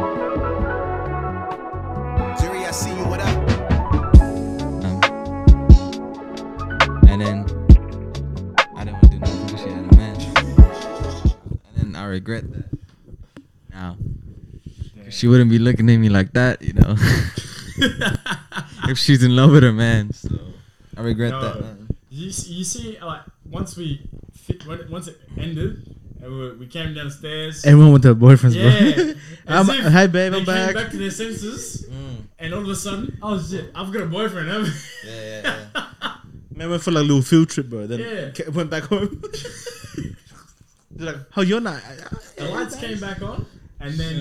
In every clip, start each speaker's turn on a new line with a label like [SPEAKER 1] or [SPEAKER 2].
[SPEAKER 1] Um, I regret that now. 'Cause She wouldn't be looking at me like that, you know. if she's in love with her man, so I regret
[SPEAKER 2] No.
[SPEAKER 1] that. Man.
[SPEAKER 2] You, s- you see, uh, like once we fi- when, once it ended and we, we came downstairs.
[SPEAKER 3] Everyone with their boyfriends,
[SPEAKER 2] yeah,
[SPEAKER 3] bro. I'm,
[SPEAKER 2] as if
[SPEAKER 3] hi, babe,
[SPEAKER 2] they
[SPEAKER 3] I'm
[SPEAKER 2] came
[SPEAKER 3] back.
[SPEAKER 2] back to their senses, and all of a sudden, oh shit, I've got a boyfriend. haven't I?
[SPEAKER 1] Mm, Yeah, yeah, yeah.
[SPEAKER 3] Man went for like a little field trip, bro. Then
[SPEAKER 2] Yeah.
[SPEAKER 3] ca- went back home. They're like, oh, you're not. I- I-
[SPEAKER 2] The lights came back on, and then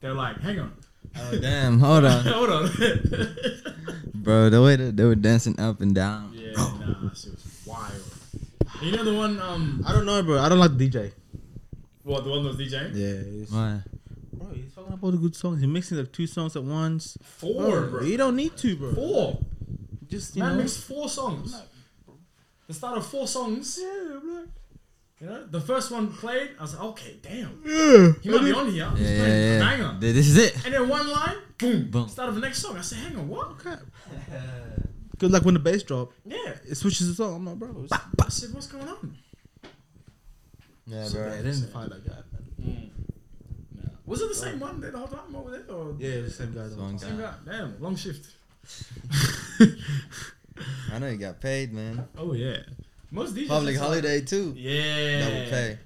[SPEAKER 2] they're like, "Hang on,
[SPEAKER 1] Oh damn! Hold on,
[SPEAKER 2] hold on."
[SPEAKER 1] bro. The way that they were dancing up and down.
[SPEAKER 2] yeah, nah, she was wild. You know the one, um,
[SPEAKER 3] I don't know, bro. I don't like the DJ.
[SPEAKER 2] what the one that was DJing?
[SPEAKER 3] Yeah. it's-
[SPEAKER 1] Why?
[SPEAKER 3] Bro, he's talking about the good songs. He's mixing up two songs at once.
[SPEAKER 2] Four, bro.
[SPEAKER 3] You don't need to, bro.
[SPEAKER 2] Four.
[SPEAKER 3] Just, you
[SPEAKER 2] Man
[SPEAKER 3] know.
[SPEAKER 2] mixed four songs. The start of four songs.
[SPEAKER 3] Yeah, bro.
[SPEAKER 2] You know, the first one played. I was like, okay, damn,
[SPEAKER 3] Yeah.
[SPEAKER 2] he might be on here. He's
[SPEAKER 1] Yeah, yeah,
[SPEAKER 2] playing a
[SPEAKER 1] yeah.
[SPEAKER 2] banger.
[SPEAKER 1] Th- This is it.
[SPEAKER 2] And then one line, boom,
[SPEAKER 1] Boom.
[SPEAKER 2] Start of the next song. I said, hang on, what?
[SPEAKER 3] Cause like when the bass drop,
[SPEAKER 2] Yeah.
[SPEAKER 3] it switches the song. I'm like, bro, it's
[SPEAKER 2] I said, what's going on?
[SPEAKER 1] Yeah,
[SPEAKER 3] so bad. It didn't fight like that. Man.
[SPEAKER 2] Was it the same one that the whole time over there? Or
[SPEAKER 3] Yeah, the same guy.
[SPEAKER 1] Song
[SPEAKER 2] Same guy. Damn, long shift.
[SPEAKER 1] I know you got paid, man.
[SPEAKER 2] Oh yeah. Most DJs.
[SPEAKER 1] Public
[SPEAKER 2] it's like-
[SPEAKER 1] holiday too.
[SPEAKER 2] Yeah.
[SPEAKER 1] Double pay.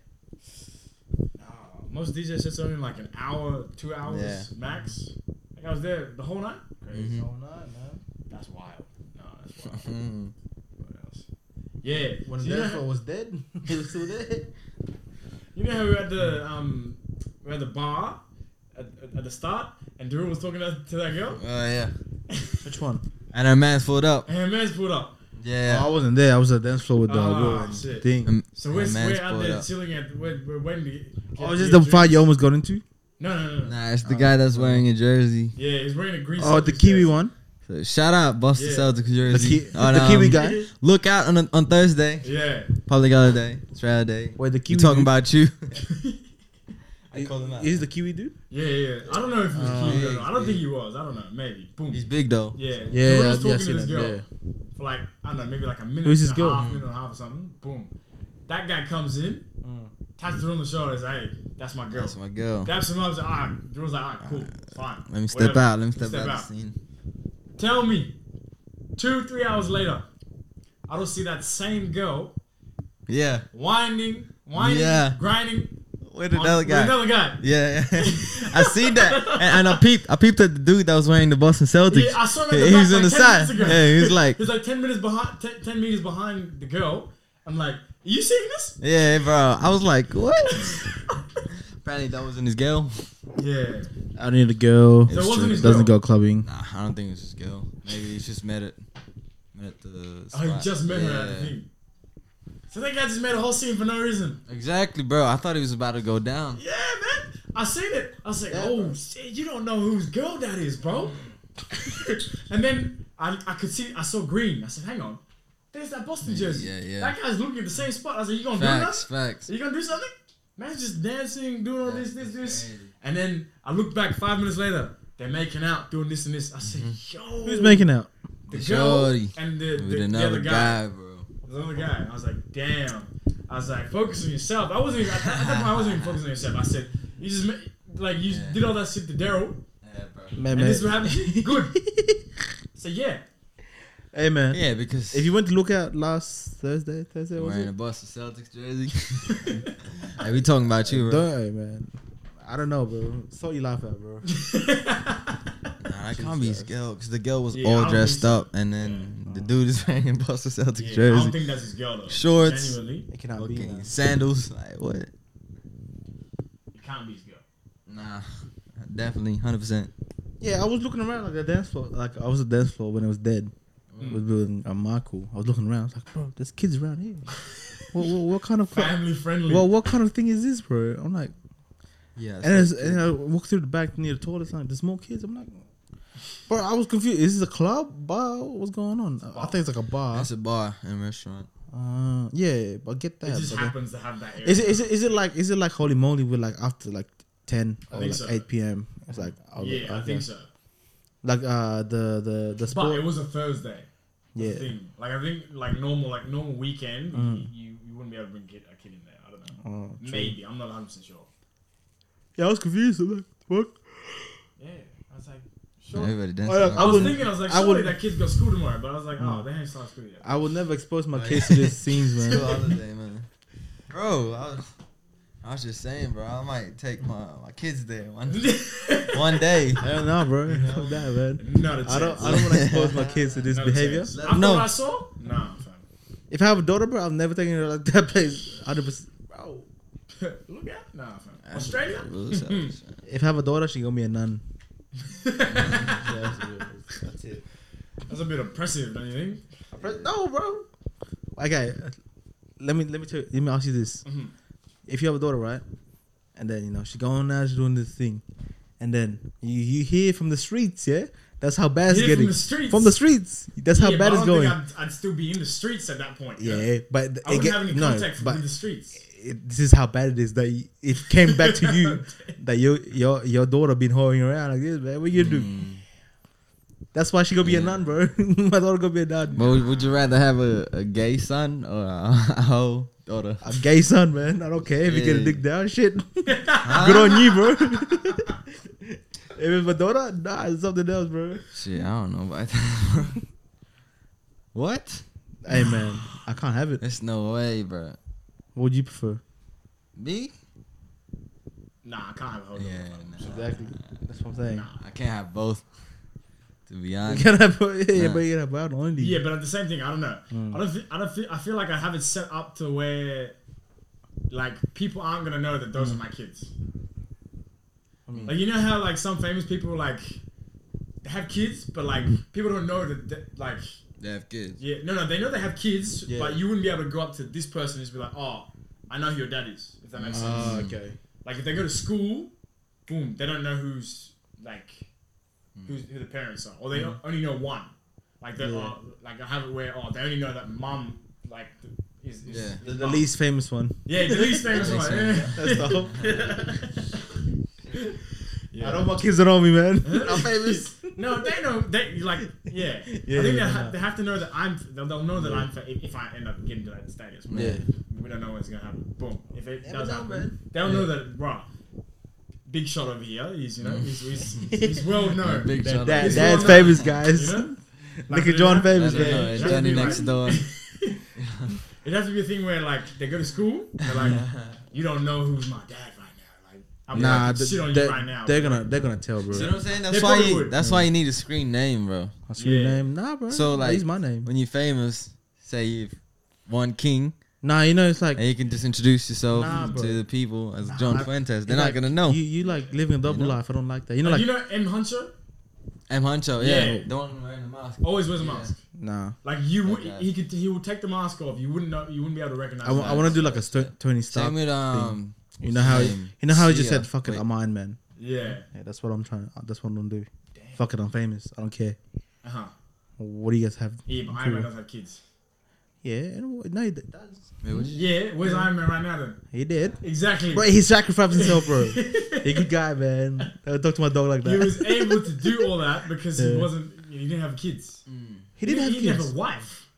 [SPEAKER 2] Nah, most DJs sits only like an hour, two hours
[SPEAKER 1] Yeah.
[SPEAKER 2] max. Like I was there the whole night. Crazy.
[SPEAKER 3] Mm-hmm.
[SPEAKER 1] Mhm.
[SPEAKER 2] That's wild. No, that's wild.
[SPEAKER 1] Mm.
[SPEAKER 2] what else? Yeah.
[SPEAKER 3] When
[SPEAKER 2] so
[SPEAKER 3] the
[SPEAKER 2] you, know
[SPEAKER 3] death
[SPEAKER 2] how,
[SPEAKER 3] was dead, he was still there.
[SPEAKER 2] you know how we were at the um, we were at the bar at, at, at the start, and Daryl was talking to, to that girl,
[SPEAKER 1] Oh yeah.
[SPEAKER 3] Which one?
[SPEAKER 1] And her man's pulled up.
[SPEAKER 2] and her man's pulled up.
[SPEAKER 1] Yeah.
[SPEAKER 3] Oh, I wasn't there. I was at the dance floor with the
[SPEAKER 2] Ah,
[SPEAKER 3] girl and
[SPEAKER 2] shit.
[SPEAKER 3] thing.
[SPEAKER 1] Um,
[SPEAKER 2] So
[SPEAKER 1] her
[SPEAKER 2] we're,
[SPEAKER 1] man's
[SPEAKER 2] we're out
[SPEAKER 1] pulled
[SPEAKER 2] there
[SPEAKER 1] up.
[SPEAKER 2] chilling at we're, we're waiting to get.
[SPEAKER 3] oh,
[SPEAKER 2] get-
[SPEAKER 3] it's just
[SPEAKER 2] get
[SPEAKER 3] the fight
[SPEAKER 2] drinks.
[SPEAKER 3] you almost got into.
[SPEAKER 2] No, no, no. no.
[SPEAKER 1] Nah, it's the guy that's wearing a jersey.
[SPEAKER 2] Yeah, he's wearing a green.
[SPEAKER 3] Oh, the
[SPEAKER 2] Celtics
[SPEAKER 3] Kiwi
[SPEAKER 2] jersey.
[SPEAKER 3] one.
[SPEAKER 1] So shout out Boston
[SPEAKER 2] Yeah.
[SPEAKER 1] Celtics jersey.
[SPEAKER 3] The Ki-
[SPEAKER 1] On,
[SPEAKER 3] the Kiwi
[SPEAKER 1] um,
[SPEAKER 3] guy.
[SPEAKER 1] Look out on on Thursday.
[SPEAKER 2] Yeah.
[SPEAKER 1] Public holiday. It's Friday.
[SPEAKER 3] Wait, the
[SPEAKER 1] We
[SPEAKER 3] Kiwi.
[SPEAKER 1] talking
[SPEAKER 3] dude-
[SPEAKER 1] about you.
[SPEAKER 3] I
[SPEAKER 1] call him out.
[SPEAKER 3] He's the Kiwi dude.
[SPEAKER 2] Yeah, yeah. yeah. I don't know if he was
[SPEAKER 3] Oh.
[SPEAKER 2] Kiwi or not. I don't
[SPEAKER 1] Yeah.
[SPEAKER 2] think he was. I don't know. Maybe. Boom.
[SPEAKER 1] He's big though.
[SPEAKER 2] yeah.
[SPEAKER 3] Yeah,
[SPEAKER 2] Durrell
[SPEAKER 3] yeah,
[SPEAKER 2] was
[SPEAKER 3] I've-
[SPEAKER 2] talking
[SPEAKER 3] yeah,
[SPEAKER 2] to
[SPEAKER 3] seen
[SPEAKER 2] this
[SPEAKER 3] him,
[SPEAKER 2] girl
[SPEAKER 3] yeah.
[SPEAKER 2] for like I don't know, maybe like a minute
[SPEAKER 3] Who's
[SPEAKER 2] and
[SPEAKER 3] this
[SPEAKER 2] a
[SPEAKER 3] girl?
[SPEAKER 1] Mm.
[SPEAKER 2] half, minute and a half or something. Boom. That guy comes in, taps her on the shoulder, says, "Hey, that's my girl."
[SPEAKER 1] Mm. That's my girl.
[SPEAKER 2] Taps him up, says, "Ah, Drew's like, ah, cool, fine."
[SPEAKER 1] Let me step
[SPEAKER 2] whatever."
[SPEAKER 1] out. Let me step, out, the scene.
[SPEAKER 2] Tell me, two, three hours later, I don't see that same girl
[SPEAKER 1] Yeah.
[SPEAKER 2] winding, winding,
[SPEAKER 1] Yeah.
[SPEAKER 2] grinding
[SPEAKER 1] With
[SPEAKER 2] on-
[SPEAKER 1] another
[SPEAKER 2] with
[SPEAKER 1] guy.
[SPEAKER 2] another guy.
[SPEAKER 1] Yeah, yeah. I see that, and, and I peeped. I peeped at the dude that was wearing the Boston Celtics.
[SPEAKER 2] Yeah, I saw him at the
[SPEAKER 1] He-
[SPEAKER 2] back
[SPEAKER 1] he's
[SPEAKER 2] like
[SPEAKER 1] on the
[SPEAKER 2] 10
[SPEAKER 1] side.
[SPEAKER 2] minutes ago.
[SPEAKER 1] Yeah, he's like,
[SPEAKER 2] he's like ten minutes behind, 10, 10 meters behind the girl. I'm like, are you seeing this?
[SPEAKER 1] yeah, bro. I was like, what? Apparently, that was in his girl.
[SPEAKER 2] yeah.
[SPEAKER 3] I need a girl.
[SPEAKER 1] It's
[SPEAKER 2] wasn't
[SPEAKER 1] true.
[SPEAKER 2] his
[SPEAKER 3] Doesn't
[SPEAKER 2] girl.
[SPEAKER 3] go clubbing.
[SPEAKER 1] Nah, I don't think it was his girl. Maybe he's just met it. Met at the.
[SPEAKER 2] I
[SPEAKER 1] spot.
[SPEAKER 2] Oh, just met her at
[SPEAKER 1] Yeah.
[SPEAKER 2] the thing. So that guy just made a whole scene for no reason.
[SPEAKER 1] Exactly, bro. I thought he was about to go down.
[SPEAKER 2] Yeah, man. I seen it. I was like, oh, shit, you don't know whose girl that is, bro.
[SPEAKER 1] Mm.
[SPEAKER 2] and then I, I could see, I saw green. I said, hang on. There's that Boston jersey.
[SPEAKER 1] yeah, yeah.
[SPEAKER 2] That guy's looking at the same spot. I said, you gonna do
[SPEAKER 1] Facts,
[SPEAKER 2] that?
[SPEAKER 1] facts.
[SPEAKER 2] Are you gonna do something? Man's just dancing, doing all this, this, this. And then I look back five minutes later, they're making out, doing this and this. I said,
[SPEAKER 1] Mm-hmm.
[SPEAKER 2] yo.
[SPEAKER 3] Who's making out?
[SPEAKER 2] the girl
[SPEAKER 1] Shorty.
[SPEAKER 2] and the,
[SPEAKER 1] With
[SPEAKER 2] the, the
[SPEAKER 1] another
[SPEAKER 2] other guy.
[SPEAKER 1] guy, bro.
[SPEAKER 2] The other guy. I was like, damn. I was like, focus on yourself. I wasn't even, at that at that point, I wasn't even focusing on yourself. I said, you just, ma- like, you
[SPEAKER 1] Yeah.
[SPEAKER 2] did all that shit to Daryl.
[SPEAKER 1] Yeah, bro.
[SPEAKER 3] Man,
[SPEAKER 2] And
[SPEAKER 3] man.
[SPEAKER 2] this is what happened to you? Good. So, yeah.
[SPEAKER 3] Hey, man.
[SPEAKER 1] Yeah, because
[SPEAKER 3] If you went to look out last Thursday, Thursday was
[SPEAKER 1] wearing a
[SPEAKER 3] it?
[SPEAKER 1] Boston Celtics jersey, hey, we talking about you, bro.
[SPEAKER 3] Don't, hey, man. I don't know, bro. So you laugh at, bro.
[SPEAKER 1] Nah, I can't be his girl because the girl was
[SPEAKER 2] Yeah, I
[SPEAKER 1] all
[SPEAKER 2] don't
[SPEAKER 1] dressed
[SPEAKER 2] think so.
[SPEAKER 1] up, and then the dude is wearing a Boston Celtics
[SPEAKER 2] yeah. I don't
[SPEAKER 1] jersey,
[SPEAKER 2] think that's his girl, though.
[SPEAKER 1] Shorts.
[SPEAKER 2] Genuinely,
[SPEAKER 3] It cannot be.
[SPEAKER 1] fucking
[SPEAKER 3] Man.
[SPEAKER 1] sandals. Like what?
[SPEAKER 2] it can't be his girl.
[SPEAKER 1] Nah, definitely, hundred percent.
[SPEAKER 3] Yeah, I was looking around like a dance floor. Like I was a dance floor when it was dead.
[SPEAKER 1] Mm.
[SPEAKER 3] It was building a Marco. I was looking around. I was like, bro, there's kids around here. what, what, what kind of
[SPEAKER 2] Family friendly.
[SPEAKER 3] well, what kind of thing is this, bro? I'm like,
[SPEAKER 1] Yeah.
[SPEAKER 3] and, it's, and I walk through the back near the toilet sign. There's more kids. I'm like, bro, I was confused. Is this a club, bar? What's going on? I think it's like a bar.
[SPEAKER 1] that's a bar and restaurant.
[SPEAKER 3] Uh, yeah, but get that.
[SPEAKER 2] it just
[SPEAKER 3] but-
[SPEAKER 2] happens to have that area.
[SPEAKER 3] Is it, is it is it like is it like holy moly? We're like after like ten or
[SPEAKER 2] think
[SPEAKER 3] like
[SPEAKER 2] so.
[SPEAKER 3] eight p.m. It's like oh,
[SPEAKER 2] yeah, I
[SPEAKER 3] okay.
[SPEAKER 2] think so.
[SPEAKER 3] Like uh the the the
[SPEAKER 2] But
[SPEAKER 3] sport.
[SPEAKER 2] it was a Thursday. was the
[SPEAKER 3] Yeah.
[SPEAKER 2] Thing. Like I think like normal like normal weekend, you, you you wouldn't be able to bring kid, a kid in there. I don't know.
[SPEAKER 3] Oh, true.
[SPEAKER 2] Maybe I'm not 100 percent sure.
[SPEAKER 3] Yeah, I was confused. I'm like, what?
[SPEAKER 2] Yeah, I was like, sure.
[SPEAKER 1] Everybody dancing.
[SPEAKER 3] Oh, yeah,
[SPEAKER 2] I,
[SPEAKER 1] around.
[SPEAKER 3] I
[SPEAKER 2] was
[SPEAKER 3] wouldn't-
[SPEAKER 2] thinking, I was like,
[SPEAKER 3] I
[SPEAKER 2] surely
[SPEAKER 3] wouldn't-
[SPEAKER 2] that kid's got school tomorrow, but I was like, oh, they ain't started school yet.
[SPEAKER 3] I would never expose my
[SPEAKER 1] Oh,
[SPEAKER 3] kids to
[SPEAKER 1] yeah.
[SPEAKER 3] these scenes,
[SPEAKER 1] School
[SPEAKER 3] man.
[SPEAKER 1] holiday, man. Bro, I was, I was just saying, bro. I might take my my kids there one one day.
[SPEAKER 3] Hell no, bro. Hell that, man.
[SPEAKER 2] Not a chance.
[SPEAKER 3] I don't. I don't want to expose my kids to this
[SPEAKER 2] Not a
[SPEAKER 3] behavior.
[SPEAKER 2] chance.
[SPEAKER 1] Let
[SPEAKER 2] After
[SPEAKER 1] 'em know.
[SPEAKER 2] what I saw, nah, fam.
[SPEAKER 3] If I have a daughter, bro, I'm never taking her like that place. Hundred percent.
[SPEAKER 2] Bro, look at nah, fam. Australia.
[SPEAKER 3] If I have a daughter, she gonna be a nun.
[SPEAKER 1] That's it.
[SPEAKER 2] That's a bit oppressive, don't you think?
[SPEAKER 3] No, Oh, bro. Okay, let me let me tell you, let me ask you this:
[SPEAKER 2] Mhm.
[SPEAKER 3] If you have a daughter, right, and then you know she's going out, she's doing this thing, and then you, you hear from the streets, yeah, that's how bad it's
[SPEAKER 2] Hear
[SPEAKER 3] getting
[SPEAKER 2] from the streets.
[SPEAKER 3] From the streets, that's how
[SPEAKER 2] Yeah,
[SPEAKER 3] bad
[SPEAKER 2] but
[SPEAKER 3] it's
[SPEAKER 2] I don't
[SPEAKER 3] going.
[SPEAKER 2] think I'd, I'd still be in the streets at that point.
[SPEAKER 3] yeah, but
[SPEAKER 2] I wouldn't
[SPEAKER 3] it get-
[SPEAKER 2] have any
[SPEAKER 3] no,
[SPEAKER 2] contact
[SPEAKER 3] but
[SPEAKER 2] from the streets.
[SPEAKER 3] it, this is how bad it is that you- it came back to you that your your your daughter been hoeing around like this, man. What you do?
[SPEAKER 2] Mm.
[SPEAKER 3] That's why she gonna be a
[SPEAKER 1] Yeah.
[SPEAKER 3] nun, bro. My daughter gonna be a nun.
[SPEAKER 1] But would, would you rather have a, a gay son or a hoe daughter?
[SPEAKER 3] I'm gay son, man. I don't care if you get a
[SPEAKER 1] Yeah.
[SPEAKER 3] dick down. Shit, good on you, bro. if it's my daughter, nah, it's something else, bro.
[SPEAKER 1] Shit, I don't know about that. what?
[SPEAKER 3] Hey, man, I can't have it.
[SPEAKER 1] There's no way, bro.
[SPEAKER 3] What would you prefer?
[SPEAKER 1] Me?
[SPEAKER 2] Nah, I can't have a whole
[SPEAKER 1] Yeah, nah.
[SPEAKER 3] Exactly. That's what I'm saying.
[SPEAKER 2] Nah.
[SPEAKER 1] I can't have both. To be
[SPEAKER 3] You
[SPEAKER 1] honest,
[SPEAKER 3] gotta have, yeah,
[SPEAKER 1] Nah.
[SPEAKER 3] but you gotta have out only.
[SPEAKER 2] Yeah, but at the same thing, I don't know. I don't. Th- I don't. Feel, I feel like I have it set up to where, like, people aren't gonna know that those are my kids.
[SPEAKER 3] Mm. I mean-
[SPEAKER 2] like, you know how like some famous people like have kids, but like
[SPEAKER 3] Mm.
[SPEAKER 2] people don't know that. that like,
[SPEAKER 1] they have kids.
[SPEAKER 2] yeah, no, no, they know they have kids,
[SPEAKER 3] Yeah.
[SPEAKER 2] but you wouldn't be able to go up to this person and just be like, oh, I know who your dad is. If that makes sense.
[SPEAKER 3] Ah, okay.
[SPEAKER 2] Like, if they go to school, boom, they don't know who's like, who's, who the parents are, or they don't- only know one. Like they
[SPEAKER 3] Mm. Yeah.
[SPEAKER 2] are, like I have it where oh they only know that mum like th- is, is
[SPEAKER 1] Yeah.
[SPEAKER 2] is
[SPEAKER 3] The, the
[SPEAKER 2] mum.
[SPEAKER 3] least famous one.
[SPEAKER 2] yeah the least famous
[SPEAKER 1] That makes
[SPEAKER 2] one.
[SPEAKER 1] sense.
[SPEAKER 2] Yeah.
[SPEAKER 3] That's the whole.
[SPEAKER 2] Yeah.
[SPEAKER 3] I don't want kids around me, man.
[SPEAKER 1] I'm famous.
[SPEAKER 2] No, they know they like yeah.
[SPEAKER 3] Yeah,
[SPEAKER 2] I think they,
[SPEAKER 3] yeah,
[SPEAKER 2] ha-
[SPEAKER 3] yeah.
[SPEAKER 2] they have to know that I'm. They'll, they'll know that I'm. Fa- if, if I end up getting to that status, but
[SPEAKER 3] Yeah.
[SPEAKER 2] we don't know what's gonna happen. Boom. If it
[SPEAKER 3] Never
[SPEAKER 2] does
[SPEAKER 3] know,
[SPEAKER 2] happen,
[SPEAKER 3] man.
[SPEAKER 2] they'll know that. Bruh, big shot over here is you know he's, he's, he's well known.
[SPEAKER 1] Big
[SPEAKER 3] That,
[SPEAKER 1] shout
[SPEAKER 3] that,
[SPEAKER 1] out.
[SPEAKER 2] He's
[SPEAKER 3] dad's
[SPEAKER 2] well known,
[SPEAKER 3] famous, guys.
[SPEAKER 2] You know?
[SPEAKER 3] Look
[SPEAKER 2] Like,
[SPEAKER 3] at John
[SPEAKER 2] you know,
[SPEAKER 3] famous,
[SPEAKER 1] Let 'em
[SPEAKER 2] yeah,
[SPEAKER 1] know,
[SPEAKER 3] man.
[SPEAKER 1] it's
[SPEAKER 2] that'd
[SPEAKER 1] Johnny
[SPEAKER 2] be
[SPEAKER 1] next
[SPEAKER 2] like-
[SPEAKER 1] door.
[SPEAKER 2] It has to be a thing where like they go to school, they're like, you don't know who's my dad right now. Like I'm
[SPEAKER 3] Nah,
[SPEAKER 2] gonna
[SPEAKER 3] th-
[SPEAKER 2] shit on
[SPEAKER 3] they,
[SPEAKER 2] you right now.
[SPEAKER 3] they're gonna they're gonna tell, bro.
[SPEAKER 1] You know what I'm saying?
[SPEAKER 2] They
[SPEAKER 1] That's why
[SPEAKER 2] probably
[SPEAKER 1] you.
[SPEAKER 2] would.
[SPEAKER 1] That's why you need a screen name, bro.
[SPEAKER 3] My screen
[SPEAKER 2] Yeah.
[SPEAKER 3] name, nah, bro.
[SPEAKER 1] So,
[SPEAKER 3] So like,
[SPEAKER 1] like-
[SPEAKER 3] use my name.
[SPEAKER 1] When you're famous, say you've won king,
[SPEAKER 3] Nah, you know it's like
[SPEAKER 1] and you can just introduce yourself
[SPEAKER 3] Nah, bro.
[SPEAKER 1] to the people as John
[SPEAKER 3] I-
[SPEAKER 1] Fuentes.
[SPEAKER 3] you
[SPEAKER 1] They're not
[SPEAKER 3] like-
[SPEAKER 1] gonna know.
[SPEAKER 3] You you like living a double
[SPEAKER 1] You know?
[SPEAKER 3] life. I don't like that. You know,
[SPEAKER 2] Like,
[SPEAKER 3] like
[SPEAKER 2] you know M Hunter
[SPEAKER 1] M. Huncho, yeah,
[SPEAKER 2] Yeah.
[SPEAKER 1] the one wearing the mask.
[SPEAKER 3] Oh.
[SPEAKER 2] always wears a mask.
[SPEAKER 3] nah.
[SPEAKER 2] Like you, would,
[SPEAKER 1] Okay.
[SPEAKER 2] he could he would take the mask off. You wouldn't know. You wouldn't be able to recognize.
[SPEAKER 3] I, w- I
[SPEAKER 2] him.
[SPEAKER 3] want to do like a st- Tony Stark.
[SPEAKER 1] Same with um.
[SPEAKER 3] You know how you
[SPEAKER 1] same.
[SPEAKER 3] know how you just
[SPEAKER 1] Sia.
[SPEAKER 3] said fuck it.
[SPEAKER 1] Wait.
[SPEAKER 3] I'm Iron Man.
[SPEAKER 2] yeah.
[SPEAKER 3] Yeah, that's what I'm trying. That's what I'm gonna do. Fuck it. I'm famous. I don't care.
[SPEAKER 2] Uh huh.
[SPEAKER 3] What do you guys have?
[SPEAKER 2] Yeah, but Iron Man doesn't have kids.
[SPEAKER 3] Yeah, you know what? no, he d- does.
[SPEAKER 1] Wait, what you-
[SPEAKER 2] Yeah, where's Iron Man right now then?
[SPEAKER 3] He did.
[SPEAKER 2] Exactly.
[SPEAKER 3] Bro, he sacrificed himself, bro. he good guy, man. I would talk to my dog like
[SPEAKER 2] He
[SPEAKER 3] that.
[SPEAKER 2] was able to do all that because he
[SPEAKER 3] Yeah.
[SPEAKER 2] wasn't. He didn't have kids.
[SPEAKER 3] He didn't have
[SPEAKER 2] He didn't have
[SPEAKER 3] kids.
[SPEAKER 2] a wife.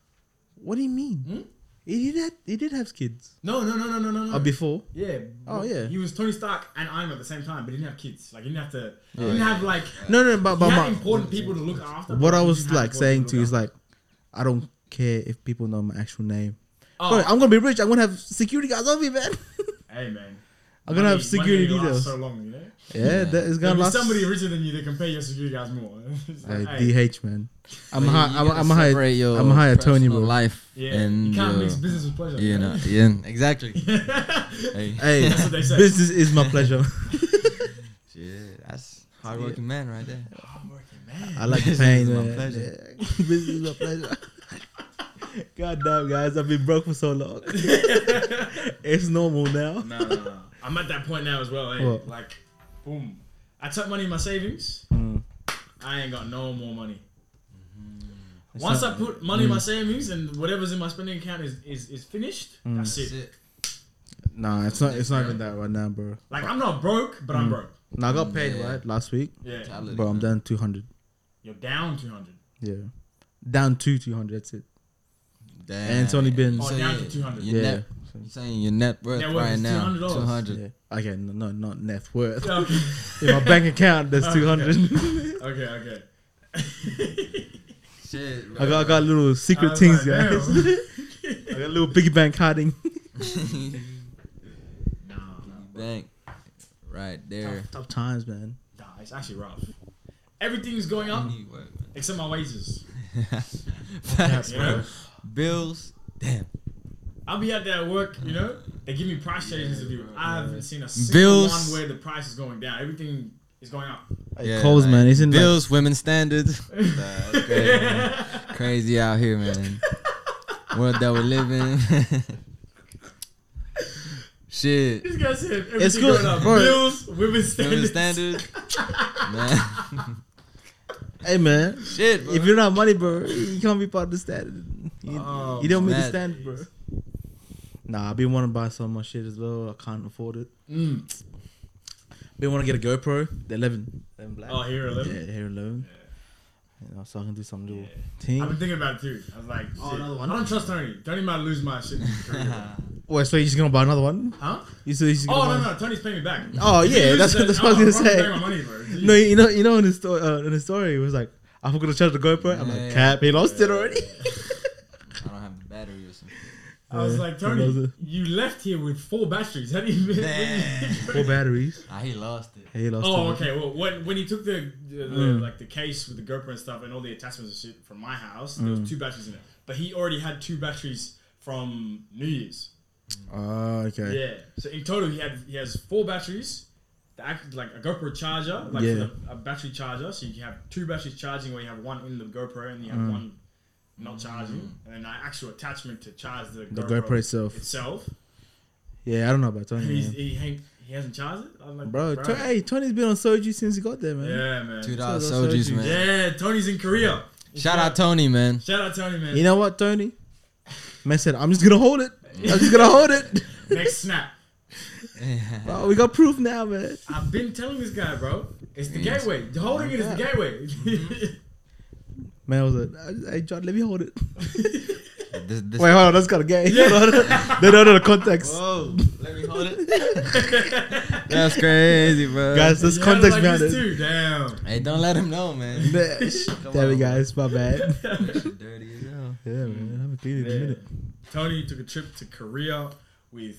[SPEAKER 3] What do you mean? He did. Have, he did have kids.
[SPEAKER 2] No, no, no, no, no, no. no.
[SPEAKER 3] Uh, before.
[SPEAKER 2] Yeah.
[SPEAKER 3] Oh,
[SPEAKER 2] but
[SPEAKER 3] yeah.
[SPEAKER 2] He was Tony Stark and Iron Man at the same time, but he didn't have kids. Like he didn't have to. He
[SPEAKER 1] Oh,
[SPEAKER 2] didn't
[SPEAKER 1] yeah.
[SPEAKER 2] have like.
[SPEAKER 3] No, no, but, but
[SPEAKER 2] he had
[SPEAKER 3] my,
[SPEAKER 2] important people to look after.
[SPEAKER 3] what
[SPEAKER 2] but
[SPEAKER 3] I
[SPEAKER 2] he
[SPEAKER 3] was
[SPEAKER 2] didn't have
[SPEAKER 3] like saying
[SPEAKER 2] important
[SPEAKER 3] to you is
[SPEAKER 2] people
[SPEAKER 3] like, I don't care if people know my actual name. Bro,
[SPEAKER 2] look after.
[SPEAKER 3] I'm gonna be rich. I'm gonna have security guards on me, man.
[SPEAKER 2] oh, hey man.
[SPEAKER 3] I'm gonna have
[SPEAKER 2] Money-
[SPEAKER 3] security
[SPEAKER 2] money lasts
[SPEAKER 3] details.
[SPEAKER 2] So long, you know.
[SPEAKER 3] yeah, that is
[SPEAKER 2] There'll
[SPEAKER 3] gonna
[SPEAKER 2] be
[SPEAKER 3] last.
[SPEAKER 2] somebody richer than you that can pay your security guys more. It's like,
[SPEAKER 3] Hey,
[SPEAKER 2] hey,
[SPEAKER 3] DH man, I'm
[SPEAKER 1] But
[SPEAKER 3] high.
[SPEAKER 1] you
[SPEAKER 3] I'm,
[SPEAKER 1] gotta
[SPEAKER 3] I'm high.
[SPEAKER 1] separate your
[SPEAKER 3] I'm high at Tony,
[SPEAKER 1] personal
[SPEAKER 3] bro.
[SPEAKER 1] Life
[SPEAKER 2] yeah,
[SPEAKER 1] and
[SPEAKER 2] you can't
[SPEAKER 1] your-
[SPEAKER 3] uh,
[SPEAKER 2] mix business with pleasure.
[SPEAKER 1] you
[SPEAKER 2] man.
[SPEAKER 1] know, yeah, exactly. hey,
[SPEAKER 3] Hey,
[SPEAKER 2] That's what they say.
[SPEAKER 3] business is my pleasure.
[SPEAKER 1] shit, that's hardworking man right there.
[SPEAKER 2] Hardworking man.
[SPEAKER 3] I like the
[SPEAKER 1] Business
[SPEAKER 3] pain.
[SPEAKER 1] is my
[SPEAKER 3] man.
[SPEAKER 1] pleasure.
[SPEAKER 3] Yeah. business is my pleasure. God damn, guys, I've been broke for so long. it's normal now.
[SPEAKER 2] no, no, no. I'm at that point now as well. eh?
[SPEAKER 3] What?
[SPEAKER 2] Like, boom. I took money in my savings.
[SPEAKER 3] Mm.
[SPEAKER 2] I ain't got no more money. Mm-hmm. Once I put money
[SPEAKER 3] Mm.
[SPEAKER 2] in my savings and whatever's in my spending account is is, is finished,
[SPEAKER 3] Mm.
[SPEAKER 2] that's it.
[SPEAKER 3] Nah, it's not. It's not even that right now, bro.
[SPEAKER 2] Like I'm not broke, but
[SPEAKER 3] Mm.
[SPEAKER 2] I'm broke.
[SPEAKER 3] Now I got paid
[SPEAKER 1] Yeah.
[SPEAKER 3] right last week,
[SPEAKER 2] Yeah,
[SPEAKER 3] bro. I'm down two hundred.
[SPEAKER 2] you're down 200.
[SPEAKER 3] Yeah, down to two hundred. That's it.
[SPEAKER 1] Damn.
[SPEAKER 3] And it's only been-
[SPEAKER 2] Oh, down to 200.
[SPEAKER 1] You
[SPEAKER 3] Yeah.
[SPEAKER 1] nev- I'm saying your net worth
[SPEAKER 2] Net worth
[SPEAKER 1] right
[SPEAKER 2] is
[SPEAKER 1] now,
[SPEAKER 2] $200.
[SPEAKER 1] two hundred.
[SPEAKER 3] Yeah. Okay, no, no, not net worth.
[SPEAKER 2] Yeah, okay.
[SPEAKER 3] In my bank account, there's
[SPEAKER 2] Okay.
[SPEAKER 3] two hundred.
[SPEAKER 2] okay, okay.
[SPEAKER 1] Shit,
[SPEAKER 3] I got, I got little
[SPEAKER 2] I
[SPEAKER 3] secret
[SPEAKER 2] was
[SPEAKER 3] things,
[SPEAKER 2] like,
[SPEAKER 3] guys.
[SPEAKER 2] damn.
[SPEAKER 3] I got a little piggy bank hiding.
[SPEAKER 2] Nah, nah, bro.
[SPEAKER 1] bank right there.
[SPEAKER 3] Tough, tough times, man.
[SPEAKER 2] nah, it's actually rough. Everything's going up except my wages.
[SPEAKER 1] Facts,
[SPEAKER 2] Yeah.
[SPEAKER 1] bro. Bills. Damn.
[SPEAKER 2] I'll be out there at work, you know. They give me price changes to do. I haven't seen a single
[SPEAKER 1] Bills.
[SPEAKER 2] one where the price is going down. Everything is going up.
[SPEAKER 1] Yeah,
[SPEAKER 3] Coles,
[SPEAKER 1] like,
[SPEAKER 3] man. Isn't Bill
[SPEAKER 1] Bills women's standards. Nah, it's crazy, man. Crazy out here, man. World that we live in. Shit.
[SPEAKER 2] This guy said everything
[SPEAKER 3] It's good,
[SPEAKER 2] going up.
[SPEAKER 3] bro.
[SPEAKER 2] Bills, women's
[SPEAKER 1] Women's
[SPEAKER 2] standards.
[SPEAKER 1] standards. man.
[SPEAKER 3] hey, man.
[SPEAKER 1] Shit, bro.
[SPEAKER 3] If you don't have money, bro, you can't be part of the standard. You,
[SPEAKER 2] Oh,
[SPEAKER 3] you don't meet the
[SPEAKER 1] mad.
[SPEAKER 3] standard, bro. Nah, I've been wanting to buy some of my shit as well. I can't afford it.
[SPEAKER 2] Mm.
[SPEAKER 3] Been want to get a GoPro, the 11. 11 black.
[SPEAKER 2] Oh, here,
[SPEAKER 3] yeah,
[SPEAKER 2] look.
[SPEAKER 3] here 11. You know, so I can do some little thing.
[SPEAKER 2] I've been thinking about it too. I was like,
[SPEAKER 3] Oh,
[SPEAKER 2] shit,
[SPEAKER 3] another one.
[SPEAKER 2] I don't trust Tony. Tony might lose my shit. in his career, bro.
[SPEAKER 3] Wait, so you're just gonna buy another one?
[SPEAKER 2] huh?
[SPEAKER 3] You so you're just
[SPEAKER 2] Oh
[SPEAKER 3] gonna
[SPEAKER 2] no,
[SPEAKER 3] buy
[SPEAKER 2] no, Tony's paying me back.
[SPEAKER 3] Oh,
[SPEAKER 2] If he
[SPEAKER 3] yeah, that's-
[SPEAKER 2] loses,
[SPEAKER 3] that's what I was
[SPEAKER 2] I'm-
[SPEAKER 3] gonna
[SPEAKER 2] I'm
[SPEAKER 3] say.
[SPEAKER 2] paying my money, bro.
[SPEAKER 3] no, you know, you know, in the story, uh, in the story, it was like I forgot to charge the GoPro. I'm
[SPEAKER 1] Yeah,
[SPEAKER 3] like,
[SPEAKER 1] yeah.
[SPEAKER 3] cap, he lost it already.
[SPEAKER 1] I don't have the battery or something.
[SPEAKER 2] I was
[SPEAKER 3] Yeah,
[SPEAKER 2] like,
[SPEAKER 3] he loves
[SPEAKER 2] Tony,
[SPEAKER 3] it.
[SPEAKER 2] you left here with four batteries. How do you?
[SPEAKER 1] Damn.
[SPEAKER 3] Four batteries.
[SPEAKER 1] Ah, he lost it.
[SPEAKER 3] He lost.
[SPEAKER 2] Oh,
[SPEAKER 3] it.
[SPEAKER 2] okay. Well, when when he took the, the, the
[SPEAKER 3] Mm.
[SPEAKER 2] like the case with the GoPro and stuff and all the attachments and shit from my house, there
[SPEAKER 3] Mm.
[SPEAKER 2] was two batteries in it. But he already had two batteries from New Year's.
[SPEAKER 3] Ah, okay.
[SPEAKER 2] Yeah. So in total, he had he has four batteries. The act, like a GoPro charger, like
[SPEAKER 3] Yeah.
[SPEAKER 2] for the, a battery charger. So you have two batteries charging, where you have one in the GoPro and you have
[SPEAKER 3] Mm.
[SPEAKER 2] one not charging, and then an actual attachment to charge the,
[SPEAKER 3] The
[SPEAKER 2] GoPro,
[SPEAKER 3] GoPro itself.
[SPEAKER 2] itself.
[SPEAKER 3] Yeah, I don't know about Tony.
[SPEAKER 2] And he's,
[SPEAKER 3] man.
[SPEAKER 2] he hang, he hasn't charged it. I'm like,
[SPEAKER 3] Bro, Tony- hey, Tony's been on soju since he got there, man.
[SPEAKER 2] yeah, man.
[SPEAKER 3] Two
[SPEAKER 1] Two dollar
[SPEAKER 3] dollar
[SPEAKER 1] soldiers,
[SPEAKER 3] soldiers.
[SPEAKER 1] man.
[SPEAKER 2] Yeah, Tony's in Korea.
[SPEAKER 1] Shout out Tony, man.
[SPEAKER 2] Shout out Tony, man.
[SPEAKER 3] You know what, Tony? Man said, I'm just gonna hold it. I'm just gonna hold it.
[SPEAKER 2] Next snap.
[SPEAKER 3] Oh, we got proof now, man.
[SPEAKER 2] I've been telling this guy, bro. It's the
[SPEAKER 1] Yeah.
[SPEAKER 2] gateway. The holding it is the
[SPEAKER 3] Yeah.
[SPEAKER 2] gateway.
[SPEAKER 3] Man I was like, hey John, let me hold it.
[SPEAKER 1] This, this
[SPEAKER 3] Wait, hold on, that's got a gay. Hold on. they don't know the context.
[SPEAKER 1] Whoa, let me hold it. That's crazy, bro.
[SPEAKER 3] Guys, there's
[SPEAKER 2] You
[SPEAKER 3] context
[SPEAKER 2] handle like
[SPEAKER 3] behind
[SPEAKER 2] this
[SPEAKER 3] it.
[SPEAKER 2] too. Damn.
[SPEAKER 1] hey, don't let him know,
[SPEAKER 3] Nah,
[SPEAKER 1] man. Come
[SPEAKER 3] Damn it,
[SPEAKER 1] on.
[SPEAKER 3] guys, my bad.
[SPEAKER 1] That shit dirty as hell.
[SPEAKER 3] Yeah, man, I haven't cleaned it in a
[SPEAKER 2] Yeah.
[SPEAKER 3] minute.
[SPEAKER 2] Tony took a trip to Korea with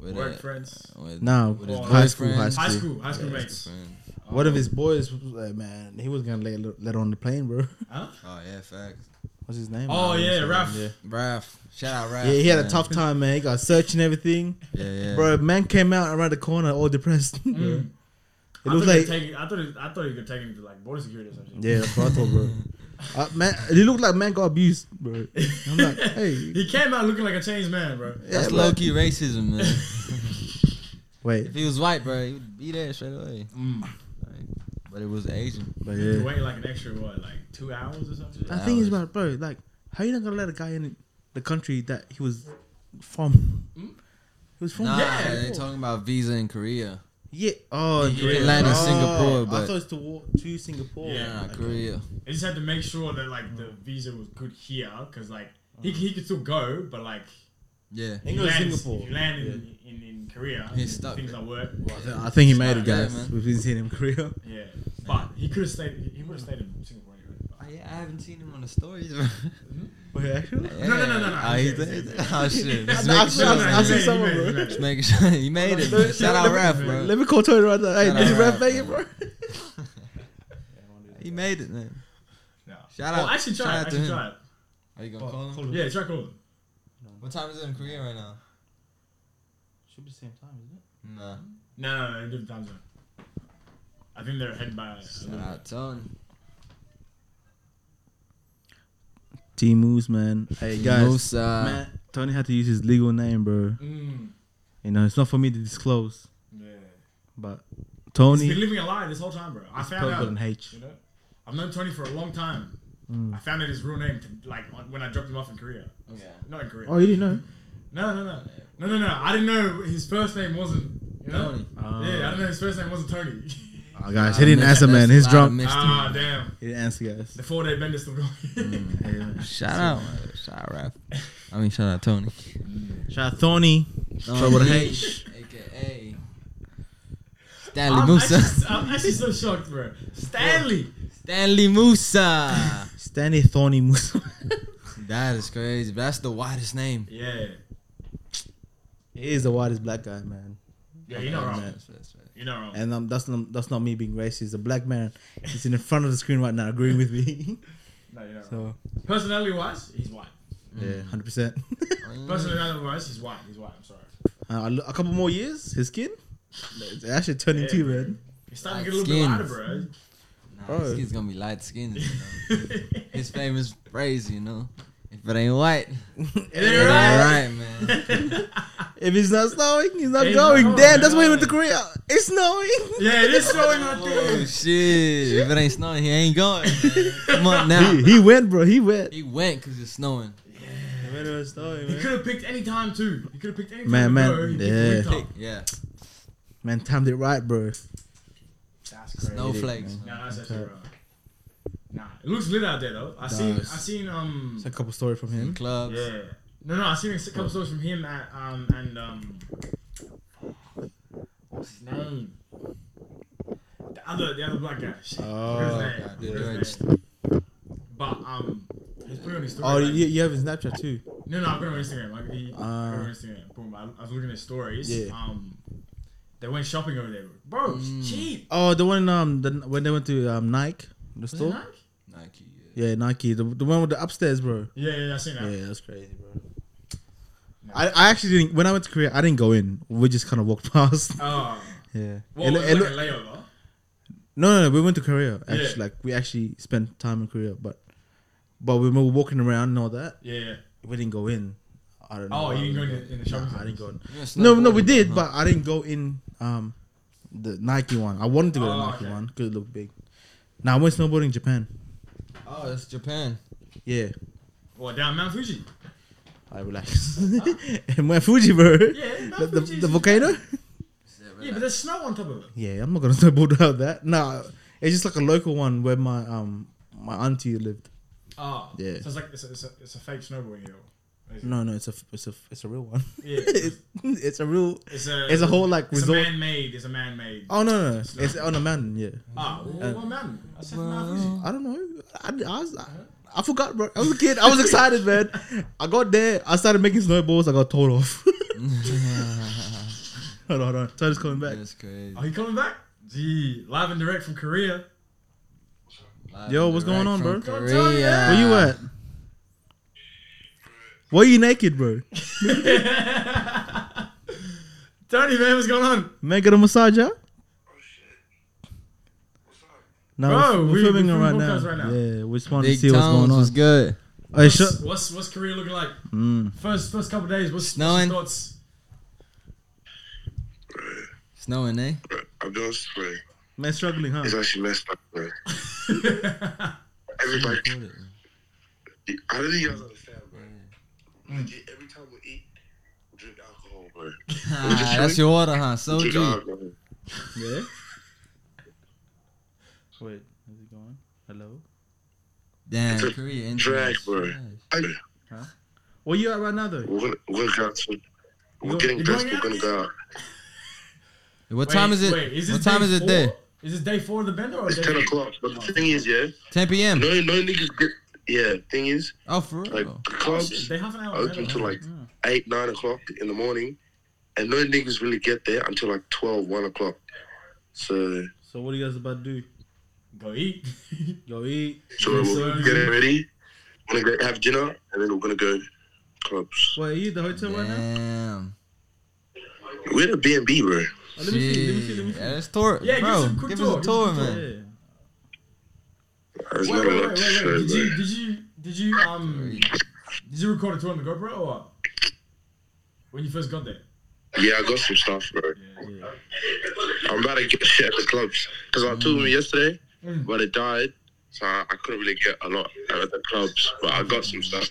[SPEAKER 1] With
[SPEAKER 2] work
[SPEAKER 1] a-
[SPEAKER 2] friends.
[SPEAKER 1] with-
[SPEAKER 3] Now,
[SPEAKER 1] with his
[SPEAKER 3] high school,
[SPEAKER 1] boyfriend.
[SPEAKER 3] high
[SPEAKER 2] High
[SPEAKER 3] School.
[SPEAKER 2] school, high school
[SPEAKER 1] Yeah,
[SPEAKER 2] mates.
[SPEAKER 1] friend.
[SPEAKER 3] One of his boys, was like, man, he was gonna let let on the plane, bro.
[SPEAKER 2] Huh?
[SPEAKER 1] Oh yeah, facts.
[SPEAKER 3] What's his name?
[SPEAKER 2] Oh,
[SPEAKER 3] I don't
[SPEAKER 2] yeah,
[SPEAKER 3] know.
[SPEAKER 2] Raf.
[SPEAKER 3] Yeah.
[SPEAKER 1] Raph, shout out Raph.
[SPEAKER 3] Yeah, he had a
[SPEAKER 1] man.
[SPEAKER 3] tough time, man. He got searched and everything.
[SPEAKER 1] Yeah, yeah.
[SPEAKER 3] Bro, man came out around the corner all depressed.
[SPEAKER 2] Mm.
[SPEAKER 3] It
[SPEAKER 2] I
[SPEAKER 3] looks
[SPEAKER 2] thought he
[SPEAKER 3] like
[SPEAKER 2] could take it- I thought it, I thought he could take him to like border security or something.
[SPEAKER 3] Yeah, that's what I thought, bro. Uh, man, it looked like man got abused, bro. I'm like, hey,
[SPEAKER 2] He came out looking like a changed man, bro.
[SPEAKER 1] That's
[SPEAKER 3] yeah,
[SPEAKER 1] low key racism, man.
[SPEAKER 3] wait,
[SPEAKER 1] if he was white, bro, he would be there straight away.
[SPEAKER 2] Mm.
[SPEAKER 1] Like, but it was Asian.
[SPEAKER 3] but
[SPEAKER 2] He
[SPEAKER 3] yeah. Ah.
[SPEAKER 2] waited like an extra what, like two hours or something.
[SPEAKER 3] The thing is, bro, bro, like, how you not gonna let a guy in the country that he was from? He was from.
[SPEAKER 1] Hmm? Nah,
[SPEAKER 2] Yeah.
[SPEAKER 1] they talking about visa in Korea.
[SPEAKER 3] Yeah. Oh,
[SPEAKER 1] You
[SPEAKER 3] Korea.
[SPEAKER 1] can land in
[SPEAKER 3] Oh,
[SPEAKER 1] Singapore,
[SPEAKER 3] I
[SPEAKER 1] but-
[SPEAKER 3] thought it's to walk to Singapore.
[SPEAKER 2] Yeah.
[SPEAKER 1] Yeah,
[SPEAKER 2] okay.
[SPEAKER 1] Korea.
[SPEAKER 2] They just had to make sure that like the visa was good here, because like he, he could still go, but like
[SPEAKER 1] Yeah.
[SPEAKER 2] if
[SPEAKER 3] Mm. He
[SPEAKER 2] you
[SPEAKER 3] goes to
[SPEAKER 2] land,
[SPEAKER 3] Singapore.
[SPEAKER 2] if you land in, in, in Korea,
[SPEAKER 1] He's stuck.
[SPEAKER 2] things don't work.
[SPEAKER 3] I think he made it,
[SPEAKER 1] Yeah,
[SPEAKER 3] guys.
[SPEAKER 1] man.
[SPEAKER 3] We've been seeing him in Korea.
[SPEAKER 2] Yeah, but he could have stayed. He would have stayed in Singapore anyway.
[SPEAKER 1] I, Oh, I haven't seen him on the stories. Bro.
[SPEAKER 3] Wait, actually?
[SPEAKER 1] Yeah.
[SPEAKER 2] no, no, no, no.
[SPEAKER 1] Oh, he's
[SPEAKER 2] Okay.
[SPEAKER 1] there? Oh, shit. Just
[SPEAKER 3] I've
[SPEAKER 1] making
[SPEAKER 3] seen-
[SPEAKER 1] sure,
[SPEAKER 3] I've
[SPEAKER 1] man.
[SPEAKER 3] seen
[SPEAKER 2] He
[SPEAKER 3] someone,
[SPEAKER 2] made it, he
[SPEAKER 3] bro.
[SPEAKER 2] made
[SPEAKER 1] Just
[SPEAKER 2] it.
[SPEAKER 1] making sure he made it. Shout out Raph, bro.
[SPEAKER 3] Let me call Tony right now. Hey,
[SPEAKER 1] Shout
[SPEAKER 3] did you
[SPEAKER 1] out
[SPEAKER 3] rap
[SPEAKER 1] Raph,
[SPEAKER 3] make it,
[SPEAKER 1] bro.
[SPEAKER 3] bro?
[SPEAKER 1] He made it, man.
[SPEAKER 2] No.
[SPEAKER 1] Shout
[SPEAKER 2] Oh,
[SPEAKER 1] out-
[SPEAKER 2] actually, try
[SPEAKER 1] shout
[SPEAKER 2] it.
[SPEAKER 1] out to
[SPEAKER 2] Actually,
[SPEAKER 1] him.
[SPEAKER 2] try it.
[SPEAKER 1] Are you gonna call him?
[SPEAKER 2] Yeah, try calling.
[SPEAKER 1] What time is it in Korea right now?
[SPEAKER 3] Should be the same time, isn't it?
[SPEAKER 1] Nah.
[SPEAKER 2] No, no, no, different time zone. I think they're ahead by. uh, a
[SPEAKER 1] Shout
[SPEAKER 2] little bit.
[SPEAKER 1] out Tony.
[SPEAKER 3] T Moose, man. Hey, guys.
[SPEAKER 1] Musa.
[SPEAKER 3] Man, Tony had to use his legal name, bro.
[SPEAKER 2] Mm,
[SPEAKER 3] You know, it's not for me to disclose,
[SPEAKER 2] yeah.
[SPEAKER 3] but
[SPEAKER 2] He's
[SPEAKER 3] Tony
[SPEAKER 2] been living a lie this whole time, bro. I found
[SPEAKER 3] probably got
[SPEAKER 2] out.
[SPEAKER 3] an H.
[SPEAKER 2] You know, I've known Tony for a long time.
[SPEAKER 3] Mm.
[SPEAKER 2] I found out his real name to, like on- when I dropped him off in Korea.
[SPEAKER 1] Yeah.
[SPEAKER 2] Not in Korea.
[SPEAKER 3] Oh, you didn't know?
[SPEAKER 2] No, no, no, no, no, no. I didn't know his first name wasn't. You know?
[SPEAKER 1] Tony.
[SPEAKER 2] Yeah, I didn't know his first name wasn't Tony.
[SPEAKER 3] Um, Oh, guys,
[SPEAKER 1] Nah,
[SPEAKER 3] he didn't
[SPEAKER 1] man,
[SPEAKER 3] answer, man.
[SPEAKER 1] that's
[SPEAKER 3] He's
[SPEAKER 1] a lot of
[SPEAKER 3] drunk.
[SPEAKER 1] mystery.
[SPEAKER 2] ah, damn.
[SPEAKER 3] He didn't answer, guys.
[SPEAKER 2] The four day bender still going.
[SPEAKER 3] Yeah.
[SPEAKER 1] Shout out. Shout out Raph. I mean, shout out Tony.
[SPEAKER 3] Shout out Tony. Start with an
[SPEAKER 1] H. AKA Stanley
[SPEAKER 2] I'm
[SPEAKER 1] Musa.
[SPEAKER 2] actually, I'm actually so shocked, bro. Stanley.
[SPEAKER 1] Stanley Musa.
[SPEAKER 3] Stanley Thorny Musa.
[SPEAKER 1] that is crazy. but That's the widest name.
[SPEAKER 2] Yeah.
[SPEAKER 3] he is the wildest black guy, man.
[SPEAKER 2] Yeah, you're not wrong.
[SPEAKER 3] man.
[SPEAKER 1] That's- that's right.
[SPEAKER 2] You're not wrong.
[SPEAKER 3] And um, that's not that's not me being racist. The black man is in front of the screen right now, agreeing with me.
[SPEAKER 2] No, you're not wrong.
[SPEAKER 3] so mm.
[SPEAKER 2] Personality wise, he's white.
[SPEAKER 3] yeah, hundred percent.
[SPEAKER 1] Mm.
[SPEAKER 2] Personality wise, he's white. He's white. I'm sorry.
[SPEAKER 3] Uh, a couple more years, his skin. It's actually turning
[SPEAKER 2] Yeah.
[SPEAKER 3] two, man.
[SPEAKER 2] He's starting to
[SPEAKER 1] Light
[SPEAKER 2] get a little bit lighter, bro.
[SPEAKER 1] skins. Nah,
[SPEAKER 3] Bro.
[SPEAKER 1] this kid's gonna be light skinned. You know? His famous phrase, you know, if it ain't white,
[SPEAKER 2] And
[SPEAKER 1] it
[SPEAKER 2] then
[SPEAKER 1] ain't
[SPEAKER 2] right.
[SPEAKER 1] right, man.
[SPEAKER 3] If it's not snowing, he's not
[SPEAKER 2] It's
[SPEAKER 3] going.
[SPEAKER 2] snowing,
[SPEAKER 3] Damn, that's why he went to
[SPEAKER 1] man.
[SPEAKER 3] Korea. It's snowing.
[SPEAKER 2] Yeah, it is snowing out
[SPEAKER 1] Oh
[SPEAKER 2] there.
[SPEAKER 1] shit! If it ain't snowing, he ain't going. Man. Come on now.
[SPEAKER 3] he, he went, bro. He went.
[SPEAKER 1] He went because it's snowing.
[SPEAKER 2] He could have picked any time too. He could have picked any time.
[SPEAKER 3] Man,
[SPEAKER 2] to
[SPEAKER 3] man,
[SPEAKER 2] go. He picked
[SPEAKER 3] yeah.
[SPEAKER 2] winter.
[SPEAKER 1] Yeah,
[SPEAKER 3] Man, timed it right, bro.
[SPEAKER 2] That's crazy.
[SPEAKER 1] no flakes.
[SPEAKER 2] Nah, that's actually wrong. Nah, it looks lit out there though. I seen, I
[SPEAKER 3] Does.
[SPEAKER 2] seen, um,
[SPEAKER 3] It's a couple story from him.
[SPEAKER 1] Clubs.
[SPEAKER 2] yeah. No, no, I seen a couple stories from him at, um, and um, what's his name? The other, the other black guy. Shit.
[SPEAKER 3] Oh,
[SPEAKER 2] What is that?
[SPEAKER 1] God, they're
[SPEAKER 2] What is that? But um, he's putting on his story.
[SPEAKER 3] Oh,
[SPEAKER 2] like-
[SPEAKER 3] you, you have his Snapchat too.
[SPEAKER 2] No, no, I put it on Instagram. Like he put it
[SPEAKER 3] Ah.
[SPEAKER 2] on Instagram. Boom. I, I was looking at stories.
[SPEAKER 3] Yeah.
[SPEAKER 2] Um, they went shopping over there, bro. it's
[SPEAKER 1] Mm.
[SPEAKER 2] Cheap.
[SPEAKER 3] Oh, the one um the, when they went to um Nike the
[SPEAKER 2] Was it
[SPEAKER 3] store.
[SPEAKER 2] Nike?
[SPEAKER 1] Nike. Yeah.
[SPEAKER 3] Yeah, Nike. The, the one with the upstairs, bro.
[SPEAKER 2] Yeah, yeah, I seen that.
[SPEAKER 3] Yeah, that's crazy, bro. I, I actually didn't. When I went to Korea, I didn't go in. We just kind of walked past.
[SPEAKER 2] Oh,
[SPEAKER 3] Yeah.
[SPEAKER 2] well,
[SPEAKER 3] It loo-
[SPEAKER 2] it,
[SPEAKER 3] it
[SPEAKER 2] was
[SPEAKER 3] loo-
[SPEAKER 2] like a layover.
[SPEAKER 3] no, no, no. We went to Korea. Actually,
[SPEAKER 2] Yeah.
[SPEAKER 3] like we actually spent time in Korea, but but when we were walking around and all that,
[SPEAKER 2] Yeah, yeah.
[SPEAKER 3] we didn't go in. I don't know.
[SPEAKER 2] Oh,
[SPEAKER 3] why
[SPEAKER 2] you
[SPEAKER 3] we
[SPEAKER 2] didn't go in
[SPEAKER 3] in.
[SPEAKER 2] the- in the shopping
[SPEAKER 3] Nah, I
[SPEAKER 2] centers.
[SPEAKER 3] didn't go in.
[SPEAKER 1] You're
[SPEAKER 3] No, no, we
[SPEAKER 1] snowboarding,
[SPEAKER 3] did,
[SPEAKER 2] Uh-huh.
[SPEAKER 1] huh?
[SPEAKER 3] but I didn't go in um the Nike one. I wanted to go to the
[SPEAKER 2] Oh,
[SPEAKER 3] Nike
[SPEAKER 2] okay.
[SPEAKER 3] one because it looked big. Now I went snowboarding in Japan.
[SPEAKER 1] Oh, it's Japan.
[SPEAKER 3] Yeah,
[SPEAKER 2] Well, down Mount Fuji.
[SPEAKER 3] I relax. and went Fuji, bro.
[SPEAKER 2] Yeah, Mount
[SPEAKER 3] the, the,
[SPEAKER 2] Fuji.
[SPEAKER 3] the volcano.
[SPEAKER 2] Yeah, but there's snow on top of it.
[SPEAKER 3] Yeah, I'm not gonna snowboard out that. Nah, it's just like a local one where my um my auntie lived.
[SPEAKER 2] Oh,
[SPEAKER 3] Yeah.
[SPEAKER 2] So it's like it's a, it's a, it's a fake snowboarding hill. Is it?
[SPEAKER 3] No, no, it's a f- it's a f- it's a real one.
[SPEAKER 2] Yeah.
[SPEAKER 3] it's, it's a real.
[SPEAKER 2] It's a
[SPEAKER 3] It's a whole like
[SPEAKER 2] It's
[SPEAKER 3] resort.
[SPEAKER 2] a man-made. It's a man-made.
[SPEAKER 3] Oh Uh, no, no, it's on a mountain. Yeah,
[SPEAKER 2] Oh, well, well, man. I said Mount Fuji.
[SPEAKER 3] I don't know. I, I was. I, I forgot, bro. I was a kid. I was excited, man. I got there. I started making snowballs. I got told off. hold on, hold on. Tyler's coming back. Oh,
[SPEAKER 1] That's crazy.
[SPEAKER 2] Are you coming back? Gee, live and direct from Korea.
[SPEAKER 1] Live
[SPEAKER 3] Yo,
[SPEAKER 1] and
[SPEAKER 3] what's going
[SPEAKER 1] direct
[SPEAKER 3] on,
[SPEAKER 1] from
[SPEAKER 2] bro? Don't
[SPEAKER 1] Korea.
[SPEAKER 2] tell me that.
[SPEAKER 3] Where you at? Why are you naked, bro?
[SPEAKER 2] Tony, man, what's going on?
[SPEAKER 3] Man, get a massage, huh? No,
[SPEAKER 2] Bro,
[SPEAKER 3] we're,
[SPEAKER 2] we-
[SPEAKER 3] we're
[SPEAKER 2] we're
[SPEAKER 3] filming it
[SPEAKER 2] filming
[SPEAKER 3] right now.
[SPEAKER 2] podcast right now.
[SPEAKER 3] Yeah, we just wanted
[SPEAKER 1] Big
[SPEAKER 3] to see what's
[SPEAKER 1] Tones
[SPEAKER 3] going on.
[SPEAKER 1] was good.
[SPEAKER 3] Hey, shut.
[SPEAKER 2] What's, what's what's Korea looking like?
[SPEAKER 3] Mm.
[SPEAKER 2] First first couple days, what's
[SPEAKER 1] Snowing.
[SPEAKER 2] What's your thoughts?
[SPEAKER 1] Snowing, eh?
[SPEAKER 4] I'm just like,
[SPEAKER 3] Man, struggling, huh?
[SPEAKER 4] it's actually messed up, man. Everybody,
[SPEAKER 1] Recorded.
[SPEAKER 4] I don't think you guys understand, bro. Legit, every time we eat, we drink alcohol, bro.
[SPEAKER 1] Ah, that's your order, huh?
[SPEAKER 4] Drink
[SPEAKER 1] Soju.
[SPEAKER 4] alcohol.
[SPEAKER 3] Yeah. Wait, is it going? Hello.
[SPEAKER 1] Damn, Korea. internet.
[SPEAKER 4] Drag, bro. I,
[SPEAKER 3] Where you at right now, though?
[SPEAKER 4] we're gonna, we're gonna go out to, we're
[SPEAKER 3] You're-
[SPEAKER 4] getting
[SPEAKER 2] you're
[SPEAKER 4] dressed,
[SPEAKER 2] going
[SPEAKER 4] we're
[SPEAKER 2] out
[SPEAKER 4] gonna go out.
[SPEAKER 1] What time
[SPEAKER 2] Wait,
[SPEAKER 1] is it?
[SPEAKER 2] Wait, is
[SPEAKER 1] what
[SPEAKER 2] this
[SPEAKER 1] time
[SPEAKER 2] day
[SPEAKER 1] is it
[SPEAKER 2] four?
[SPEAKER 1] there?
[SPEAKER 2] Is this day four of the bender or
[SPEAKER 4] It's
[SPEAKER 2] day
[SPEAKER 4] 10
[SPEAKER 2] eight?
[SPEAKER 4] o'clock, but the thing is, yeah,
[SPEAKER 1] 10 p.m.
[SPEAKER 4] no, no niggas get, yeah, thing is,
[SPEAKER 1] Oh, for
[SPEAKER 4] like,
[SPEAKER 1] real.
[SPEAKER 4] the
[SPEAKER 2] Oh,
[SPEAKER 4] clubs
[SPEAKER 2] shit, they have an hour.
[SPEAKER 4] open
[SPEAKER 2] bender.
[SPEAKER 4] till like
[SPEAKER 3] Mm.
[SPEAKER 4] 8, 9 o'clock in the morning, and no niggas really get there until like 12, 1 o'clock. So,
[SPEAKER 3] So what are you guys about to do?
[SPEAKER 2] Go eat.
[SPEAKER 3] Go eat.
[SPEAKER 4] so
[SPEAKER 2] Okay,
[SPEAKER 4] we'll
[SPEAKER 2] so-
[SPEAKER 4] get it ready, we're gonna go have dinner, and then we're gonna go clubs.
[SPEAKER 3] Wait, are you at the hotel right now?
[SPEAKER 1] Damn.
[SPEAKER 4] We're the B and B, bro.
[SPEAKER 3] Oh, let me see. Let me see. Let me
[SPEAKER 1] Shit.
[SPEAKER 3] see.
[SPEAKER 1] Yeah, let's tour.
[SPEAKER 2] Yeah, give
[SPEAKER 1] bro,
[SPEAKER 2] us a quick
[SPEAKER 1] give
[SPEAKER 2] tour,
[SPEAKER 1] us a
[SPEAKER 2] give
[SPEAKER 1] tour,
[SPEAKER 2] us a
[SPEAKER 1] man.
[SPEAKER 3] Yeah.
[SPEAKER 4] There's
[SPEAKER 2] wait,
[SPEAKER 4] not
[SPEAKER 2] wait,
[SPEAKER 4] a
[SPEAKER 2] wait,
[SPEAKER 4] lot
[SPEAKER 2] wait,
[SPEAKER 4] to
[SPEAKER 2] wait.
[SPEAKER 4] show,
[SPEAKER 2] Did
[SPEAKER 4] bro.
[SPEAKER 2] you did you did you um did you record a tour on the GoPro or what? When you first got there?
[SPEAKER 4] Yeah, I got some stuff, bro.
[SPEAKER 3] yeah.
[SPEAKER 4] I'm about to get shit at the clubs because I told them yesterday,
[SPEAKER 2] Mm.
[SPEAKER 4] but it died, so I, I couldn't really get a lot at the clubs. But I got some stuff.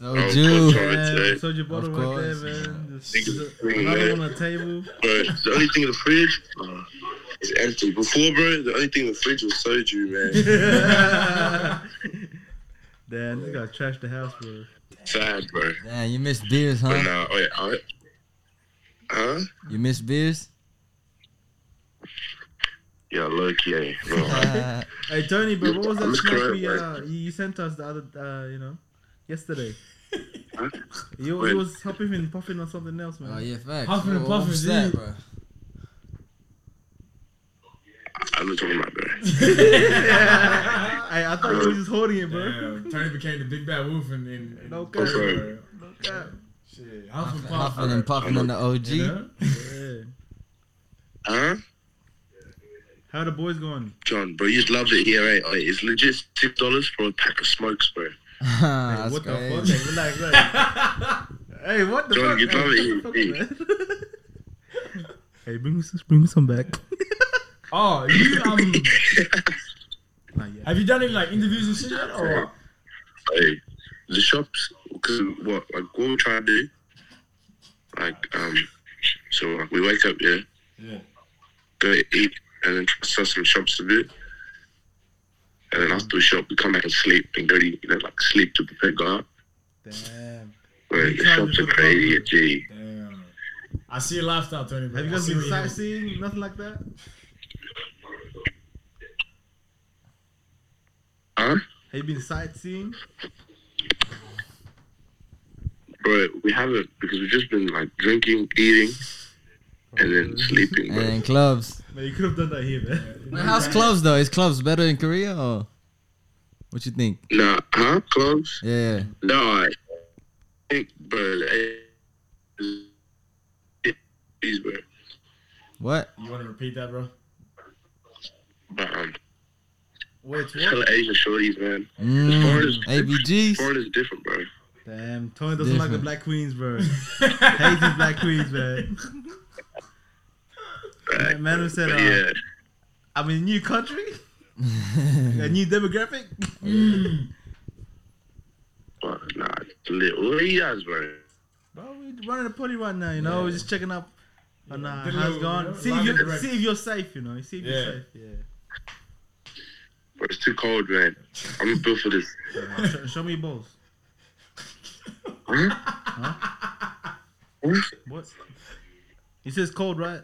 [SPEAKER 4] Oh,
[SPEAKER 1] Soju.
[SPEAKER 4] sorry.
[SPEAKER 3] Yeah,
[SPEAKER 4] today.
[SPEAKER 3] so your bottle right there,
[SPEAKER 1] course,
[SPEAKER 3] man. Just-
[SPEAKER 4] Niggas
[SPEAKER 3] just-
[SPEAKER 4] bring
[SPEAKER 3] Another
[SPEAKER 4] that.
[SPEAKER 3] one on the table.
[SPEAKER 4] But the only thing in the fridge uh, is empty. Before, bro, the only thing in the fridge was soju, man.
[SPEAKER 3] Damn, this guy trashed the house, bro.
[SPEAKER 4] Sad, bro.
[SPEAKER 1] Damn, you missed beers,
[SPEAKER 4] But
[SPEAKER 1] huh?
[SPEAKER 4] nah, oh yeah, I, Huh?
[SPEAKER 1] You miss beers?
[SPEAKER 4] Yeah, low key. eh? No.
[SPEAKER 1] Uh,
[SPEAKER 3] Hey Tony, but what was that
[SPEAKER 4] That's
[SPEAKER 3] snack
[SPEAKER 4] correct,
[SPEAKER 3] we
[SPEAKER 4] right.
[SPEAKER 3] uh, you sent us the other uh, you know yesterday?
[SPEAKER 4] Huh?
[SPEAKER 3] You,
[SPEAKER 4] Wait.
[SPEAKER 3] you was helping him puffing on something else, man.
[SPEAKER 1] oh yeah, facts.
[SPEAKER 2] Huffing and
[SPEAKER 1] What- what
[SPEAKER 2] puffing,
[SPEAKER 1] was that,
[SPEAKER 2] dude.
[SPEAKER 1] bro?
[SPEAKER 4] I'm not talking about that.
[SPEAKER 3] Hey, I thought you was just holding it, bro.
[SPEAKER 2] Damn, Tony became the big bad wolf and in, in
[SPEAKER 3] No cap.
[SPEAKER 2] Pittsburgh.
[SPEAKER 3] No cap.
[SPEAKER 2] Shit, huff and
[SPEAKER 1] Huffing,
[SPEAKER 2] puff.
[SPEAKER 1] huffing and puffing on the OG.
[SPEAKER 2] You know?
[SPEAKER 3] Yeah.
[SPEAKER 4] Huh?
[SPEAKER 3] How the boys going?
[SPEAKER 4] John, bro, you'd love it here, eh? Like, it's legit six dollars for a pack of smokes, bro.
[SPEAKER 3] Hey,
[SPEAKER 1] That's
[SPEAKER 3] what the
[SPEAKER 1] crazy.
[SPEAKER 3] fuck? man? Like, like, hey, what the fuck?
[SPEAKER 4] Don't get
[SPEAKER 3] Hey,
[SPEAKER 4] bloody.
[SPEAKER 3] what the fuck, man? hey, bring me some, bring me some back.
[SPEAKER 2] Oh, you um,
[SPEAKER 3] Not yet.
[SPEAKER 2] have you done any like interviews and shit yet? Or what?
[SPEAKER 4] Hey, the shops, because what, like, what we try to do, like, um, so like, we wake up, yeah,
[SPEAKER 2] yeah.
[SPEAKER 4] go eat, and then try to sell some shops to do. And then after we shop, we come back and sleep and go to, you know, like, sleep to prepare go out.
[SPEAKER 3] Damn.
[SPEAKER 4] Bro,
[SPEAKER 3] You
[SPEAKER 4] the
[SPEAKER 3] trying to
[SPEAKER 4] shops are
[SPEAKER 3] put a
[SPEAKER 4] crazy,
[SPEAKER 3] profit.
[SPEAKER 4] gee.
[SPEAKER 2] Damn. I see your lifestyle, Tony. Bro.
[SPEAKER 3] Have you
[SPEAKER 2] I
[SPEAKER 3] guys
[SPEAKER 2] see
[SPEAKER 3] been
[SPEAKER 2] what you do.
[SPEAKER 3] sightseeing? Nothing like that.
[SPEAKER 4] Huh?
[SPEAKER 3] Have you been sightseeing?
[SPEAKER 4] Bro, we haven't, because we've just been, like, drinking, eating, and then sleeping, bro.
[SPEAKER 1] And clubs.
[SPEAKER 3] Man, you could have done that here, man.
[SPEAKER 1] Man, how's clubs though? Is clubs better in Korea or what you think?
[SPEAKER 4] Nah, huh? Clubs?
[SPEAKER 1] Yeah.
[SPEAKER 4] No, I think, bro, it- it's, bro.
[SPEAKER 1] What?
[SPEAKER 2] You want to repeat that, bro?
[SPEAKER 4] But, um,
[SPEAKER 3] Wait,
[SPEAKER 4] just hella
[SPEAKER 3] what?
[SPEAKER 4] Asian shorties, man.
[SPEAKER 1] Mm, ABGs.
[SPEAKER 4] Foreign is different, bro.
[SPEAKER 3] Damn, Tony doesn't like the
[SPEAKER 1] Different.
[SPEAKER 3] black queens, bro. Hates these black queens, man.
[SPEAKER 4] Right.
[SPEAKER 3] man who said,
[SPEAKER 4] But
[SPEAKER 3] uh,
[SPEAKER 4] yeah,
[SPEAKER 3] I'm in a new country, a new demographic.
[SPEAKER 2] Mm.
[SPEAKER 4] but, nah, it's lit. What are you guys, bro?
[SPEAKER 3] Bro, we're running a party right now, you know. We're just checking up on uh,
[SPEAKER 2] Did a
[SPEAKER 3] how's it
[SPEAKER 2] little,
[SPEAKER 3] going.
[SPEAKER 2] you know,
[SPEAKER 3] see,
[SPEAKER 2] live
[SPEAKER 3] if
[SPEAKER 2] and
[SPEAKER 3] you're,
[SPEAKER 2] direct.
[SPEAKER 3] see if you're safe, you know. See if
[SPEAKER 2] Yeah.
[SPEAKER 3] you're safe. Yeah.
[SPEAKER 4] Bro, it's too cold, man. I'm not built for this.
[SPEAKER 3] Show, show me your balls.
[SPEAKER 4] Huh? What?
[SPEAKER 3] What? He says cold, right?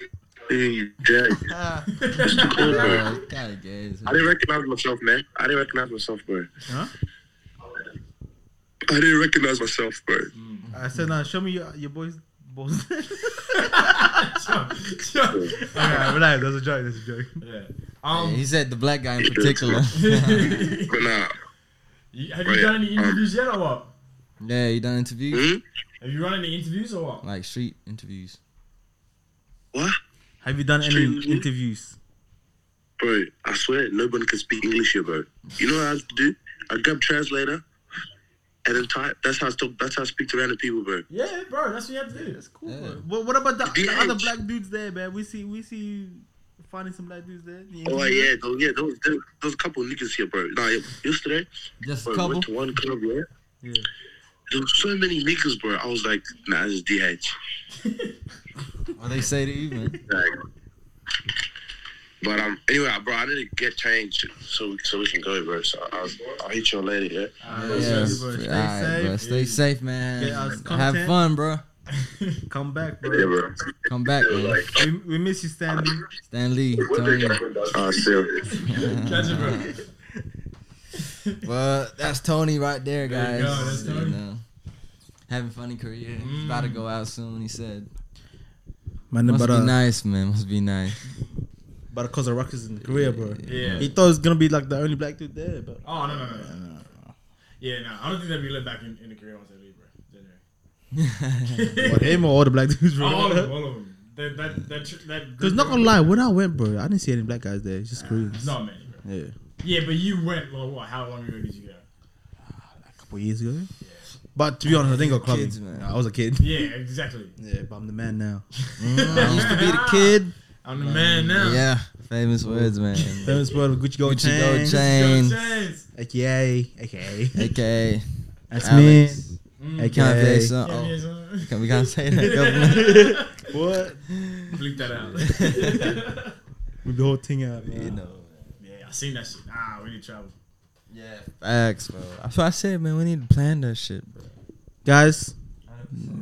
[SPEAKER 4] Hey, you dead.
[SPEAKER 1] Ah,
[SPEAKER 4] It's too cold, bro.
[SPEAKER 1] bro, it's kinda gay, isn't
[SPEAKER 4] I
[SPEAKER 1] it?
[SPEAKER 4] didn't recognize myself, man. I didn't recognize myself, bro.
[SPEAKER 3] Huh?
[SPEAKER 4] I didn't recognize myself, bro.
[SPEAKER 3] I said, uh, show me your, your boys' balls. okay,
[SPEAKER 2] Sure, sure.
[SPEAKER 3] relax. That's a joke. That's a joke.
[SPEAKER 2] Yeah.
[SPEAKER 1] Yeah,
[SPEAKER 2] Um,
[SPEAKER 1] he said the black guy in particular.
[SPEAKER 4] But nah,
[SPEAKER 2] you- have
[SPEAKER 4] Oh,
[SPEAKER 2] you
[SPEAKER 4] yeah.
[SPEAKER 2] done any interviews yet, or what?
[SPEAKER 1] yeah, you done interviews?
[SPEAKER 4] hmm?
[SPEAKER 2] Have you run any interviews or what?
[SPEAKER 1] Like street interviews.
[SPEAKER 4] What?
[SPEAKER 3] Have you done any
[SPEAKER 4] Street-
[SPEAKER 3] interviews?
[SPEAKER 4] Bro, I swear nobody can speak English here, bro. You know what I have to do? I grab translator and then type. That's how I talk. That's how I speak to random people, bro.
[SPEAKER 2] Yeah, bro, that's what you have to do.
[SPEAKER 3] That's cool.
[SPEAKER 1] Yeah.
[SPEAKER 3] bro. What, what about the, the
[SPEAKER 4] DH.
[SPEAKER 3] other black dudes there, man? We see, we see you finding some black dudes there. You
[SPEAKER 4] Oh
[SPEAKER 3] interview
[SPEAKER 4] yeah, those, yeah, those, those, those couple of niggas here, bro. Nah, yeah, yesterday,
[SPEAKER 1] Just
[SPEAKER 4] bro,
[SPEAKER 1] a
[SPEAKER 4] I
[SPEAKER 1] couple.
[SPEAKER 4] went to one club, yeah.
[SPEAKER 3] Yeah.
[SPEAKER 4] There was so many niggas, bro. I was like, nah, this is DH.
[SPEAKER 1] What they say to you, man?
[SPEAKER 4] Like, but um, anyway, bro, I didn't get changed, so so we can go, bro. So I'll, I'll hit you later, yeah.
[SPEAKER 1] Yeah,
[SPEAKER 3] yeah,
[SPEAKER 1] it's-
[SPEAKER 3] bro. Stay
[SPEAKER 1] alright,
[SPEAKER 3] safe.
[SPEAKER 1] bro, Stay safe, man.
[SPEAKER 3] Get us
[SPEAKER 1] Have
[SPEAKER 3] content.
[SPEAKER 1] fun, bro.
[SPEAKER 3] Come back, bro.
[SPEAKER 4] Yeah, bro.
[SPEAKER 1] Come back, man.
[SPEAKER 3] We, we miss you, Stanley.
[SPEAKER 1] Stan Lee, Tony.
[SPEAKER 4] Uh, still.
[SPEAKER 2] Catch it, bro.
[SPEAKER 1] Well, that's Tony right there,
[SPEAKER 2] There
[SPEAKER 1] guys.
[SPEAKER 2] you go, that's Tony. Mm.
[SPEAKER 1] know, having fun in Korea. He's about to go out soon. He said,
[SPEAKER 3] Man,
[SPEAKER 1] "Must
[SPEAKER 3] but
[SPEAKER 1] be
[SPEAKER 3] uh,
[SPEAKER 1] nice, man. Must be nice."
[SPEAKER 3] but cause of ruckus in Korea, bro.
[SPEAKER 2] Yeah.
[SPEAKER 3] He thought it was gonna be like the only black dude there, but
[SPEAKER 2] Oh no no no. no. Yeah, no, I don't think they'll be let back in, in the career once they leave, bro. Genuinely.
[SPEAKER 3] what, him or all the black dudes, Oh, bro.
[SPEAKER 2] All of them, all of them. That that that tr- that.
[SPEAKER 3] Cause not gonna lie, when I went, bro, I didn't see any black guys there. It's just Koreans.
[SPEAKER 2] Not many, bro.
[SPEAKER 3] Yeah,
[SPEAKER 2] Yeah, but you went. Well, what? How long ago did you go?
[SPEAKER 3] a couple years ago. But to be honest, I didn't go clubbing.
[SPEAKER 1] Kids, man.
[SPEAKER 3] I was a kid.
[SPEAKER 2] Yeah, exactly.
[SPEAKER 3] Yeah, but I'm the man now.
[SPEAKER 1] I used to be the kid.
[SPEAKER 2] I'm the man now.
[SPEAKER 1] Yeah, famous words, man.
[SPEAKER 3] Famous word of Gucci Gold
[SPEAKER 1] Gucci Gold
[SPEAKER 3] Chain.
[SPEAKER 2] Go
[SPEAKER 1] chains,
[SPEAKER 2] Chains.
[SPEAKER 3] AKA, AKA.
[SPEAKER 1] aka
[SPEAKER 3] That's
[SPEAKER 1] Alex.
[SPEAKER 3] me.
[SPEAKER 2] Mm.
[SPEAKER 1] Can't say
[SPEAKER 3] AKA.
[SPEAKER 1] so-
[SPEAKER 2] Yeah, yeah,
[SPEAKER 1] oh,
[SPEAKER 2] so-
[SPEAKER 1] can we can't say that. governor?
[SPEAKER 3] What?
[SPEAKER 2] Bleep that out.
[SPEAKER 3] With the whole thing out, man.
[SPEAKER 1] you know.
[SPEAKER 2] yeah, I seen that shit. Ah, we need travel.
[SPEAKER 1] Yeah, facts, bro. That's what I said, man. We need to plan that shit, bro.
[SPEAKER 3] Guys,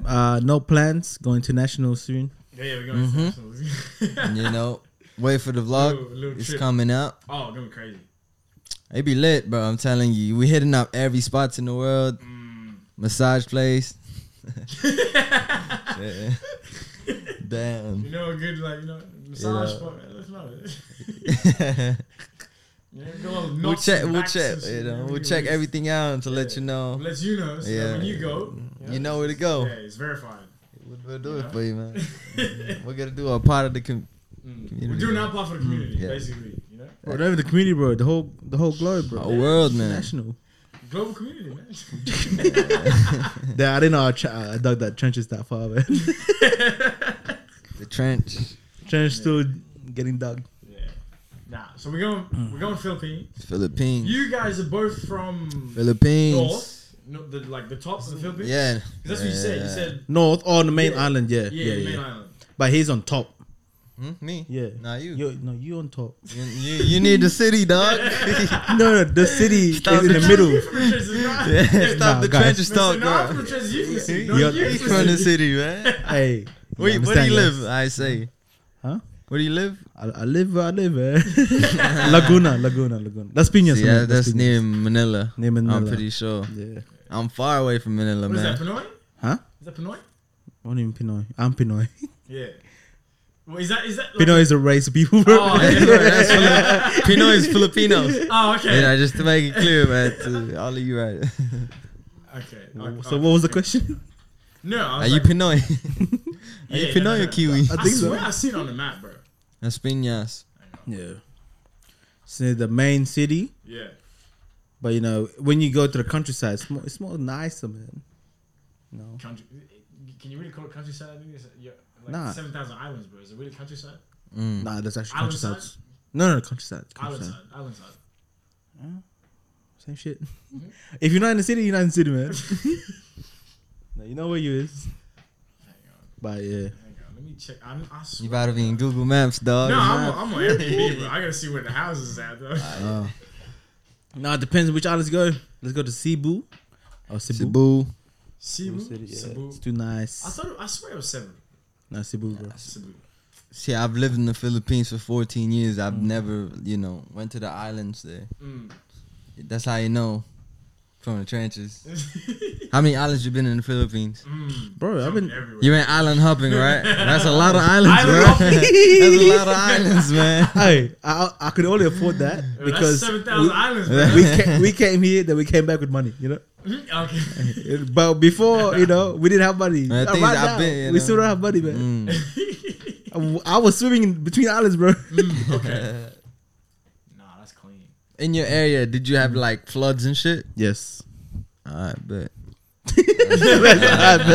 [SPEAKER 3] uh, no plans. Going to national soon.
[SPEAKER 2] Yeah, yeah, we're going
[SPEAKER 1] Mm-hmm.
[SPEAKER 2] international.
[SPEAKER 1] You know, wait for the vlog.
[SPEAKER 2] Little- little
[SPEAKER 1] it's
[SPEAKER 2] trip.
[SPEAKER 1] coming up.
[SPEAKER 2] oh, going crazy.
[SPEAKER 1] It be lit, bro. I'm telling you, we hitting up every spots in the world.
[SPEAKER 2] Mm,
[SPEAKER 1] Massage place. Yeah.
[SPEAKER 2] You
[SPEAKER 1] Damn.
[SPEAKER 2] know, a good like you know massage
[SPEAKER 1] Yeah.
[SPEAKER 2] spot. Man, let's know.
[SPEAKER 1] we'll
[SPEAKER 2] You know, go on knots
[SPEAKER 1] check.
[SPEAKER 2] and
[SPEAKER 1] We'll
[SPEAKER 2] backs
[SPEAKER 1] check.
[SPEAKER 2] and shit,
[SPEAKER 1] You know,
[SPEAKER 2] we
[SPEAKER 1] we'll
[SPEAKER 2] can
[SPEAKER 1] check
[SPEAKER 2] really
[SPEAKER 1] everything out to let you know.
[SPEAKER 2] Let you know. So that
[SPEAKER 1] Yeah.
[SPEAKER 2] when you go,
[SPEAKER 1] You know where to go.
[SPEAKER 2] Yeah, it's verified.
[SPEAKER 1] We'll, we'll do it for you, man. We're gonna do a part of the. Com-
[SPEAKER 2] We're
[SPEAKER 1] Community. Mm,
[SPEAKER 2] doing our part for the community,
[SPEAKER 1] yeah.
[SPEAKER 2] basically. You know,
[SPEAKER 3] Bro, not even the community, bro. The whole, the whole globe, bro.
[SPEAKER 1] Whole world, man.
[SPEAKER 3] National.
[SPEAKER 2] global community, man.
[SPEAKER 3] Yeah, I didn't know I, tra- I dug that trenches that far, man.
[SPEAKER 1] the trench.
[SPEAKER 3] Trench still getting dug.
[SPEAKER 2] yeah. Nah. So we're
[SPEAKER 1] Mm.
[SPEAKER 2] going. We're going Philippines.
[SPEAKER 1] Philippines.
[SPEAKER 2] You guys are both from
[SPEAKER 1] Mm. Philippines.
[SPEAKER 2] north, no, the, like the top of the Philippines.
[SPEAKER 1] Yeah.
[SPEAKER 2] 'Cause That's what you said. You said
[SPEAKER 3] North oh, on the main
[SPEAKER 2] Yeah.
[SPEAKER 3] island, yeah,
[SPEAKER 2] yeah,
[SPEAKER 3] yeah, yeah.
[SPEAKER 2] main island.
[SPEAKER 3] But he's on top.
[SPEAKER 1] Hmm? Me?
[SPEAKER 3] Yeah.
[SPEAKER 1] Nah, you. You,
[SPEAKER 3] Yo, no, you on top.
[SPEAKER 1] you. you need the city, dog.
[SPEAKER 3] no, no, the city is
[SPEAKER 1] Stop
[SPEAKER 3] in
[SPEAKER 1] it.
[SPEAKER 3] the middle.
[SPEAKER 1] Stop
[SPEAKER 3] Nah,
[SPEAKER 1] the
[SPEAKER 3] guys.
[SPEAKER 1] trenches,
[SPEAKER 2] No,
[SPEAKER 1] talk,
[SPEAKER 2] no, I'm
[SPEAKER 1] dog.
[SPEAKER 2] from the Trans- you from the city. No,
[SPEAKER 3] You're-
[SPEAKER 2] you
[SPEAKER 1] He's
[SPEAKER 2] from the
[SPEAKER 1] from the
[SPEAKER 2] city.
[SPEAKER 1] city, man.
[SPEAKER 3] Hey,
[SPEAKER 1] Wait,
[SPEAKER 3] you
[SPEAKER 1] where do
[SPEAKER 3] understand,
[SPEAKER 1] you live? I say.
[SPEAKER 3] Huh?
[SPEAKER 1] Where do you live?
[SPEAKER 3] guys? I, I live, where I live, eh? Laguna, Laguna, Laguna. Las Piñas.
[SPEAKER 1] See,
[SPEAKER 3] Las
[SPEAKER 1] yeah, that's
[SPEAKER 3] Piñas.
[SPEAKER 1] near Manila.
[SPEAKER 3] Near Manila.
[SPEAKER 1] I'm pretty sure.
[SPEAKER 3] Yeah.
[SPEAKER 1] I'm far away from Manila,
[SPEAKER 2] What is that,
[SPEAKER 1] man.
[SPEAKER 2] Pinoy?
[SPEAKER 3] Huh?
[SPEAKER 2] Is that Pinoy?
[SPEAKER 3] I'm not even Pinoy. I'm Pinoy.
[SPEAKER 2] Yeah. Well, is that is that? Like,
[SPEAKER 3] Pinoy is a race of people. bro.
[SPEAKER 2] Oh, yeah.
[SPEAKER 1] that's Fili- Pinoy is Filipinos.
[SPEAKER 2] Oh, okay.
[SPEAKER 1] Yeah, just to make it clear, man, to all of you, right?
[SPEAKER 2] okay. alright,
[SPEAKER 3] So
[SPEAKER 2] alright.
[SPEAKER 3] what was the question?
[SPEAKER 2] No,
[SPEAKER 1] Are
[SPEAKER 2] I was
[SPEAKER 1] you
[SPEAKER 2] like,
[SPEAKER 1] Pinoy? Are
[SPEAKER 2] Yeah,
[SPEAKER 1] you
[SPEAKER 2] yeah,
[SPEAKER 1] Pinoy or
[SPEAKER 2] no, no.
[SPEAKER 1] Kiwi?
[SPEAKER 3] I
[SPEAKER 2] I
[SPEAKER 3] think so.
[SPEAKER 2] swear I seen it on the map, bro.
[SPEAKER 1] Las Piñas.
[SPEAKER 3] Yeah. So the main city,
[SPEAKER 2] Yeah.
[SPEAKER 3] but you know when you go to the countryside, it's more, it's more nicer, man. No.
[SPEAKER 2] Country. Can you really call it countryside? I think it's yeah, like
[SPEAKER 3] Nah.
[SPEAKER 2] seven thousand islands, bro. Is it really countryside?
[SPEAKER 3] Nah, that's actually
[SPEAKER 2] Island
[SPEAKER 3] countryside.
[SPEAKER 2] side?
[SPEAKER 3] No, no, countryside.
[SPEAKER 2] Island
[SPEAKER 3] countryside.
[SPEAKER 2] side. Island side.
[SPEAKER 3] Same shit. if you're not in the city, you're not in the city, man. no, you know where you is.
[SPEAKER 2] Hang on.
[SPEAKER 3] But yeah,
[SPEAKER 2] Hang on. Let me check. I'm, I
[SPEAKER 1] You
[SPEAKER 2] swear.
[SPEAKER 1] about to be in Google Maps, dog.
[SPEAKER 2] No,
[SPEAKER 1] It's
[SPEAKER 2] I'm,
[SPEAKER 1] not-
[SPEAKER 2] a, I'm on Airbnb, bro. I gotta see where the house is at, though.
[SPEAKER 3] no, it depends which islands go. Let's go to Cebu. Oh, Cebu.
[SPEAKER 1] Cebu.
[SPEAKER 2] Cebu.
[SPEAKER 3] City, yeah.
[SPEAKER 2] Cebu.
[SPEAKER 3] It's too
[SPEAKER 2] I
[SPEAKER 3] nice.
[SPEAKER 2] thought. It, I swear it was seven.
[SPEAKER 3] No, Cebu, bro.
[SPEAKER 2] Cebu.
[SPEAKER 1] See, I've lived in the Philippines for 14 years. I've never, you know, went to the islands there.
[SPEAKER 2] Mm.
[SPEAKER 1] That's how you know from the trenches.
[SPEAKER 2] mm.
[SPEAKER 1] How many islands you been in the Philippines?
[SPEAKER 3] Bro, I've been.
[SPEAKER 2] everywhere.
[SPEAKER 1] You went island hopping, right? That's a lot of islands,
[SPEAKER 2] Island
[SPEAKER 1] bro.
[SPEAKER 2] hopping.
[SPEAKER 1] That's a lot of islands, man.
[SPEAKER 3] Hey, I I could only afford that
[SPEAKER 2] Bro,
[SPEAKER 3] because
[SPEAKER 2] that's seven
[SPEAKER 3] we-
[SPEAKER 2] thousand islands, bro.
[SPEAKER 3] we came, we came here, then we came back with money, you know.
[SPEAKER 2] Mm, okay.
[SPEAKER 3] But before, you know, we didn't have money.
[SPEAKER 1] Man,
[SPEAKER 3] Uh,
[SPEAKER 1] things
[SPEAKER 3] right
[SPEAKER 1] I've
[SPEAKER 3] now,
[SPEAKER 1] been, you
[SPEAKER 3] we
[SPEAKER 1] know.
[SPEAKER 3] still don't have money, man.
[SPEAKER 1] Mm.
[SPEAKER 3] I
[SPEAKER 2] Mm.
[SPEAKER 3] w- I was swimming in between islands, bro.
[SPEAKER 2] okay. Nah, that's clean.
[SPEAKER 1] In your area, did you have like floods and shit?
[SPEAKER 3] Yes.
[SPEAKER 1] I bet.
[SPEAKER 3] I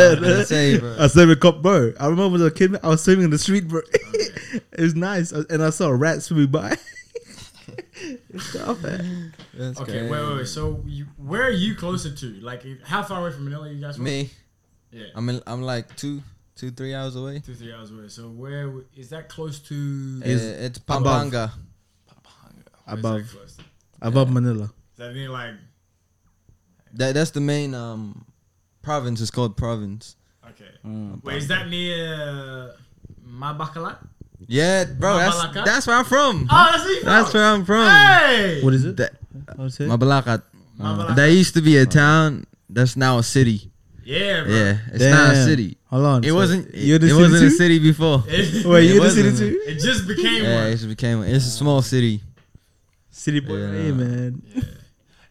[SPEAKER 3] said,
[SPEAKER 1] Let's say, bro.
[SPEAKER 3] I said, with cop, bro. I remember when I was a kid, man, I was swimming in the street, bro. it was nice, I- and I saw a rat swimming by. it's tough, eh? man.
[SPEAKER 1] That's
[SPEAKER 2] Okay,
[SPEAKER 1] crazy.
[SPEAKER 2] wait, wait, wait. So, you, where are you closer to? Like, how far away from Manila you guys? From?
[SPEAKER 1] Me,
[SPEAKER 2] Yeah,
[SPEAKER 1] I'm in, I'm like two, two, three hours away.
[SPEAKER 2] two, three hours away. So, where w- is that close to?
[SPEAKER 1] Uh, it's Pampanga.
[SPEAKER 2] Where's
[SPEAKER 3] Above.
[SPEAKER 2] That close to? Is
[SPEAKER 3] Above Manila.
[SPEAKER 2] that near like?
[SPEAKER 1] That that's the main um province. It's called province.
[SPEAKER 2] Okay.
[SPEAKER 1] Mm,
[SPEAKER 2] Wait, is that near uh, Mabakalan?
[SPEAKER 1] Yeah, bro. That's
[SPEAKER 2] Mabalaka?
[SPEAKER 1] that's where I'm from.
[SPEAKER 2] Oh, that's where you
[SPEAKER 1] That's
[SPEAKER 2] from.
[SPEAKER 1] where I'm from.
[SPEAKER 2] Hey.
[SPEAKER 3] What is it?
[SPEAKER 1] That,
[SPEAKER 3] I would say.
[SPEAKER 1] Mabalakat.
[SPEAKER 2] Mabalakat.
[SPEAKER 1] That used to be a town. That's now a city.
[SPEAKER 2] yeah, bro.
[SPEAKER 1] Yeah, it's not a
[SPEAKER 3] Damn.
[SPEAKER 1] city.
[SPEAKER 3] Hold on.
[SPEAKER 1] It
[SPEAKER 3] so
[SPEAKER 1] wasn't. It,
[SPEAKER 3] You're the
[SPEAKER 1] it
[SPEAKER 3] city
[SPEAKER 1] wasn't
[SPEAKER 3] too?
[SPEAKER 1] a city before.
[SPEAKER 2] It,
[SPEAKER 3] Wait,
[SPEAKER 1] It
[SPEAKER 3] you're the city
[SPEAKER 1] wasn't.
[SPEAKER 3] too?
[SPEAKER 2] it just became
[SPEAKER 1] Yeah,
[SPEAKER 2] one.
[SPEAKER 1] it just became. It's a small city.
[SPEAKER 3] City boy,
[SPEAKER 1] Yeah.
[SPEAKER 3] hey, man.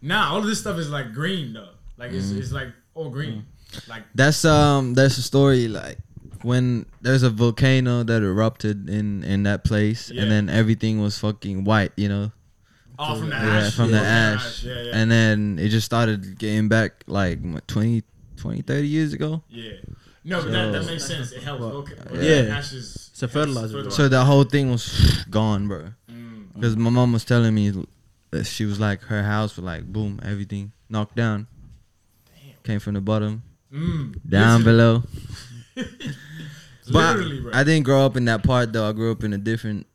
[SPEAKER 2] Nah, all of this stuff is like green though. Like it's,
[SPEAKER 1] Mm.
[SPEAKER 2] it's like all green. Like
[SPEAKER 1] That's um. That's a story. Like when there's a volcano that erupted in in that place,
[SPEAKER 2] Yeah.
[SPEAKER 1] and then everything was fucking white. You know.
[SPEAKER 2] oh, from the
[SPEAKER 1] Yeah,
[SPEAKER 2] ash.
[SPEAKER 1] from
[SPEAKER 2] yeah.
[SPEAKER 1] the ash.
[SPEAKER 2] Yeah, yeah.
[SPEAKER 1] And then it just started getting back like what, 20, 20, 30 years ago.
[SPEAKER 2] yeah. No, but that, that
[SPEAKER 1] So-
[SPEAKER 2] makes sense. It helps.
[SPEAKER 3] Well,
[SPEAKER 2] Okay.
[SPEAKER 3] yeah.
[SPEAKER 2] Ash is
[SPEAKER 3] It's a fertilizer.
[SPEAKER 1] So the whole thing was gone, bro.
[SPEAKER 2] Mm.
[SPEAKER 1] Because my mom was telling me that she was like, her house was like, boom, everything knocked down. Came from the bottom,
[SPEAKER 2] Mm.
[SPEAKER 1] down
[SPEAKER 2] Literally-
[SPEAKER 1] below. But
[SPEAKER 2] Literally, bro.
[SPEAKER 1] I didn't grow up in that part though. I grew up in a different.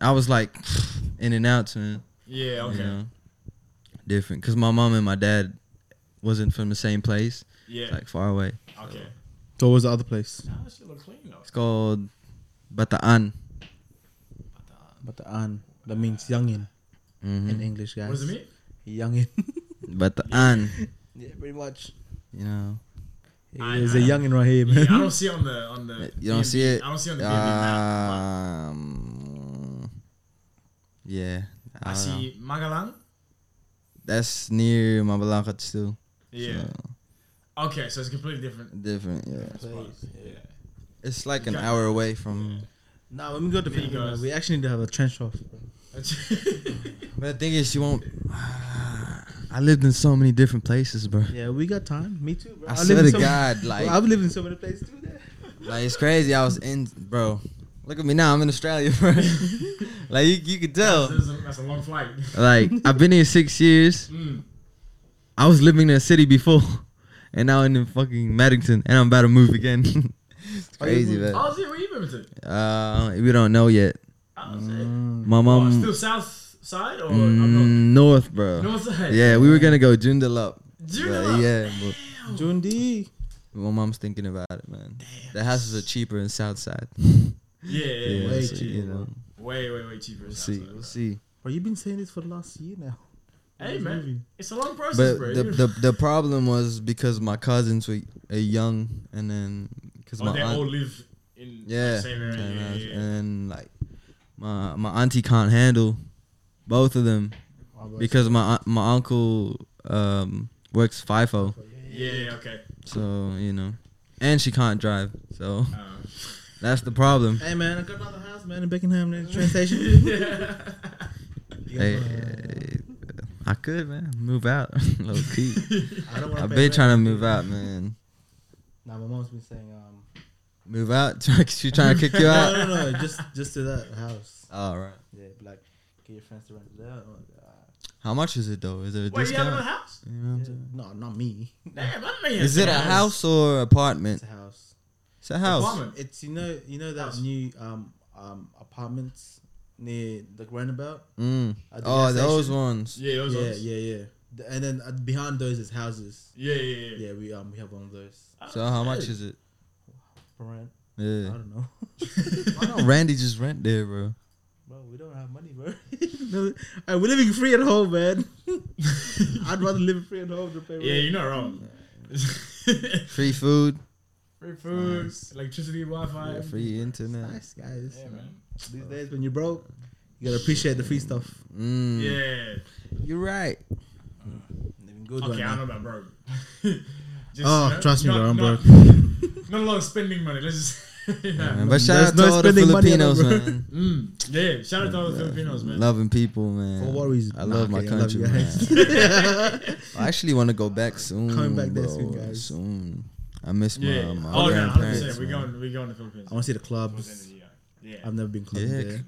[SPEAKER 1] I was like in and out, man.
[SPEAKER 2] yeah. Okay.
[SPEAKER 1] You know, different. Because my mom and my dad wasn't from the same place,
[SPEAKER 2] Yeah.
[SPEAKER 1] like uh, far away.
[SPEAKER 2] okay.
[SPEAKER 3] So what was the other place?
[SPEAKER 2] Nah, that shit look clean though.
[SPEAKER 3] up.
[SPEAKER 1] It's called Bataan.
[SPEAKER 3] Bataan. That means youngin in
[SPEAKER 1] Mm-hmm.
[SPEAKER 3] English, guys.
[SPEAKER 2] What does it mean?
[SPEAKER 3] Youngin.
[SPEAKER 1] Bataan.
[SPEAKER 3] yeah, pretty much.
[SPEAKER 1] You know.
[SPEAKER 2] I-
[SPEAKER 3] There's a
[SPEAKER 2] I-
[SPEAKER 3] youngin right here,
[SPEAKER 2] Yeah,
[SPEAKER 3] man.
[SPEAKER 2] I don't see it on the on the.
[SPEAKER 1] You don't see
[SPEAKER 2] B&B.
[SPEAKER 1] it? Uh,
[SPEAKER 2] I don't see it on the B&B map.
[SPEAKER 1] Um, yeah.
[SPEAKER 2] I
[SPEAKER 1] don't know.
[SPEAKER 2] see Magalang.
[SPEAKER 1] That's near Mabalangkat still.
[SPEAKER 2] Yeah. Okay, so it's completely different.
[SPEAKER 1] Different, yeah.
[SPEAKER 3] Please,
[SPEAKER 2] Yeah.
[SPEAKER 1] It's like an
[SPEAKER 2] Got-
[SPEAKER 1] hour away from.
[SPEAKER 3] Nah, when we go to
[SPEAKER 2] There you
[SPEAKER 3] Philippines,
[SPEAKER 2] go.
[SPEAKER 3] man, we actually need to have a trench off.
[SPEAKER 1] But the thing is, she won't. I lived in so many different places, bro.
[SPEAKER 3] Yeah, we got time. Me too, bro.
[SPEAKER 1] I,
[SPEAKER 3] live
[SPEAKER 1] swear
[SPEAKER 3] in
[SPEAKER 1] to
[SPEAKER 3] so-
[SPEAKER 1] God,
[SPEAKER 3] Bro,
[SPEAKER 1] like,
[SPEAKER 3] I've lived in so many places too. There.
[SPEAKER 1] like it's crazy. I was in, bro. Look at me now. I'm in Australia, bro. like you, you could
[SPEAKER 2] that's,
[SPEAKER 1] tell.
[SPEAKER 2] that's a, that's a long flight.
[SPEAKER 1] Like I've been here six years.
[SPEAKER 2] Mm.
[SPEAKER 1] I was living in a city before, and now I'm in fucking Maddington, and I'm about to move again. it's
[SPEAKER 3] Are you
[SPEAKER 1] crazy,
[SPEAKER 3] moving-
[SPEAKER 1] man.
[SPEAKER 2] Oh, shit, where you moving to?
[SPEAKER 1] Uh, we don't know yet.
[SPEAKER 2] Oh, shit.
[SPEAKER 1] My
[SPEAKER 2] oh, still
[SPEAKER 1] mom,
[SPEAKER 2] south side or up
[SPEAKER 1] Um, mm, north,
[SPEAKER 2] north?
[SPEAKER 1] bro.
[SPEAKER 2] north side?
[SPEAKER 1] Yeah, we were gonna go Joondalup. up.
[SPEAKER 2] Joondalup?
[SPEAKER 1] Yeah, but
[SPEAKER 3] June D.
[SPEAKER 1] My mom's thinking about it, man. The houses are cheaper in Southside.
[SPEAKER 2] Yeah, yeah, yeah.
[SPEAKER 1] Yeah,
[SPEAKER 2] Way,
[SPEAKER 1] so, you
[SPEAKER 3] cheaper.
[SPEAKER 1] know,
[SPEAKER 2] way, way, way cheaper.
[SPEAKER 1] we'll
[SPEAKER 2] South
[SPEAKER 1] see,
[SPEAKER 2] side,
[SPEAKER 1] we'll
[SPEAKER 2] bro.
[SPEAKER 1] see.
[SPEAKER 3] Bro, you've been saying this for the last year now.
[SPEAKER 2] Hey, man. It's a long process,
[SPEAKER 1] But
[SPEAKER 2] bro.
[SPEAKER 1] the, the the problem was because my cousins were uh, young, and then because
[SPEAKER 2] oh,
[SPEAKER 1] my
[SPEAKER 2] they all
[SPEAKER 1] aunt,
[SPEAKER 2] live in
[SPEAKER 1] yeah,
[SPEAKER 2] the same area.
[SPEAKER 1] and,
[SPEAKER 2] Yeah,
[SPEAKER 1] I-
[SPEAKER 2] yeah, yeah.
[SPEAKER 1] and like my my auntie can't handle both of them
[SPEAKER 3] Oh,
[SPEAKER 1] because my aunt- my uncle um works FIFO,
[SPEAKER 2] yeah, yeah, okay.
[SPEAKER 1] so you know, and she can't drive, so
[SPEAKER 2] Uh,
[SPEAKER 1] that's the problem.
[SPEAKER 3] Hey man, I got another house, man, in Beckenham, in the train station. You
[SPEAKER 1] Hey,
[SPEAKER 3] gonna-
[SPEAKER 1] I could man move out low key.
[SPEAKER 3] I don't wanna
[SPEAKER 1] I've
[SPEAKER 3] pay
[SPEAKER 1] been
[SPEAKER 3] rent.
[SPEAKER 1] trying to move out, man.
[SPEAKER 3] Nah, my mom's been saying, um,
[SPEAKER 1] Move out? she trying to kick you
[SPEAKER 3] no,
[SPEAKER 1] out?
[SPEAKER 3] no, no, just just to that house.
[SPEAKER 1] All right.
[SPEAKER 3] Yeah, but like get your friends to rent it out. I'm like, ah,
[SPEAKER 1] How much is it though? Is it a
[SPEAKER 2] wait, you have another
[SPEAKER 1] discount?
[SPEAKER 2] house?
[SPEAKER 1] You know what I'm
[SPEAKER 3] yeah.
[SPEAKER 1] saying?
[SPEAKER 3] No, not me.
[SPEAKER 2] Damn, I don't know you
[SPEAKER 1] Is
[SPEAKER 2] had
[SPEAKER 1] it a
[SPEAKER 2] house.
[SPEAKER 1] house or apartment?
[SPEAKER 3] It's a house.
[SPEAKER 1] It's a house.
[SPEAKER 2] Apartment.
[SPEAKER 3] It's you know you know that
[SPEAKER 2] House.
[SPEAKER 3] new um um apartments near the roundabout.
[SPEAKER 1] Mm.
[SPEAKER 3] At the
[SPEAKER 1] Oh,
[SPEAKER 3] gas
[SPEAKER 1] those
[SPEAKER 3] station.
[SPEAKER 1] ones.
[SPEAKER 2] Yeah, those
[SPEAKER 3] Yeah,
[SPEAKER 2] ones.
[SPEAKER 3] yeah, yeah. The- And then uh, behind those is houses.
[SPEAKER 2] Yeah, yeah, yeah.
[SPEAKER 3] Yeah, we um we have one of those
[SPEAKER 2] Oh,
[SPEAKER 1] So how much
[SPEAKER 2] shit.
[SPEAKER 1] is it?
[SPEAKER 3] for rent. I
[SPEAKER 1] Yeah.
[SPEAKER 3] don't know.
[SPEAKER 1] Why don't Randy just rent there, bro?
[SPEAKER 3] Bro, we don't have money, bro. no, hey, we're living free at home, man. I'd rather live free at home than pay rent.
[SPEAKER 2] Yeah, you're not wrong.
[SPEAKER 1] Free food,
[SPEAKER 2] free food, electricity, Wi-Fi.
[SPEAKER 1] yeah, free internet.
[SPEAKER 3] Nice guys.
[SPEAKER 2] Yeah, man.
[SPEAKER 3] These days when you're broke, you gotta appreciate the free stuff.
[SPEAKER 1] Mm.
[SPEAKER 2] Yeah.
[SPEAKER 1] You're right.
[SPEAKER 3] Living good
[SPEAKER 2] Okay, I
[SPEAKER 3] right
[SPEAKER 2] know that, bro. Just,
[SPEAKER 3] Oh,
[SPEAKER 2] you know,
[SPEAKER 3] trust me,
[SPEAKER 2] not-
[SPEAKER 3] bro, I'm
[SPEAKER 2] not- Not a lot of spending money. Let's just.
[SPEAKER 1] Yeah,
[SPEAKER 2] yeah.
[SPEAKER 1] man. But shout
[SPEAKER 3] There's
[SPEAKER 1] out
[SPEAKER 3] no
[SPEAKER 1] to all the
[SPEAKER 3] spending money on
[SPEAKER 1] Filipinos,
[SPEAKER 3] that, bro.
[SPEAKER 1] man.
[SPEAKER 2] Mm, yeah, shout out to all the Filipinos, man.
[SPEAKER 1] Loving people, man.
[SPEAKER 3] For what reason?
[SPEAKER 1] I love
[SPEAKER 3] Nah,
[SPEAKER 1] my
[SPEAKER 3] okay, I love
[SPEAKER 1] country,
[SPEAKER 3] you guys.
[SPEAKER 1] man. I actually want to go back soon.
[SPEAKER 3] Coming back there
[SPEAKER 1] bro,
[SPEAKER 3] soon, guys.
[SPEAKER 1] Soon. I miss my,
[SPEAKER 2] yeah.
[SPEAKER 1] my
[SPEAKER 2] oh, no, 100%.
[SPEAKER 1] grandparents.
[SPEAKER 2] We're
[SPEAKER 1] man.
[SPEAKER 2] going, we're going to Philippines.
[SPEAKER 3] I wanna see the
[SPEAKER 2] Towards the end
[SPEAKER 3] clubs.
[SPEAKER 2] of the year. Yeah.
[SPEAKER 3] I've never been clubbed
[SPEAKER 1] Yeah,
[SPEAKER 3] there.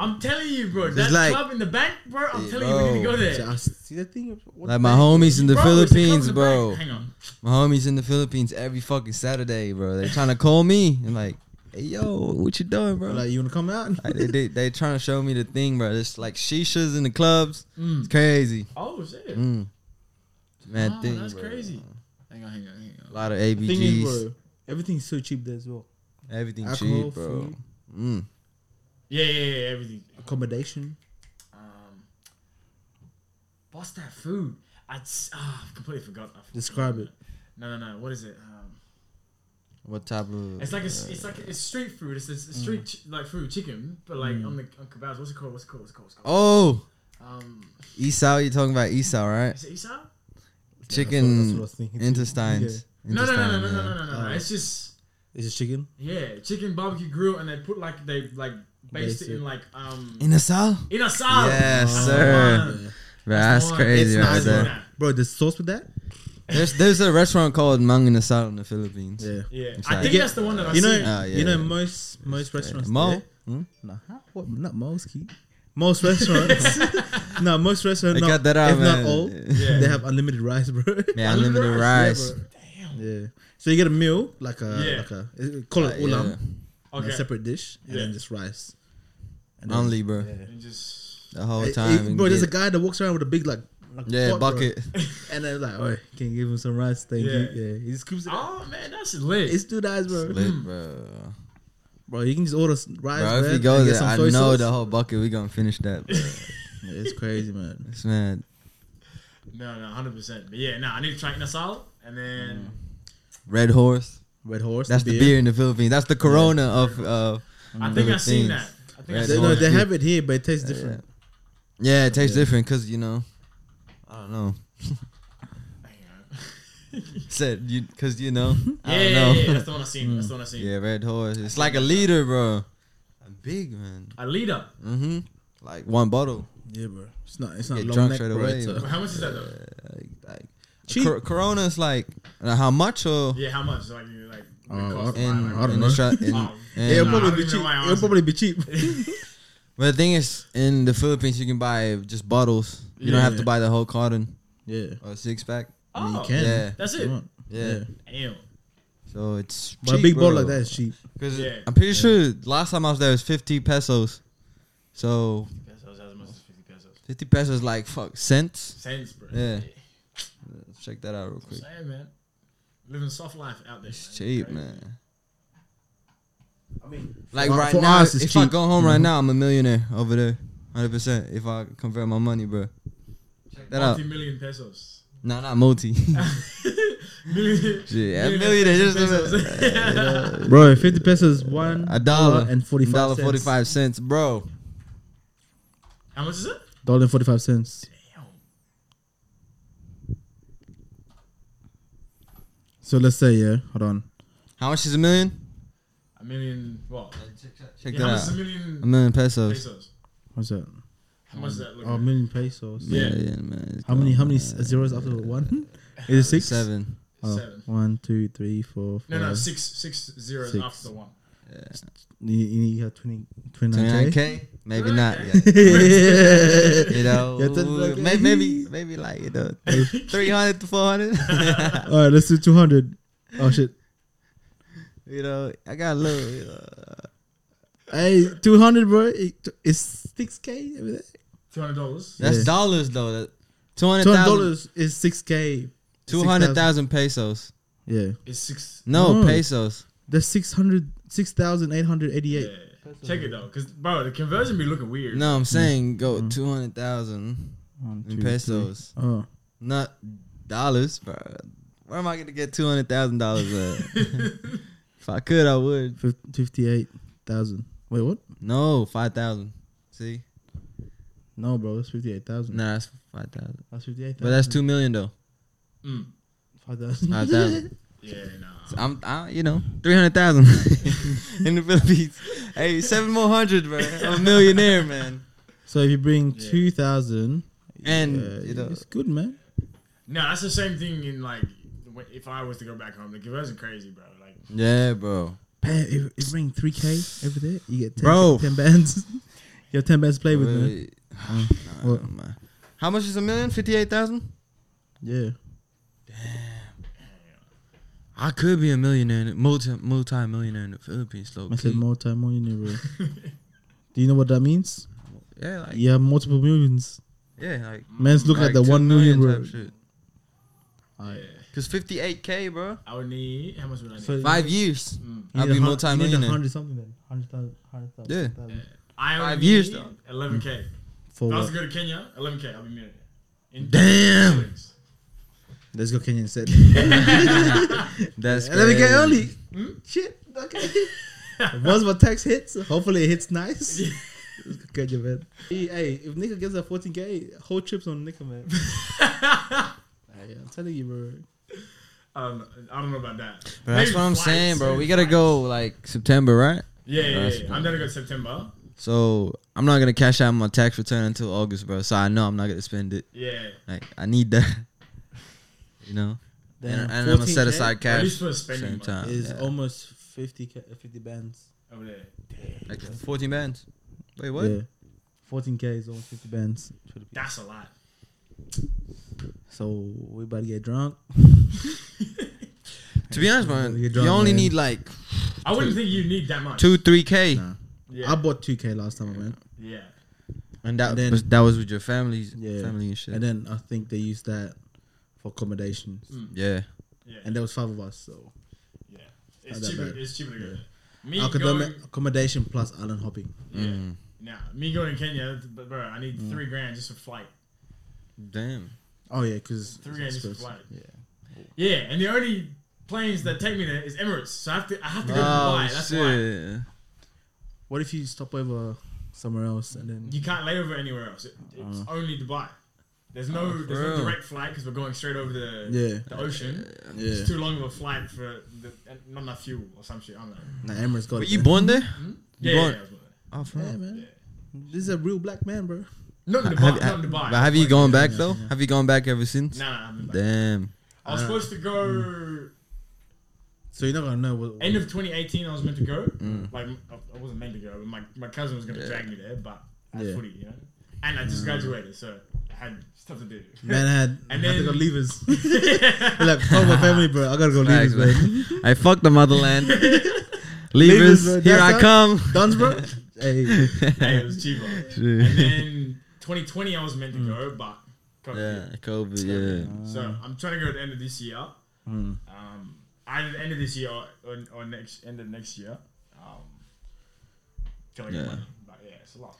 [SPEAKER 2] I'm telling you, bro.
[SPEAKER 1] It's
[SPEAKER 2] That
[SPEAKER 1] like-
[SPEAKER 2] club in the bank, bro. I'm
[SPEAKER 1] Yeah,
[SPEAKER 2] telling you, we need to
[SPEAKER 1] bro.
[SPEAKER 2] go there.
[SPEAKER 3] Just see the thing. What
[SPEAKER 1] like
[SPEAKER 3] the
[SPEAKER 1] my
[SPEAKER 3] heck?
[SPEAKER 1] homies in the
[SPEAKER 2] Bro, it's a club in
[SPEAKER 1] Philippines,
[SPEAKER 2] the
[SPEAKER 1] bro.
[SPEAKER 2] bank. Hang on.
[SPEAKER 1] My homies in the Philippines every fucking Saturday, bro. They trying to call me and like, hey yo, what you doing, bro? Like,
[SPEAKER 3] Like you wanna come out?
[SPEAKER 1] they, they they trying to show me the thing, bro. It's like shishas in the clubs.
[SPEAKER 2] Mm.
[SPEAKER 1] It's crazy.
[SPEAKER 2] Oh, shit.
[SPEAKER 1] Mm. Mad
[SPEAKER 2] Oh,
[SPEAKER 1] thing.
[SPEAKER 2] that's
[SPEAKER 1] bro.
[SPEAKER 2] crazy. Hang on, hang on, hang
[SPEAKER 1] A
[SPEAKER 2] on.
[SPEAKER 1] lot of
[SPEAKER 3] The thing is,
[SPEAKER 1] ABGs.
[SPEAKER 3] bro, everything's so cheap there as well.
[SPEAKER 1] Everything
[SPEAKER 3] Alcohol,
[SPEAKER 1] cheap, bro.
[SPEAKER 3] food.
[SPEAKER 1] Mm.
[SPEAKER 2] Yeah, yeah, yeah, everything.
[SPEAKER 3] Accommodation.
[SPEAKER 2] Um, what's that food? I s- ah, I completely forgot. I forgot.
[SPEAKER 3] Describe it.
[SPEAKER 2] No, no, no. What is it? Um,
[SPEAKER 1] What type of?
[SPEAKER 2] it's like a, s- it's like a, it's street food. It's, it's street
[SPEAKER 1] Mm.
[SPEAKER 2] ch- like food, chicken, but like on the on kebabs. What's it called? What's it called? What's it called? What's it called?
[SPEAKER 1] oh,
[SPEAKER 2] Um,
[SPEAKER 1] Esau. You're talking about Esau, right?
[SPEAKER 2] is it Isao?
[SPEAKER 1] Chicken
[SPEAKER 3] that's what I was thinking.
[SPEAKER 1] intestines.
[SPEAKER 2] No, no, no, no,
[SPEAKER 1] Intestine,
[SPEAKER 2] no, no,
[SPEAKER 1] yeah.
[SPEAKER 2] no, no, no.
[SPEAKER 3] Oh.
[SPEAKER 2] It's just
[SPEAKER 3] Is it chicken?
[SPEAKER 2] yeah, chicken barbecue grill, and they put like they like based
[SPEAKER 3] Based
[SPEAKER 2] it
[SPEAKER 3] it.
[SPEAKER 2] in like um
[SPEAKER 1] In a cell?
[SPEAKER 2] in a salad. Oh,
[SPEAKER 1] Yes,
[SPEAKER 2] That's the
[SPEAKER 1] sir.
[SPEAKER 2] one.
[SPEAKER 1] Bro, that's
[SPEAKER 2] one.
[SPEAKER 1] crazy
[SPEAKER 3] It's
[SPEAKER 1] right
[SPEAKER 3] nice,
[SPEAKER 1] there.
[SPEAKER 3] bro. Bro, the sauce with that?
[SPEAKER 1] There's there's a restaurant called Mang Inasal in the Philippines.
[SPEAKER 3] Yeah.
[SPEAKER 2] Yeah,
[SPEAKER 1] It's
[SPEAKER 2] I
[SPEAKER 1] like-
[SPEAKER 2] think that's the one that I
[SPEAKER 3] You know,
[SPEAKER 2] seen.
[SPEAKER 1] Ah, yeah,
[SPEAKER 3] you know,
[SPEAKER 1] yeah.
[SPEAKER 3] most most restaurants.
[SPEAKER 1] Mo?
[SPEAKER 3] there-
[SPEAKER 1] Hmm?
[SPEAKER 3] Nah, huh? what? Not most key. Most restaurants. no, most restaurants.
[SPEAKER 1] They
[SPEAKER 3] not,
[SPEAKER 1] got that out,
[SPEAKER 3] if
[SPEAKER 1] man.
[SPEAKER 3] not all,
[SPEAKER 2] Yeah.
[SPEAKER 3] they have unlimited rice, bro.
[SPEAKER 1] Yeah,
[SPEAKER 2] Unlimited
[SPEAKER 1] unlimited rice.
[SPEAKER 3] rice. yeah. So you get a meal like a
[SPEAKER 2] Yeah.
[SPEAKER 3] like a is it- call it
[SPEAKER 1] Ah, Yeah.
[SPEAKER 3] ulam,
[SPEAKER 2] Okay.
[SPEAKER 3] a separate dish, and
[SPEAKER 2] Yeah.
[SPEAKER 3] then just rice. And then-
[SPEAKER 1] Only, bro.
[SPEAKER 3] Yeah.
[SPEAKER 2] And just
[SPEAKER 1] The whole
[SPEAKER 3] Hey,
[SPEAKER 1] time.
[SPEAKER 3] hey,
[SPEAKER 1] and
[SPEAKER 3] bro, there's a
[SPEAKER 1] get-
[SPEAKER 3] guy that walks around with a big like, like
[SPEAKER 1] Yeah,
[SPEAKER 3] bro.
[SPEAKER 1] bucket.
[SPEAKER 3] and then like, oh, can you give him some rice? Thank you.
[SPEAKER 2] Yeah.
[SPEAKER 3] Yeah, he just keeps it.
[SPEAKER 2] oh man, that's lit.
[SPEAKER 3] It's two guys, bro.
[SPEAKER 1] Lit, bro.
[SPEAKER 3] bro. You can just order some rice,
[SPEAKER 1] Bro, if
[SPEAKER 3] bread,
[SPEAKER 1] we
[SPEAKER 3] and
[SPEAKER 1] go
[SPEAKER 3] get
[SPEAKER 1] there,
[SPEAKER 3] some
[SPEAKER 1] I
[SPEAKER 3] soy
[SPEAKER 1] know
[SPEAKER 3] sauce.
[SPEAKER 1] the whole bucket. We gonna finish that. Bro.
[SPEAKER 3] Yeah, it's crazy, man.
[SPEAKER 1] It's mad.
[SPEAKER 2] No, no, hundred percent. But yeah, no, I need to try Nasal
[SPEAKER 1] Mm.
[SPEAKER 2] and then
[SPEAKER 1] Red Horse.
[SPEAKER 3] Red horse.
[SPEAKER 1] That's the beer, in the Philippines. That's the Corona of. Uh,
[SPEAKER 2] I think I've
[SPEAKER 1] things.
[SPEAKER 2] seen that. I think
[SPEAKER 1] Yeah,
[SPEAKER 2] I've
[SPEAKER 3] They,
[SPEAKER 2] seen
[SPEAKER 3] no,
[SPEAKER 1] Horse
[SPEAKER 3] they
[SPEAKER 1] beer.
[SPEAKER 3] have it here, but it tastes different.
[SPEAKER 1] yeah, it tastes different because you know, I don't know.
[SPEAKER 2] that.
[SPEAKER 1] Said you because you know. I
[SPEAKER 2] Yeah,
[SPEAKER 1] don't
[SPEAKER 2] yeah,
[SPEAKER 1] know.
[SPEAKER 2] yeah, that's the one I seen. That's the one I seen.
[SPEAKER 1] Yeah, red horse. It's like a liter, bro. A big man.
[SPEAKER 2] A leader.
[SPEAKER 1] Mm-hmm. Like one bottle.
[SPEAKER 3] Yeah, bro. It's not. It's not
[SPEAKER 1] Get
[SPEAKER 3] long
[SPEAKER 1] drunk
[SPEAKER 3] neck,
[SPEAKER 1] straight
[SPEAKER 3] bro.
[SPEAKER 1] away,
[SPEAKER 3] It's
[SPEAKER 1] bro.
[SPEAKER 3] a,
[SPEAKER 2] How much is that though?
[SPEAKER 1] Uh, Like, like
[SPEAKER 3] Cheap.
[SPEAKER 1] Cor- Corona is like uh, how much or
[SPEAKER 2] Yeah, how much? Like, you- like the
[SPEAKER 3] Uh,
[SPEAKER 2] cost
[SPEAKER 3] I-
[SPEAKER 2] line,
[SPEAKER 1] and,
[SPEAKER 2] like-
[SPEAKER 3] I don't
[SPEAKER 1] and
[SPEAKER 3] know.
[SPEAKER 1] the shot and,
[SPEAKER 2] Oh.
[SPEAKER 1] and-
[SPEAKER 3] it'll
[SPEAKER 2] Nah, I
[SPEAKER 3] probably
[SPEAKER 2] don't
[SPEAKER 3] be
[SPEAKER 2] even
[SPEAKER 3] cheap.
[SPEAKER 2] know why I
[SPEAKER 3] It'll
[SPEAKER 2] asked
[SPEAKER 3] probably be cheap.
[SPEAKER 1] but the thing is in the Philippines you can buy just bottles. You don't
[SPEAKER 3] Yeah.
[SPEAKER 1] have to buy the whole carton
[SPEAKER 3] yeah.
[SPEAKER 1] or six pack.
[SPEAKER 3] I mean,
[SPEAKER 2] Oh,
[SPEAKER 3] you can.
[SPEAKER 1] Yeah.
[SPEAKER 2] that's
[SPEAKER 3] if you
[SPEAKER 2] it.
[SPEAKER 3] want.
[SPEAKER 1] Yeah.
[SPEAKER 3] Yeah.
[SPEAKER 2] Damn.
[SPEAKER 1] So it's
[SPEAKER 3] But
[SPEAKER 1] cheap,
[SPEAKER 3] a big bowl
[SPEAKER 1] bro.
[SPEAKER 3] like that is cheap.
[SPEAKER 1] Cause
[SPEAKER 2] Yeah.
[SPEAKER 1] I'm pretty sure last time I was there was 50 pesos. So
[SPEAKER 2] Pesos, as much as 50 pesos.
[SPEAKER 1] 50 pesos is like fuck cents.
[SPEAKER 2] Cents, bro.
[SPEAKER 1] Yeah.
[SPEAKER 2] That's
[SPEAKER 1] Let's check that out real
[SPEAKER 2] what
[SPEAKER 1] quick.
[SPEAKER 2] I'm saying, man. Living soft life out there.
[SPEAKER 1] It's
[SPEAKER 2] man.
[SPEAKER 1] cheap,
[SPEAKER 2] Crazy.
[SPEAKER 1] man.
[SPEAKER 3] I mean,
[SPEAKER 1] Like
[SPEAKER 3] For-
[SPEAKER 1] right
[SPEAKER 3] for
[SPEAKER 1] now,
[SPEAKER 3] us, it's
[SPEAKER 1] if I
[SPEAKER 3] cheap.
[SPEAKER 1] go home right now, I'm a millionaire over there, hundred percent. If I convert my money, bro. Check that out.
[SPEAKER 2] Multi-million pesos.
[SPEAKER 1] Nah, not multi.
[SPEAKER 2] million,
[SPEAKER 1] yeah, a millionaire just
[SPEAKER 2] pesos.
[SPEAKER 1] a,
[SPEAKER 3] bro, fifty pesos, one
[SPEAKER 1] a dollar
[SPEAKER 3] and forty five
[SPEAKER 1] dollar forty five cents, bro.
[SPEAKER 2] How much is it?
[SPEAKER 3] Dollar and forty five cents.
[SPEAKER 2] Damn.
[SPEAKER 3] So let's say yeah. Hold on.
[SPEAKER 1] How much is a million?
[SPEAKER 2] A million, what?
[SPEAKER 1] Check
[SPEAKER 2] Yeah, how much
[SPEAKER 1] that
[SPEAKER 2] is a
[SPEAKER 1] out.
[SPEAKER 2] million
[SPEAKER 1] A million pesos.
[SPEAKER 2] pesos?
[SPEAKER 3] What's that?
[SPEAKER 2] How much is that? looking
[SPEAKER 3] Oh,
[SPEAKER 2] at?
[SPEAKER 3] million pesos.
[SPEAKER 2] Yeah.
[SPEAKER 1] Yeah, yeah, man. it's
[SPEAKER 3] How many? How
[SPEAKER 1] gone,
[SPEAKER 3] many s-
[SPEAKER 1] man.
[SPEAKER 3] zeros after one? Is it six?
[SPEAKER 1] Seven.
[SPEAKER 3] Oh,
[SPEAKER 2] Seven.
[SPEAKER 3] One, two, three, four,
[SPEAKER 2] No, no,
[SPEAKER 3] five.
[SPEAKER 2] six, six zeros
[SPEAKER 3] Six.
[SPEAKER 2] after the one.
[SPEAKER 3] You, you got 20, 29
[SPEAKER 1] Twenty-nine
[SPEAKER 3] k.
[SPEAKER 1] k? Maybe not.
[SPEAKER 2] Okay.
[SPEAKER 1] Yeah.
[SPEAKER 3] yeah.
[SPEAKER 1] You know,
[SPEAKER 3] Yeah, 29K.
[SPEAKER 1] maybe, maybe, maybe like you know, three hundred to four hundred.
[SPEAKER 3] All right, let's do two hundred. Oh shit.
[SPEAKER 1] you know, I got a little. You know, uh,
[SPEAKER 3] Hey, two hundred, bro. It- It's six k.
[SPEAKER 2] Two hundred dollars.
[SPEAKER 1] That's
[SPEAKER 3] Yeah.
[SPEAKER 1] dollars though. That two
[SPEAKER 3] Two hundred
[SPEAKER 1] hundred
[SPEAKER 3] dollars is six k.
[SPEAKER 1] thousand pesos. Mm.
[SPEAKER 3] Yeah,
[SPEAKER 2] It's six.
[SPEAKER 1] No
[SPEAKER 3] No.
[SPEAKER 1] pesos.
[SPEAKER 3] that's six hundred, six thousand eight hundred
[SPEAKER 2] Yeah.
[SPEAKER 3] eighty-eight.
[SPEAKER 2] Check it though, cause bro, the conversion be looking weird.
[SPEAKER 1] No, I'm saying go two hundred thousand
[SPEAKER 3] One, two,
[SPEAKER 1] in
[SPEAKER 3] three.
[SPEAKER 1] pesos,
[SPEAKER 3] Oh,
[SPEAKER 1] not dollars, bro. Where am I gonna get two hundred thousand dollars at? if I could, I would.
[SPEAKER 3] fif- fifty-eight thousand. Wait, what?
[SPEAKER 1] No, five thousand. See,
[SPEAKER 3] No, bro, that's fifty-eight thousand.
[SPEAKER 1] nah, that's five thousand.
[SPEAKER 3] that's fifty-eight.
[SPEAKER 1] But that's two million though.
[SPEAKER 2] Mm.
[SPEAKER 3] Five thousand.
[SPEAKER 1] Five thousand.
[SPEAKER 2] Yeah, nah.
[SPEAKER 1] So I'm, I, you know, three hundred thousand in the Philippines. Hey, seven more hundred, bro. I'm a millionaire, man.
[SPEAKER 3] So if you bring
[SPEAKER 2] Yeah.
[SPEAKER 3] two thousand,
[SPEAKER 1] And
[SPEAKER 3] uh,
[SPEAKER 1] you know,
[SPEAKER 3] it's good, man.
[SPEAKER 2] No, that's the same thing in like when- if I was to go back home, the conversion crazy, bro. Like
[SPEAKER 1] yeah, bro.
[SPEAKER 3] Pay, if if you bring three k over there, you get 10,
[SPEAKER 1] Bro.
[SPEAKER 3] 10 bands. you have ten bands to play with, man.
[SPEAKER 1] Wait, wait, wait. Nah,
[SPEAKER 3] What?
[SPEAKER 1] never mind. How much is a million? Fifty-eight thousand.
[SPEAKER 3] Yeah.
[SPEAKER 1] I could be a millionaire, multi multi millionaire in the Philippines, though.
[SPEAKER 3] I said multi-millionaire. bro. Do you know what that means?
[SPEAKER 1] yeah, like,
[SPEAKER 3] You have multiple millions.
[SPEAKER 1] yeah, like
[SPEAKER 3] Man's looking
[SPEAKER 1] like
[SPEAKER 3] at the
[SPEAKER 1] two
[SPEAKER 3] one million, bro.
[SPEAKER 1] type shit.
[SPEAKER 3] Alright.
[SPEAKER 2] yeah.
[SPEAKER 1] Cause fifty-eight k, bro.
[SPEAKER 2] I would need how much would I need?
[SPEAKER 3] So-
[SPEAKER 1] Five years,
[SPEAKER 2] Mm.
[SPEAKER 1] I'll
[SPEAKER 3] You need
[SPEAKER 1] be
[SPEAKER 3] a hun- You need a
[SPEAKER 1] multi-millionaire.
[SPEAKER 3] hundred something then. Hundred thousand. Hundred thousand.
[SPEAKER 1] Yeah.
[SPEAKER 3] thousand.
[SPEAKER 2] I only
[SPEAKER 1] Five years,
[SPEAKER 2] need
[SPEAKER 1] though.
[SPEAKER 2] Eleven
[SPEAKER 1] Mm.
[SPEAKER 2] k.
[SPEAKER 3] For
[SPEAKER 2] If I was to
[SPEAKER 3] what?
[SPEAKER 2] go to Kenya, eleven k, I'll be millionaire. In
[SPEAKER 1] Damn.
[SPEAKER 2] shillings.
[SPEAKER 3] Let's go Kenyan set.
[SPEAKER 1] That's
[SPEAKER 3] Let me get early.
[SPEAKER 2] Hmm?
[SPEAKER 3] Shit. Okay. Once my tax hits, hopefully it hits nice. Let's go Kenya, man. Hey, hey, if nigga gets a 14k, whole trips on nigga, man. Hey, I'm telling you, bro.
[SPEAKER 2] I don't know. I don't know about that.
[SPEAKER 1] But that's
[SPEAKER 2] Maybe
[SPEAKER 1] what I'm
[SPEAKER 2] flights,
[SPEAKER 1] saying, bro.
[SPEAKER 2] maybe
[SPEAKER 1] We gotta
[SPEAKER 2] flights.
[SPEAKER 1] go like September, right?
[SPEAKER 2] Yeah, yeah, yeah.
[SPEAKER 1] That's
[SPEAKER 2] I'm gonna go September.
[SPEAKER 1] So I'm not gonna cash out my tax return until August, bro. So I know I'm not gonna spend it.
[SPEAKER 2] Yeah.
[SPEAKER 1] Like I need that, you know.
[SPEAKER 3] Damn,
[SPEAKER 1] and and I'm gonna set
[SPEAKER 3] 14K
[SPEAKER 1] aside
[SPEAKER 2] At
[SPEAKER 1] cash
[SPEAKER 2] least for
[SPEAKER 1] at the
[SPEAKER 2] spending
[SPEAKER 1] same
[SPEAKER 2] money
[SPEAKER 1] time.
[SPEAKER 3] Is
[SPEAKER 1] yeah.
[SPEAKER 3] almost 50k, 50 bands.
[SPEAKER 2] over there.
[SPEAKER 1] Like 14 bands. Wait, what?
[SPEAKER 3] Yeah. 14k is almost 50 bands.
[SPEAKER 2] That's a lot.
[SPEAKER 3] So we about to get drunk.
[SPEAKER 1] To be honest, man,
[SPEAKER 3] You
[SPEAKER 1] you,
[SPEAKER 3] drunk,
[SPEAKER 1] only
[SPEAKER 3] man.
[SPEAKER 1] need like
[SPEAKER 2] I wouldn't think you need that much.
[SPEAKER 1] two, three k,
[SPEAKER 3] Nah.
[SPEAKER 2] Yeah.
[SPEAKER 3] I bought 2k last time, man.
[SPEAKER 2] yeah.
[SPEAKER 1] and that
[SPEAKER 3] And then-
[SPEAKER 1] was that was with your families,
[SPEAKER 3] Yeah.
[SPEAKER 1] family and shit.
[SPEAKER 3] And then I think they used that for accommodations.
[SPEAKER 1] yeah,
[SPEAKER 2] Yeah.
[SPEAKER 3] And there was five of us, so
[SPEAKER 2] yeah. It's
[SPEAKER 3] Not that
[SPEAKER 2] cheaper.
[SPEAKER 3] bad.
[SPEAKER 2] It's cheaper to go.
[SPEAKER 3] Yeah.
[SPEAKER 2] there. Me
[SPEAKER 3] Academic
[SPEAKER 2] going,
[SPEAKER 3] accommodation plus island hopping.
[SPEAKER 2] yeah,
[SPEAKER 1] Mm.
[SPEAKER 2] nah, me going to Kenya, but bro, I need three grand just for flight.
[SPEAKER 1] Damn.
[SPEAKER 3] Oh yeah, because
[SPEAKER 2] Three days for flight.
[SPEAKER 3] Yeah.
[SPEAKER 2] Yeah, and the only planes that take me there is Emirates, so I have to I have to go to Dubai. That's why
[SPEAKER 1] Oh, shit.
[SPEAKER 3] What if you stop over somewhere else and then
[SPEAKER 2] you can't lay over anywhere else. It, it's only Dubai. There's no
[SPEAKER 1] Uh. Oh, for
[SPEAKER 2] there's no
[SPEAKER 1] real?
[SPEAKER 2] direct flight because we're going straight over the
[SPEAKER 3] yeah
[SPEAKER 2] the ocean.
[SPEAKER 3] yeah?
[SPEAKER 2] It's too long of a flight for the, and not enough fuel or some shit. I don't know.
[SPEAKER 3] Nah, Emirates got
[SPEAKER 1] Wait,
[SPEAKER 3] it.
[SPEAKER 1] you
[SPEAKER 3] man.
[SPEAKER 1] born there?
[SPEAKER 2] Yeah,
[SPEAKER 1] You
[SPEAKER 2] yeah,
[SPEAKER 1] born-
[SPEAKER 2] yeah, I was born there.
[SPEAKER 1] Oh, for
[SPEAKER 3] Yeah,
[SPEAKER 1] real.
[SPEAKER 3] man. This is a real black man, bro.
[SPEAKER 2] Not
[SPEAKER 1] Ha-
[SPEAKER 2] in Dubai.
[SPEAKER 1] Have,
[SPEAKER 2] not in
[SPEAKER 1] ha-
[SPEAKER 2] Dubai.
[SPEAKER 1] but have you gone back
[SPEAKER 3] yeah,
[SPEAKER 1] though?
[SPEAKER 3] yeah.
[SPEAKER 1] Have you gone back ever since?
[SPEAKER 2] No, no, I haven't been back.
[SPEAKER 1] Damn.
[SPEAKER 2] I was supposed to
[SPEAKER 1] Mm.
[SPEAKER 2] go
[SPEAKER 3] So you're not gonna know what.
[SPEAKER 2] end of 2018. I was meant to go. Like I- I wasn't meant to go. But my my cousin was gonna drag me there, but I had
[SPEAKER 3] Yeah.
[SPEAKER 2] footy, you know. And I just graduated, so I had stuff to do.
[SPEAKER 3] man had
[SPEAKER 2] And
[SPEAKER 3] had to go
[SPEAKER 2] then-
[SPEAKER 3] levers. like fuck my family, bro. I gotta go
[SPEAKER 1] Facts,
[SPEAKER 3] levers, man.
[SPEAKER 1] man. I fucked the motherland.
[SPEAKER 3] Leavers,
[SPEAKER 1] Leavers,
[SPEAKER 3] bro.
[SPEAKER 1] here I
[SPEAKER 3] That's
[SPEAKER 1] come.
[SPEAKER 3] Duns, bro. hey,
[SPEAKER 2] hey, it was cheaper. and then 2020, I was meant to go, but COVID hit.
[SPEAKER 1] Yeah, COVID. Yeah.
[SPEAKER 2] So I'm trying to go at the end of this year. Um, either the end of this year or, or, or next end of next year. Um, till I get
[SPEAKER 1] Yeah.
[SPEAKER 2] money. But yeah, it's a lot.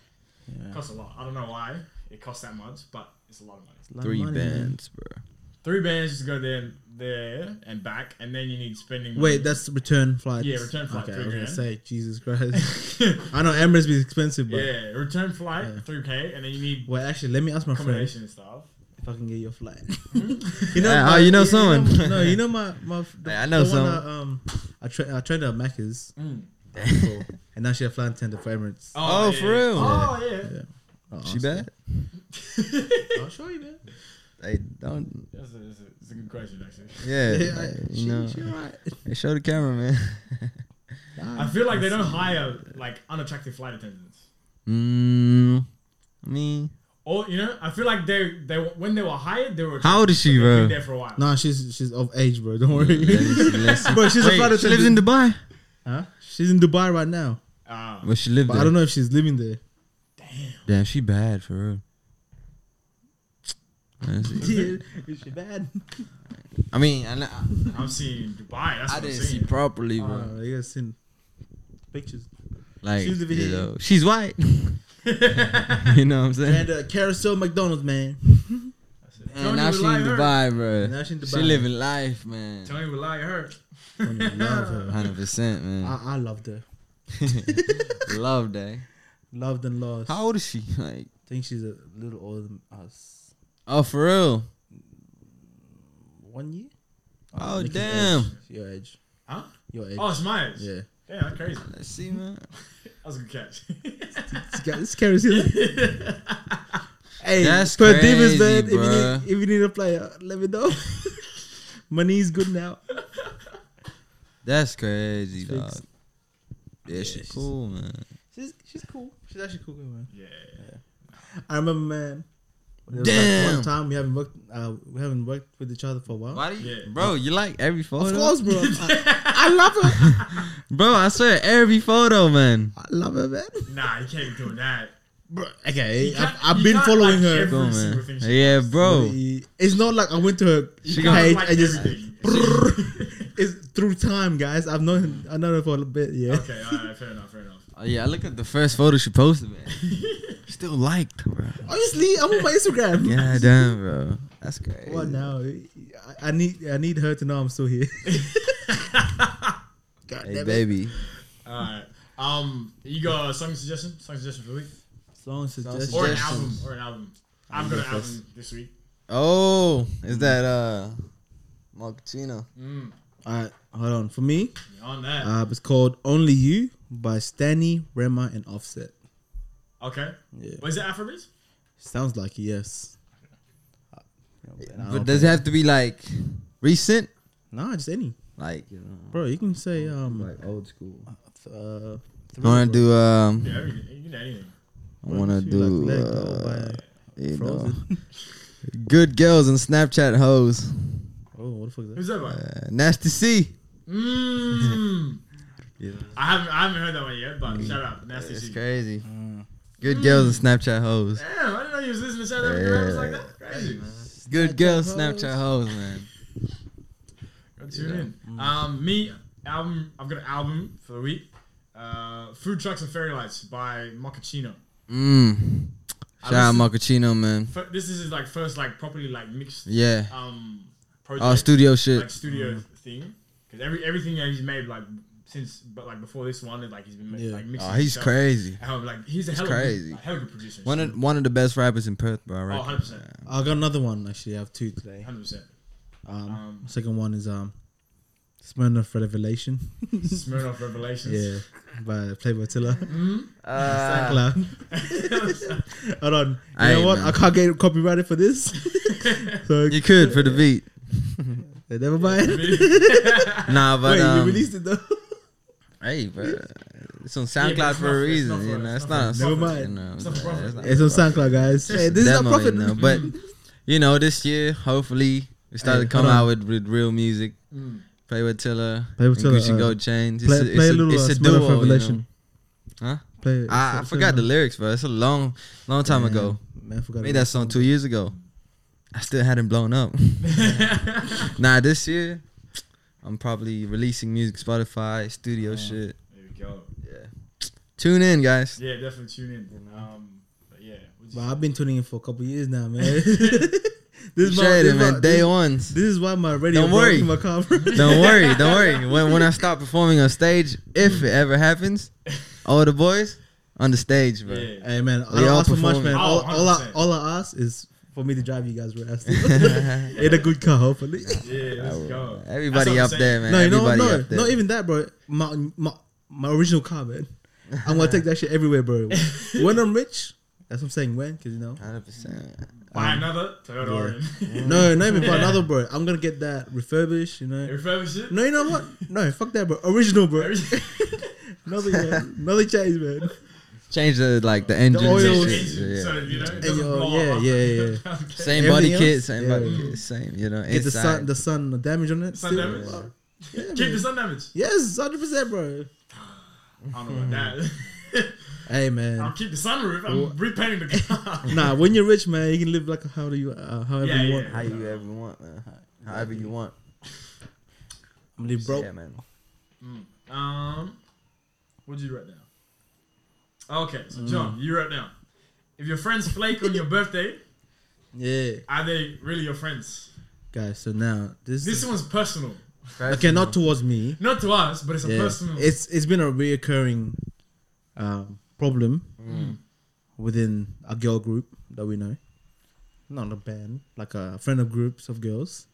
[SPEAKER 2] It costs a lot. I don't know why it costs that much, but it's a lot of money.
[SPEAKER 1] Three
[SPEAKER 3] Money, man.
[SPEAKER 1] bands, bro.
[SPEAKER 2] Three bands just go there, there and back, and then you need spending. money.
[SPEAKER 3] Wait, that's return flights.
[SPEAKER 2] Yeah, return flight,
[SPEAKER 3] Okay, I
[SPEAKER 2] three
[SPEAKER 3] was gonna
[SPEAKER 2] grand.
[SPEAKER 3] say Jesus Christ. I know Emirates be expensive, but
[SPEAKER 2] yeah, return flight three k, and then you need
[SPEAKER 3] wait, actually, let me ask my friend
[SPEAKER 2] accommodation and stuff.
[SPEAKER 3] if I can get your flight. you
[SPEAKER 1] Yeah, oh, you know someone.
[SPEAKER 3] you know- no, you know my my. the-
[SPEAKER 1] Yeah, I know
[SPEAKER 3] the one
[SPEAKER 1] someone.
[SPEAKER 3] I, um, I tra- I trained at Macca's,
[SPEAKER 2] Mm.
[SPEAKER 3] before, and now she a flight attendant for Emirates.
[SPEAKER 1] Oh, for real?
[SPEAKER 2] Oh yeah.
[SPEAKER 3] I'll ask
[SPEAKER 1] She
[SPEAKER 3] her.
[SPEAKER 1] bad?
[SPEAKER 3] I'll show Oh, you, man.
[SPEAKER 1] I don't.
[SPEAKER 2] That's, a, that's, a, that's a good question actually.
[SPEAKER 1] Yeah.
[SPEAKER 3] Yeah,
[SPEAKER 1] like,
[SPEAKER 3] she,
[SPEAKER 1] you know.
[SPEAKER 3] she alright.
[SPEAKER 1] Hey, show the camera, man.
[SPEAKER 2] I feel like they don't hire like unattractive flight attendants.
[SPEAKER 1] mm, I mean,
[SPEAKER 2] Or you know, I feel like they they when they were hired, they were
[SPEAKER 1] how old is she,
[SPEAKER 2] they've
[SPEAKER 1] bro?
[SPEAKER 2] been there for a while.
[SPEAKER 3] Nah, she's she's of age, bro. Don't worry.
[SPEAKER 1] Listen.
[SPEAKER 3] Bro, she's a flight
[SPEAKER 1] Wait, she lives in
[SPEAKER 3] attendant.
[SPEAKER 1] Dubai.
[SPEAKER 3] Huh? She's in Dubai right now,
[SPEAKER 2] Ah,
[SPEAKER 1] Well, she lived
[SPEAKER 3] but
[SPEAKER 1] there.
[SPEAKER 3] I don't know if she's living there.
[SPEAKER 1] Damn, she bad for real. Honestly.
[SPEAKER 3] Is she bad?
[SPEAKER 1] I mean, I, I,
[SPEAKER 2] I'm seeing Dubai. That's
[SPEAKER 1] I
[SPEAKER 2] what I'm
[SPEAKER 1] didn't see
[SPEAKER 2] seeing.
[SPEAKER 1] properly, bro.
[SPEAKER 3] Uh, you guys seen pictures?
[SPEAKER 1] like,
[SPEAKER 3] she's living
[SPEAKER 1] you
[SPEAKER 3] here.
[SPEAKER 1] know, she's white. you know what I'm saying?
[SPEAKER 3] And uh, carousel McDonald's, man.
[SPEAKER 2] Tony
[SPEAKER 1] And now
[SPEAKER 2] would
[SPEAKER 1] she
[SPEAKER 2] like
[SPEAKER 1] in
[SPEAKER 2] her.
[SPEAKER 1] Dubai, bro.
[SPEAKER 3] Now she in
[SPEAKER 1] She
[SPEAKER 3] Dubai.
[SPEAKER 1] living life, man.
[SPEAKER 2] Tony would lie to her.
[SPEAKER 3] Fucking love her.
[SPEAKER 1] 100%, man.
[SPEAKER 3] I, I loved her.
[SPEAKER 1] Love that.
[SPEAKER 3] Loved and lost.
[SPEAKER 1] How old is she? Like,
[SPEAKER 3] I think she's a little older than us.
[SPEAKER 1] oh, for real?
[SPEAKER 3] One year?
[SPEAKER 1] Oh,
[SPEAKER 3] Nick's
[SPEAKER 1] damn.
[SPEAKER 3] age. Your age.
[SPEAKER 2] Huh?
[SPEAKER 3] Your age.
[SPEAKER 2] Oh, it's Myers.
[SPEAKER 3] yeah.
[SPEAKER 2] Damn, that's crazy.
[SPEAKER 1] Let's see, man.
[SPEAKER 2] That was a good catch.
[SPEAKER 3] This guy- This carousel. hey,
[SPEAKER 1] That's
[SPEAKER 3] per Davis,
[SPEAKER 1] crazy,
[SPEAKER 3] man. If you,
[SPEAKER 1] bruh.
[SPEAKER 3] need, if you need a player, let me know. My knee's good now.
[SPEAKER 1] That's crazy,
[SPEAKER 3] Fixed.
[SPEAKER 1] dog. Yeah, she's
[SPEAKER 3] she's-
[SPEAKER 1] cool, man.
[SPEAKER 3] She's, she's cool. She's actually cool, man.
[SPEAKER 2] yeah.
[SPEAKER 3] I remember, man. there was,
[SPEAKER 1] Damn.
[SPEAKER 3] one time we haven't worked. Uh, we haven't worked with each other for a while.
[SPEAKER 1] Why do you,
[SPEAKER 2] you- Yeah.
[SPEAKER 1] bro? You like every photo?
[SPEAKER 3] Of course, bro. I, I love her.
[SPEAKER 1] bro. I swear, every photo, man.
[SPEAKER 3] I love her, man.
[SPEAKER 2] Nah, you can't be doing that.
[SPEAKER 3] Bro, okay,
[SPEAKER 2] You
[SPEAKER 3] I've,
[SPEAKER 2] can't-
[SPEAKER 3] I've
[SPEAKER 2] you
[SPEAKER 3] been
[SPEAKER 2] can't
[SPEAKER 3] following
[SPEAKER 2] like
[SPEAKER 3] her.
[SPEAKER 2] every-
[SPEAKER 1] Come on,
[SPEAKER 2] single
[SPEAKER 1] man.
[SPEAKER 2] thing she
[SPEAKER 1] Yeah, bro.
[SPEAKER 3] It's not like I went to her
[SPEAKER 2] You can't
[SPEAKER 3] page.
[SPEAKER 2] like
[SPEAKER 3] I just
[SPEAKER 2] everything.
[SPEAKER 3] it's through time, guys. I've known I know her for a bit. Yeah,
[SPEAKER 2] okay, all right, fair enough, fair enough.
[SPEAKER 1] Oh, yeah, I look at the first photo she posted, man. Still liked, bro.
[SPEAKER 3] obviously I'm on my Instagram.
[SPEAKER 1] Yeah, damn, bro. That's crazy.
[SPEAKER 3] What now? I- I need I need her to know I'm still here. God
[SPEAKER 1] Hey,
[SPEAKER 3] damn it.
[SPEAKER 1] baby.
[SPEAKER 2] All right. Um, you got a song suggestion? Song suggestion for the week?
[SPEAKER 3] Song suggestions.
[SPEAKER 2] Or an
[SPEAKER 1] Suggestions.
[SPEAKER 2] album? Or an album? I've got an album this week.
[SPEAKER 1] Oh, is that uh, Malcatino?
[SPEAKER 2] Mm,
[SPEAKER 3] All right, hold on. For me,
[SPEAKER 2] you're on that.
[SPEAKER 3] uh, it's called "Only You" by Stanley Rema and Offset.
[SPEAKER 2] okay.
[SPEAKER 3] Yeah,
[SPEAKER 2] Was it Afrobeats?
[SPEAKER 3] sounds like a yes.
[SPEAKER 1] But does it have to be like recent?
[SPEAKER 3] Nah, just any.
[SPEAKER 1] Like, you know,
[SPEAKER 3] Bro, you can say um like
[SPEAKER 1] old school.
[SPEAKER 3] uh
[SPEAKER 1] I want to do um,
[SPEAKER 2] Yeah, everything. You can do anything.
[SPEAKER 1] I want to do
[SPEAKER 3] like,
[SPEAKER 1] uh, you know,
[SPEAKER 3] Frozen.
[SPEAKER 1] good girls and Snapchat hoes.
[SPEAKER 3] Oh, what the fuck is that?
[SPEAKER 2] Who's that by?
[SPEAKER 1] Uh, nasty C.
[SPEAKER 2] Mmm.
[SPEAKER 1] Yeah. Mm.
[SPEAKER 2] I haven't I haven't heard that one yet, but shout out Nasty
[SPEAKER 1] It's
[SPEAKER 2] C.
[SPEAKER 1] crazy. Good girls and Snapchat hoes.
[SPEAKER 2] Damn, I didn't know you was listening to shout out to rappers like
[SPEAKER 1] Yeah.
[SPEAKER 2] that. Crazy.
[SPEAKER 1] Good girls,
[SPEAKER 3] hoes.
[SPEAKER 1] Snapchat hoes, man. Mm.
[SPEAKER 2] Go tune in. Um, me album. I've got an album for the week. uh, Food Trucks and Fairy Lights by Mochaccino.
[SPEAKER 1] Mm. Shout out
[SPEAKER 2] listen-
[SPEAKER 1] Mochaccino, man.
[SPEAKER 2] F- This is his like first like properly like mixed
[SPEAKER 1] Yeah.
[SPEAKER 2] um
[SPEAKER 1] Oh,
[SPEAKER 2] project
[SPEAKER 1] studio Mm. shit.
[SPEAKER 2] like studio thing because every everything that he's made like since but like before this one is like he's been ma-
[SPEAKER 3] Yeah.
[SPEAKER 2] like mixing.
[SPEAKER 1] Oh, he's
[SPEAKER 2] himself.
[SPEAKER 1] crazy.
[SPEAKER 2] Um, like he's a hell of
[SPEAKER 1] crazy.
[SPEAKER 2] a hell of a producer.
[SPEAKER 1] One of one of the best rappers in Perth, bro.
[SPEAKER 2] oh,
[SPEAKER 1] Right?
[SPEAKER 2] 100 percent,
[SPEAKER 3] I got another one actually. I have two today.
[SPEAKER 2] hundred percent.
[SPEAKER 3] Um,
[SPEAKER 2] Um,
[SPEAKER 3] second one is um, Smirnoff Revelation.
[SPEAKER 2] Smirnoff Revelations.
[SPEAKER 3] yeah, by Playboy Tiller.
[SPEAKER 1] Uh,
[SPEAKER 3] SoundCloud. Hold on. You
[SPEAKER 1] Aye,
[SPEAKER 3] know what?
[SPEAKER 1] man.
[SPEAKER 3] I can't get copyrighted for this. so
[SPEAKER 1] you could for the beat.
[SPEAKER 3] never mind.
[SPEAKER 1] Nah, but
[SPEAKER 3] Wait, you
[SPEAKER 1] um,
[SPEAKER 3] released it though.
[SPEAKER 1] hey, bro, it's on
[SPEAKER 2] but
[SPEAKER 1] SoundCloud
[SPEAKER 2] it's not-
[SPEAKER 1] for a
[SPEAKER 2] it's
[SPEAKER 1] reason.
[SPEAKER 2] not
[SPEAKER 1] you
[SPEAKER 2] for-
[SPEAKER 1] know,
[SPEAKER 2] it's
[SPEAKER 1] it's
[SPEAKER 2] not
[SPEAKER 1] not.
[SPEAKER 3] for- Never
[SPEAKER 1] You
[SPEAKER 3] mind.
[SPEAKER 1] know,
[SPEAKER 2] It's not for profit.
[SPEAKER 1] not
[SPEAKER 3] it's
[SPEAKER 1] for
[SPEAKER 3] on
[SPEAKER 1] profit.
[SPEAKER 3] SoundCloud, guys. Hey, this is not
[SPEAKER 1] Demo,
[SPEAKER 3] profit.
[SPEAKER 1] you know, but you know, this year, hopefully, we started
[SPEAKER 3] Hey,
[SPEAKER 1] to come
[SPEAKER 3] hold on.
[SPEAKER 1] out with, with real music.
[SPEAKER 2] Mm.
[SPEAKER 1] Play with Tiller,
[SPEAKER 3] Play with
[SPEAKER 1] and
[SPEAKER 3] Tiller,
[SPEAKER 1] Gucci
[SPEAKER 3] uh,
[SPEAKER 1] Gold Chains. It's
[SPEAKER 3] play,
[SPEAKER 1] a, it's
[SPEAKER 3] play a
[SPEAKER 1] a,
[SPEAKER 3] little
[SPEAKER 1] it's
[SPEAKER 3] uh,
[SPEAKER 1] a
[SPEAKER 3] Smirnoff
[SPEAKER 1] duo. You know.
[SPEAKER 3] Revelation.
[SPEAKER 1] Huh? Ah,
[SPEAKER 3] Play.
[SPEAKER 1] I, I forgot the lyrics, bro. It's a long, long time ago.
[SPEAKER 3] Man, I forgot.
[SPEAKER 1] Made
[SPEAKER 3] about
[SPEAKER 1] that song two years ago. I still hadn't blown up. nah, this year I'm probably releasing music, Spotify, studio shit.
[SPEAKER 2] There we go.
[SPEAKER 1] Yeah. Tune in, guys.
[SPEAKER 2] Yeah, definitely tune in. Um, but yeah, what'd you
[SPEAKER 3] But I've been tuning in for a couple years now, man. this
[SPEAKER 1] You
[SPEAKER 3] is my,
[SPEAKER 1] shared
[SPEAKER 3] this is
[SPEAKER 1] it, man.
[SPEAKER 3] my-
[SPEAKER 1] Day
[SPEAKER 3] this,
[SPEAKER 1] ones.
[SPEAKER 3] this is why my radio
[SPEAKER 1] Don't
[SPEAKER 3] broke
[SPEAKER 1] worry.
[SPEAKER 3] in my car. bro.
[SPEAKER 1] don't worry, don't worry. When when I start performing on stage, if it ever happens, all the boys on the stage, bro.
[SPEAKER 2] say? Yeah.
[SPEAKER 3] Hey man, I
[SPEAKER 1] We
[SPEAKER 3] don't
[SPEAKER 1] all
[SPEAKER 3] ask for much,
[SPEAKER 1] performing.
[SPEAKER 3] man. all,
[SPEAKER 2] Oh,
[SPEAKER 3] all, I,
[SPEAKER 2] 100%.
[SPEAKER 3] all I ask is for me to drive you guys where I stay. in a good car, hopefully.
[SPEAKER 2] Yeah, let's go.
[SPEAKER 1] Everybody up
[SPEAKER 2] That's what I'm
[SPEAKER 1] there, man.
[SPEAKER 3] no, you know, what?
[SPEAKER 1] Everybody
[SPEAKER 3] no,
[SPEAKER 1] up there.
[SPEAKER 3] not even that, bro. My, my my original car, man. I'm gonna take that shit everywhere, bro. when I'm rich, that's what I'm saying. When, because you know,
[SPEAKER 1] 100%.
[SPEAKER 2] Buy
[SPEAKER 3] Um,
[SPEAKER 2] another Toyota Aurin.
[SPEAKER 3] no, not even for another, bro. I'm gonna get that refurbished, you know.
[SPEAKER 2] Refurbish it.
[SPEAKER 3] No, you know what? No, fuck that, bro. Original, bro.
[SPEAKER 2] Everything.
[SPEAKER 3] Nothing, man. Nothing changed, man.
[SPEAKER 1] Change the like the engine.
[SPEAKER 3] oil
[SPEAKER 1] and shit,
[SPEAKER 2] Engine,
[SPEAKER 1] yeah.
[SPEAKER 2] So, you know, it
[SPEAKER 3] Yeah,
[SPEAKER 2] doesn't
[SPEAKER 3] yo,
[SPEAKER 2] blow
[SPEAKER 3] yeah,
[SPEAKER 2] up.
[SPEAKER 3] yeah, yeah.
[SPEAKER 2] Okay.
[SPEAKER 1] Same
[SPEAKER 3] Everything
[SPEAKER 1] body kit,
[SPEAKER 3] else?
[SPEAKER 1] same
[SPEAKER 3] Yeah.
[SPEAKER 1] body kit, same. You know,
[SPEAKER 3] Get the
[SPEAKER 1] inside.
[SPEAKER 3] sun, the sun damage on it.
[SPEAKER 2] Sun
[SPEAKER 3] still.
[SPEAKER 2] damage?
[SPEAKER 3] Wow.
[SPEAKER 2] Keep
[SPEAKER 3] Yeah, man.
[SPEAKER 2] the sun damage.
[SPEAKER 3] Yes, hundred percent, bro.
[SPEAKER 2] I don't know about that.
[SPEAKER 3] Hey, man.
[SPEAKER 2] I'll keep the sunroof. I'm repainting the car.
[SPEAKER 3] nah, when you're rich, man, you can live like how do you, uh, however
[SPEAKER 2] Yeah,
[SPEAKER 3] you
[SPEAKER 2] yeah.
[SPEAKER 3] want.
[SPEAKER 1] How you ever want, man. How- However you want.
[SPEAKER 3] I'm gonna live broke.
[SPEAKER 1] Yeah, man.
[SPEAKER 2] Um, what did you write down? Okay, so
[SPEAKER 3] Mm.
[SPEAKER 2] John, you wrote down. If your friends flake on your birthday,
[SPEAKER 3] Yeah,
[SPEAKER 2] are they really your friends?
[SPEAKER 3] guys. So now this,
[SPEAKER 2] This one's personal,
[SPEAKER 3] okay, not towards me.
[SPEAKER 2] not to us, but it's a
[SPEAKER 3] Yeah,
[SPEAKER 2] personal.
[SPEAKER 3] it's it's been a reoccurring um, problem within a girl group that we know, not a band, like a friend of groups of girls,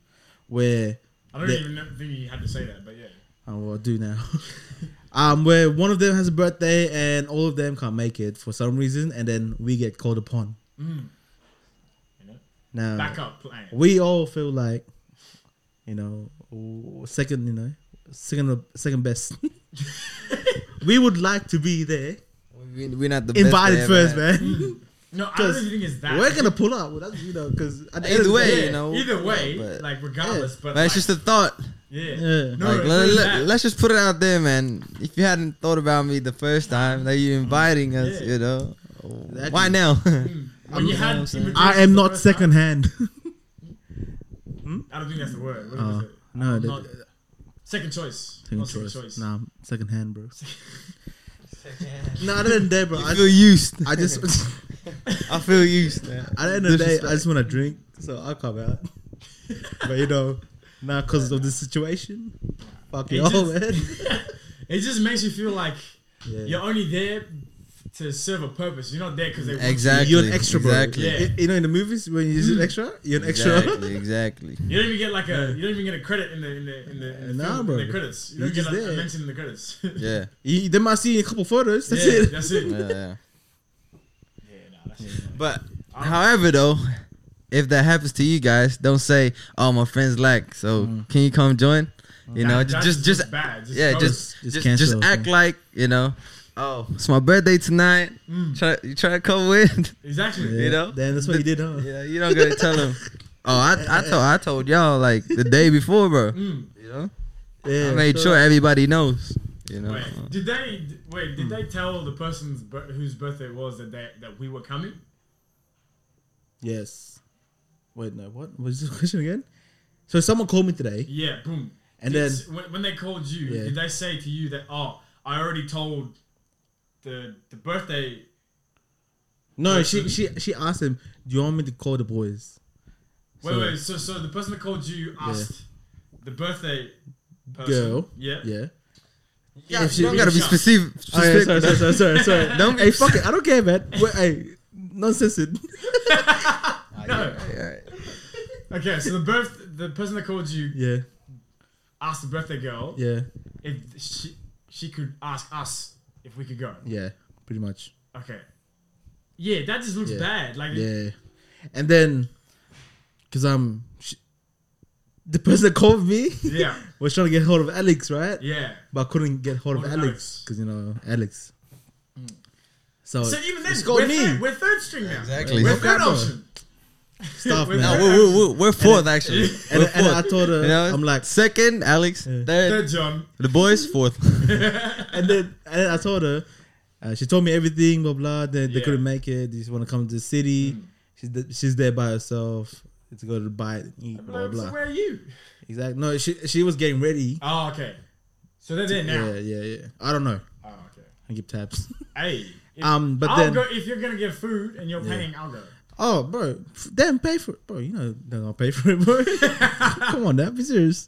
[SPEAKER 3] where
[SPEAKER 2] I don't
[SPEAKER 3] the-
[SPEAKER 2] even know- think you had to say that, but yeah.
[SPEAKER 3] Oh, well, I do now. um, where one of them has a birthday and all of them can't make it for some reason, and then we get called upon.
[SPEAKER 2] Mm. You know?
[SPEAKER 3] Now,
[SPEAKER 2] Backup plan.
[SPEAKER 3] Uh, we all feel like, you know, w- second, you know, second, second best. we would like to be there,
[SPEAKER 1] We- We're not the best
[SPEAKER 3] invited
[SPEAKER 1] they
[SPEAKER 3] first,
[SPEAKER 1] ever had.
[SPEAKER 3] man.
[SPEAKER 2] No, I don't
[SPEAKER 3] Because
[SPEAKER 2] even think it's that.
[SPEAKER 3] We're gonna pull up, well, that's, you know, because
[SPEAKER 1] Either way,
[SPEAKER 2] Yeah,
[SPEAKER 1] you know.
[SPEAKER 2] Either way,
[SPEAKER 1] but-
[SPEAKER 2] like regardless, but,
[SPEAKER 1] But it's just a thought.
[SPEAKER 2] yeah.
[SPEAKER 3] Yeah.
[SPEAKER 2] No,
[SPEAKER 1] like,
[SPEAKER 2] it's
[SPEAKER 1] let,
[SPEAKER 2] really
[SPEAKER 1] let,
[SPEAKER 2] that.
[SPEAKER 1] let's just put it out there, man. If you hadn't thought about me the first time that you inviting us,
[SPEAKER 2] Yeah.
[SPEAKER 1] you know,
[SPEAKER 3] Exactly.
[SPEAKER 1] why now?
[SPEAKER 2] when you
[SPEAKER 1] I'm-
[SPEAKER 2] had
[SPEAKER 1] I'm saying-
[SPEAKER 2] immature
[SPEAKER 3] I am
[SPEAKER 2] the
[SPEAKER 3] not
[SPEAKER 2] first time-
[SPEAKER 3] second hand.
[SPEAKER 2] I don't think that's the word. What
[SPEAKER 3] Uh,
[SPEAKER 2] is it?
[SPEAKER 3] no,
[SPEAKER 2] I'm
[SPEAKER 3] that-
[SPEAKER 2] not- second choice.
[SPEAKER 3] second
[SPEAKER 2] not
[SPEAKER 3] choice. Nah, second hand, bro.
[SPEAKER 1] you
[SPEAKER 3] No, other than that, bro. I,
[SPEAKER 1] feel used.
[SPEAKER 3] I just.
[SPEAKER 1] I feel used. man.
[SPEAKER 3] At the end of the day, I
[SPEAKER 1] Disrespect.
[SPEAKER 3] just want to drink, so I'll come out. but you know, now because of this situation, fuck
[SPEAKER 2] It
[SPEAKER 3] y'all, man.
[SPEAKER 2] just- It just makes you feel like
[SPEAKER 3] Yeah.
[SPEAKER 2] you're only there to serve a purpose. You're not there because they want you.
[SPEAKER 1] Exactly.
[SPEAKER 3] You're an extra, bro.
[SPEAKER 1] Exactly. Hmm.
[SPEAKER 2] Yeah.
[SPEAKER 3] You- You know, in the movies when you're just an extra, you're an extra.
[SPEAKER 1] Exactly. Exactly.
[SPEAKER 2] You don't even get like a. You don't even get a credit in the in the in the, in the,
[SPEAKER 3] Nah,
[SPEAKER 2] film,
[SPEAKER 3] bro.
[SPEAKER 2] in the credits. You
[SPEAKER 3] You're
[SPEAKER 2] don't get
[SPEAKER 3] just
[SPEAKER 2] like, a
[SPEAKER 3] there.
[SPEAKER 2] mention in the credits.
[SPEAKER 1] Yeah.
[SPEAKER 3] You- they might see a couple photos. That's
[SPEAKER 2] yeah,
[SPEAKER 3] it.
[SPEAKER 2] That's it.
[SPEAKER 1] Yeah.
[SPEAKER 2] Yeah,
[SPEAKER 1] yeah.
[SPEAKER 2] nah, that's it.
[SPEAKER 1] But
[SPEAKER 2] Um,
[SPEAKER 1] however though, if that happens to you guys, don't say, "Oh, my friends lack." So
[SPEAKER 3] Mm.
[SPEAKER 1] can you come join? You know,
[SPEAKER 2] That-
[SPEAKER 1] just
[SPEAKER 2] that's
[SPEAKER 1] just just
[SPEAKER 2] bad. Just
[SPEAKER 1] yeah,
[SPEAKER 2] go.
[SPEAKER 1] just
[SPEAKER 3] Just
[SPEAKER 1] just just,
[SPEAKER 3] cancel,
[SPEAKER 1] act
[SPEAKER 3] yeah.
[SPEAKER 1] like you know. Oh, it's my birthday tonight.
[SPEAKER 2] Mm.
[SPEAKER 1] Try you try to come with.
[SPEAKER 2] exactly.
[SPEAKER 1] You know?
[SPEAKER 3] Then that's what you did, huh?
[SPEAKER 1] yeah, you don't gotta tell them. Oh, I I told I told y'all like the day before, bro.
[SPEAKER 2] Mm.
[SPEAKER 1] You know,
[SPEAKER 3] Yeah,
[SPEAKER 1] I made
[SPEAKER 3] so-
[SPEAKER 1] sure everybody knows. You know,
[SPEAKER 2] Wait, did they d- wait? Did they tell the person's bir- whose birthday it was that they, that we were coming?
[SPEAKER 3] Yes. Wait, no. What was this question again? So someone called me today,
[SPEAKER 2] Yeah, boom.
[SPEAKER 3] and
[SPEAKER 2] Did-
[SPEAKER 3] then
[SPEAKER 2] when, when they called you,
[SPEAKER 3] Yeah.
[SPEAKER 2] did they say to you that oh I already told the the birthday.
[SPEAKER 3] No, she she she asked him, "Do you want me to call the boys?"
[SPEAKER 2] Wait,
[SPEAKER 3] So-
[SPEAKER 2] wait. So, so the person that called you asked the birthday person.
[SPEAKER 3] Girl.
[SPEAKER 2] Yeah.
[SPEAKER 3] Yeah.
[SPEAKER 1] Yeah,
[SPEAKER 3] If she-
[SPEAKER 1] you don't gotta be
[SPEAKER 2] Yeah.
[SPEAKER 1] specific.
[SPEAKER 3] Oh, yeah,
[SPEAKER 1] specific.
[SPEAKER 3] sorry, sorry, sorry, sorry, sorry.
[SPEAKER 1] Don't be-
[SPEAKER 3] hey, fuck it. I don't care, man. Wait, hey, nonsense. It.
[SPEAKER 2] No. Okay, so the birth the person that called you
[SPEAKER 3] Yeah,
[SPEAKER 2] asked the birthday girl
[SPEAKER 3] yeah,
[SPEAKER 2] if she she could ask us if we could go.
[SPEAKER 3] yeah. Pretty much.
[SPEAKER 2] Okay. Yeah, that just looks
[SPEAKER 3] Yeah.
[SPEAKER 2] bad. Like
[SPEAKER 3] Yeah. And then, cause um, sh the person that called me
[SPEAKER 2] yeah.
[SPEAKER 3] was trying to get hold of Alex, right?
[SPEAKER 2] yeah.
[SPEAKER 3] But I couldn't get hold of
[SPEAKER 2] Hold of
[SPEAKER 3] Alex
[SPEAKER 2] Alex.
[SPEAKER 3] because you know Alex. So,
[SPEAKER 2] So even
[SPEAKER 3] Oh,
[SPEAKER 2] then,
[SPEAKER 3] it's called
[SPEAKER 2] we're,
[SPEAKER 3] me.
[SPEAKER 2] third, we're third string now.
[SPEAKER 1] Exactly.
[SPEAKER 2] We're
[SPEAKER 1] No
[SPEAKER 2] third
[SPEAKER 3] problem.
[SPEAKER 2] option.
[SPEAKER 3] stop,
[SPEAKER 2] we're
[SPEAKER 1] No,
[SPEAKER 3] man.
[SPEAKER 2] not-
[SPEAKER 1] we're, we're, we're, we're fourth actually.
[SPEAKER 3] And,
[SPEAKER 1] We're
[SPEAKER 3] and I
[SPEAKER 1] fourth.
[SPEAKER 3] told her,
[SPEAKER 1] You know,
[SPEAKER 3] I'm like,
[SPEAKER 1] second, Alex, third,
[SPEAKER 2] Third John.
[SPEAKER 1] the boys, fourth.
[SPEAKER 3] and then and then I told her, uh, she told me everything, blah blah. Then they
[SPEAKER 2] Yeah. Hmm.
[SPEAKER 3] couldn't make it. They just want to come to the city. She's th- she's there by herself to go to buy and eat, blah
[SPEAKER 2] Like,
[SPEAKER 3] blah.
[SPEAKER 2] So where are you?
[SPEAKER 3] Exactly. No, she she was getting ready.
[SPEAKER 2] Oh, okay. So they're there now.
[SPEAKER 3] Yeah, yeah, yeah. I don't know.
[SPEAKER 2] Oh, okay.
[SPEAKER 3] I give tabs.
[SPEAKER 2] Hey. If,
[SPEAKER 3] Um, but
[SPEAKER 2] I'll
[SPEAKER 3] then-
[SPEAKER 2] go if you're gonna get food and you're paying. I'll go.
[SPEAKER 3] oh, bro, f- damn, pay for it, bro. You know they're gonna pay for it, bro. come on, now, be serious.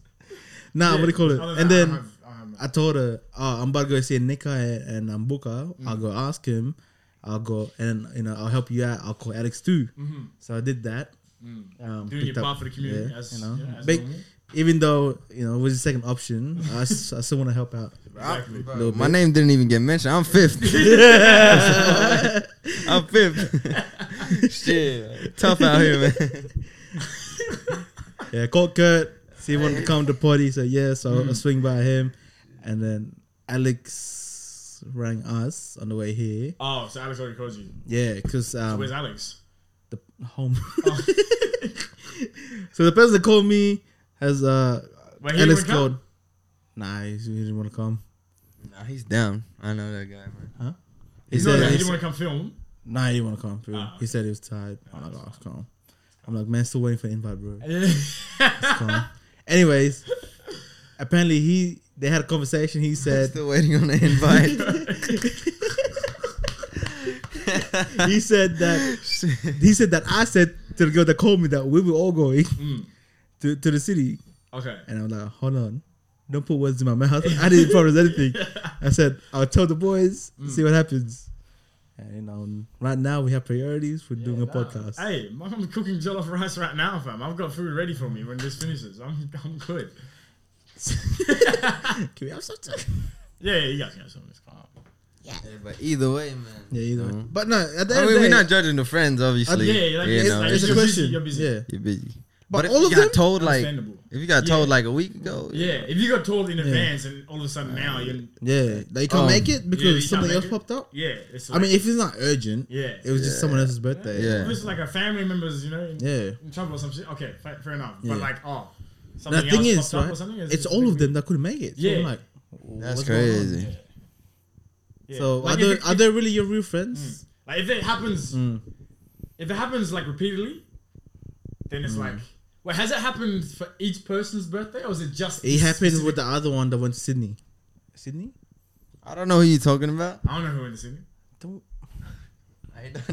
[SPEAKER 3] Nah, Ah, what do you call
[SPEAKER 2] Other
[SPEAKER 3] it? And
[SPEAKER 2] than that,
[SPEAKER 3] then.
[SPEAKER 2] I'll have- I'll have my-
[SPEAKER 3] I told her, oh, I'm about to go see Nika and, and Ambuka. I'll go
[SPEAKER 2] Mm-hmm.
[SPEAKER 3] ask him. I'll go and you know I'll help you out. I'll call Alex too. So I did that. Um,
[SPEAKER 2] Mm-hmm. Mm. Doing your
[SPEAKER 3] picked up-
[SPEAKER 2] part for the community,
[SPEAKER 3] yeah,
[SPEAKER 2] as
[SPEAKER 3] you know.
[SPEAKER 2] yeah, as
[SPEAKER 3] Big-
[SPEAKER 2] normal.
[SPEAKER 3] even though you know it was the second option, I, s- I still want to help out.
[SPEAKER 2] Exactly.
[SPEAKER 1] Bro, my name didn't even get mentioned. I'm fifth. I'm fifth. Shit, tough out here, man.
[SPEAKER 3] Yeah, called Kurt. So he wanted to come to party. So yeah, so
[SPEAKER 2] Mm.
[SPEAKER 3] I swing by him, and then Alex rang us on the way here.
[SPEAKER 2] Oh, so Alex already called you.
[SPEAKER 3] Yeah, because um,
[SPEAKER 2] Where's Alex?
[SPEAKER 3] the home. so the person that called me has uh
[SPEAKER 2] Wait, he
[SPEAKER 3] Alex
[SPEAKER 2] didn't come?
[SPEAKER 3] called. Nah, he he didn't want to come.
[SPEAKER 1] Nah, he's down. I know that guy, man.
[SPEAKER 3] He
[SPEAKER 2] No,
[SPEAKER 3] said,
[SPEAKER 2] no,
[SPEAKER 3] he
[SPEAKER 2] he didn't want to come film.
[SPEAKER 3] nah, he didn't want to come. bro.
[SPEAKER 2] Ah,
[SPEAKER 3] He said he was tired. I'm like, oh, come. I'm like, man, still waiting for invite, bro. Come. Anyways, apparently he they had a conversation. He said
[SPEAKER 1] Still waiting on the invite.
[SPEAKER 3] he said that he said that I said to the girl that called me that we were all going
[SPEAKER 2] Mm.
[SPEAKER 3] to to the city.
[SPEAKER 2] okay.
[SPEAKER 3] And I'm like, hold on. Don't put words in my mouth. I didn't promise anything. I said, I'll tell the boys,
[SPEAKER 2] Mm.
[SPEAKER 3] see what happens. And you know, right now we have priorities. We're doing a podcast.
[SPEAKER 2] Hey, my mum's cooking jollof rice right now, fam. I've got food ready for me when this finishes. I'm, I'm good.
[SPEAKER 3] Can we have some time?
[SPEAKER 2] Yeah, yeah, you guys can have some of this. Come on.
[SPEAKER 1] but either way, man.
[SPEAKER 3] Yeah, either way.
[SPEAKER 1] No.
[SPEAKER 3] But no, at the
[SPEAKER 1] I
[SPEAKER 3] end
[SPEAKER 1] mean,
[SPEAKER 3] of the
[SPEAKER 1] we're
[SPEAKER 3] day,
[SPEAKER 1] not judging the friends, obviously.
[SPEAKER 2] yeah, yeah, like,
[SPEAKER 1] you
[SPEAKER 2] it's
[SPEAKER 1] know,
[SPEAKER 2] like-
[SPEAKER 3] it's a
[SPEAKER 2] You're busy,
[SPEAKER 3] question.
[SPEAKER 2] you're busy.
[SPEAKER 3] Yeah.
[SPEAKER 1] you're busy.
[SPEAKER 3] But
[SPEAKER 1] if
[SPEAKER 3] all
[SPEAKER 1] you
[SPEAKER 3] of
[SPEAKER 1] got
[SPEAKER 3] them?
[SPEAKER 1] told like
[SPEAKER 2] Understandable.
[SPEAKER 1] if you got
[SPEAKER 2] Yeah.
[SPEAKER 1] told like a week ago,
[SPEAKER 2] Yeah, if you got told in advance and all of a sudden now you're.
[SPEAKER 3] Yeah, like you can't
[SPEAKER 1] Um,
[SPEAKER 3] make it
[SPEAKER 2] yeah, you
[SPEAKER 3] because
[SPEAKER 2] can't
[SPEAKER 3] something
[SPEAKER 2] make
[SPEAKER 3] else
[SPEAKER 2] it.
[SPEAKER 3] popped up.
[SPEAKER 2] Yeah, it's
[SPEAKER 3] I
[SPEAKER 2] like,
[SPEAKER 3] mean, if it's not urgent,
[SPEAKER 2] yeah.
[SPEAKER 3] it was just someone else's birthday.
[SPEAKER 1] Yeah.
[SPEAKER 2] If it's like a family member's, you know, in,
[SPEAKER 3] Yeah.
[SPEAKER 2] in trouble or some shit. Okay, fair, fair enough.
[SPEAKER 3] Yeah.
[SPEAKER 2] But like, oh,
[SPEAKER 3] The
[SPEAKER 2] something
[SPEAKER 3] thing
[SPEAKER 2] else
[SPEAKER 3] is,
[SPEAKER 2] popped up
[SPEAKER 3] right,
[SPEAKER 2] or something.
[SPEAKER 3] it's all of them that couldn't make it. So
[SPEAKER 2] Yeah.
[SPEAKER 3] I'm like,
[SPEAKER 1] that's
[SPEAKER 3] what's going on?
[SPEAKER 1] crazy.
[SPEAKER 2] Yeah.
[SPEAKER 3] So
[SPEAKER 2] Like,
[SPEAKER 3] are,
[SPEAKER 2] if Mm.
[SPEAKER 3] they,
[SPEAKER 2] it-
[SPEAKER 3] are they really your real friends?
[SPEAKER 2] Like if it happens,
[SPEAKER 3] Mm.
[SPEAKER 2] if it happens like repeatedly, then
[SPEAKER 3] Mm.
[SPEAKER 2] it's like, wait, has it happened for each person's birthday or is it just?
[SPEAKER 3] It happened with the other one that went to Sydney. Sydney?
[SPEAKER 1] I don't know who you're talking about.
[SPEAKER 2] I don't know who in the city.
[SPEAKER 3] Don't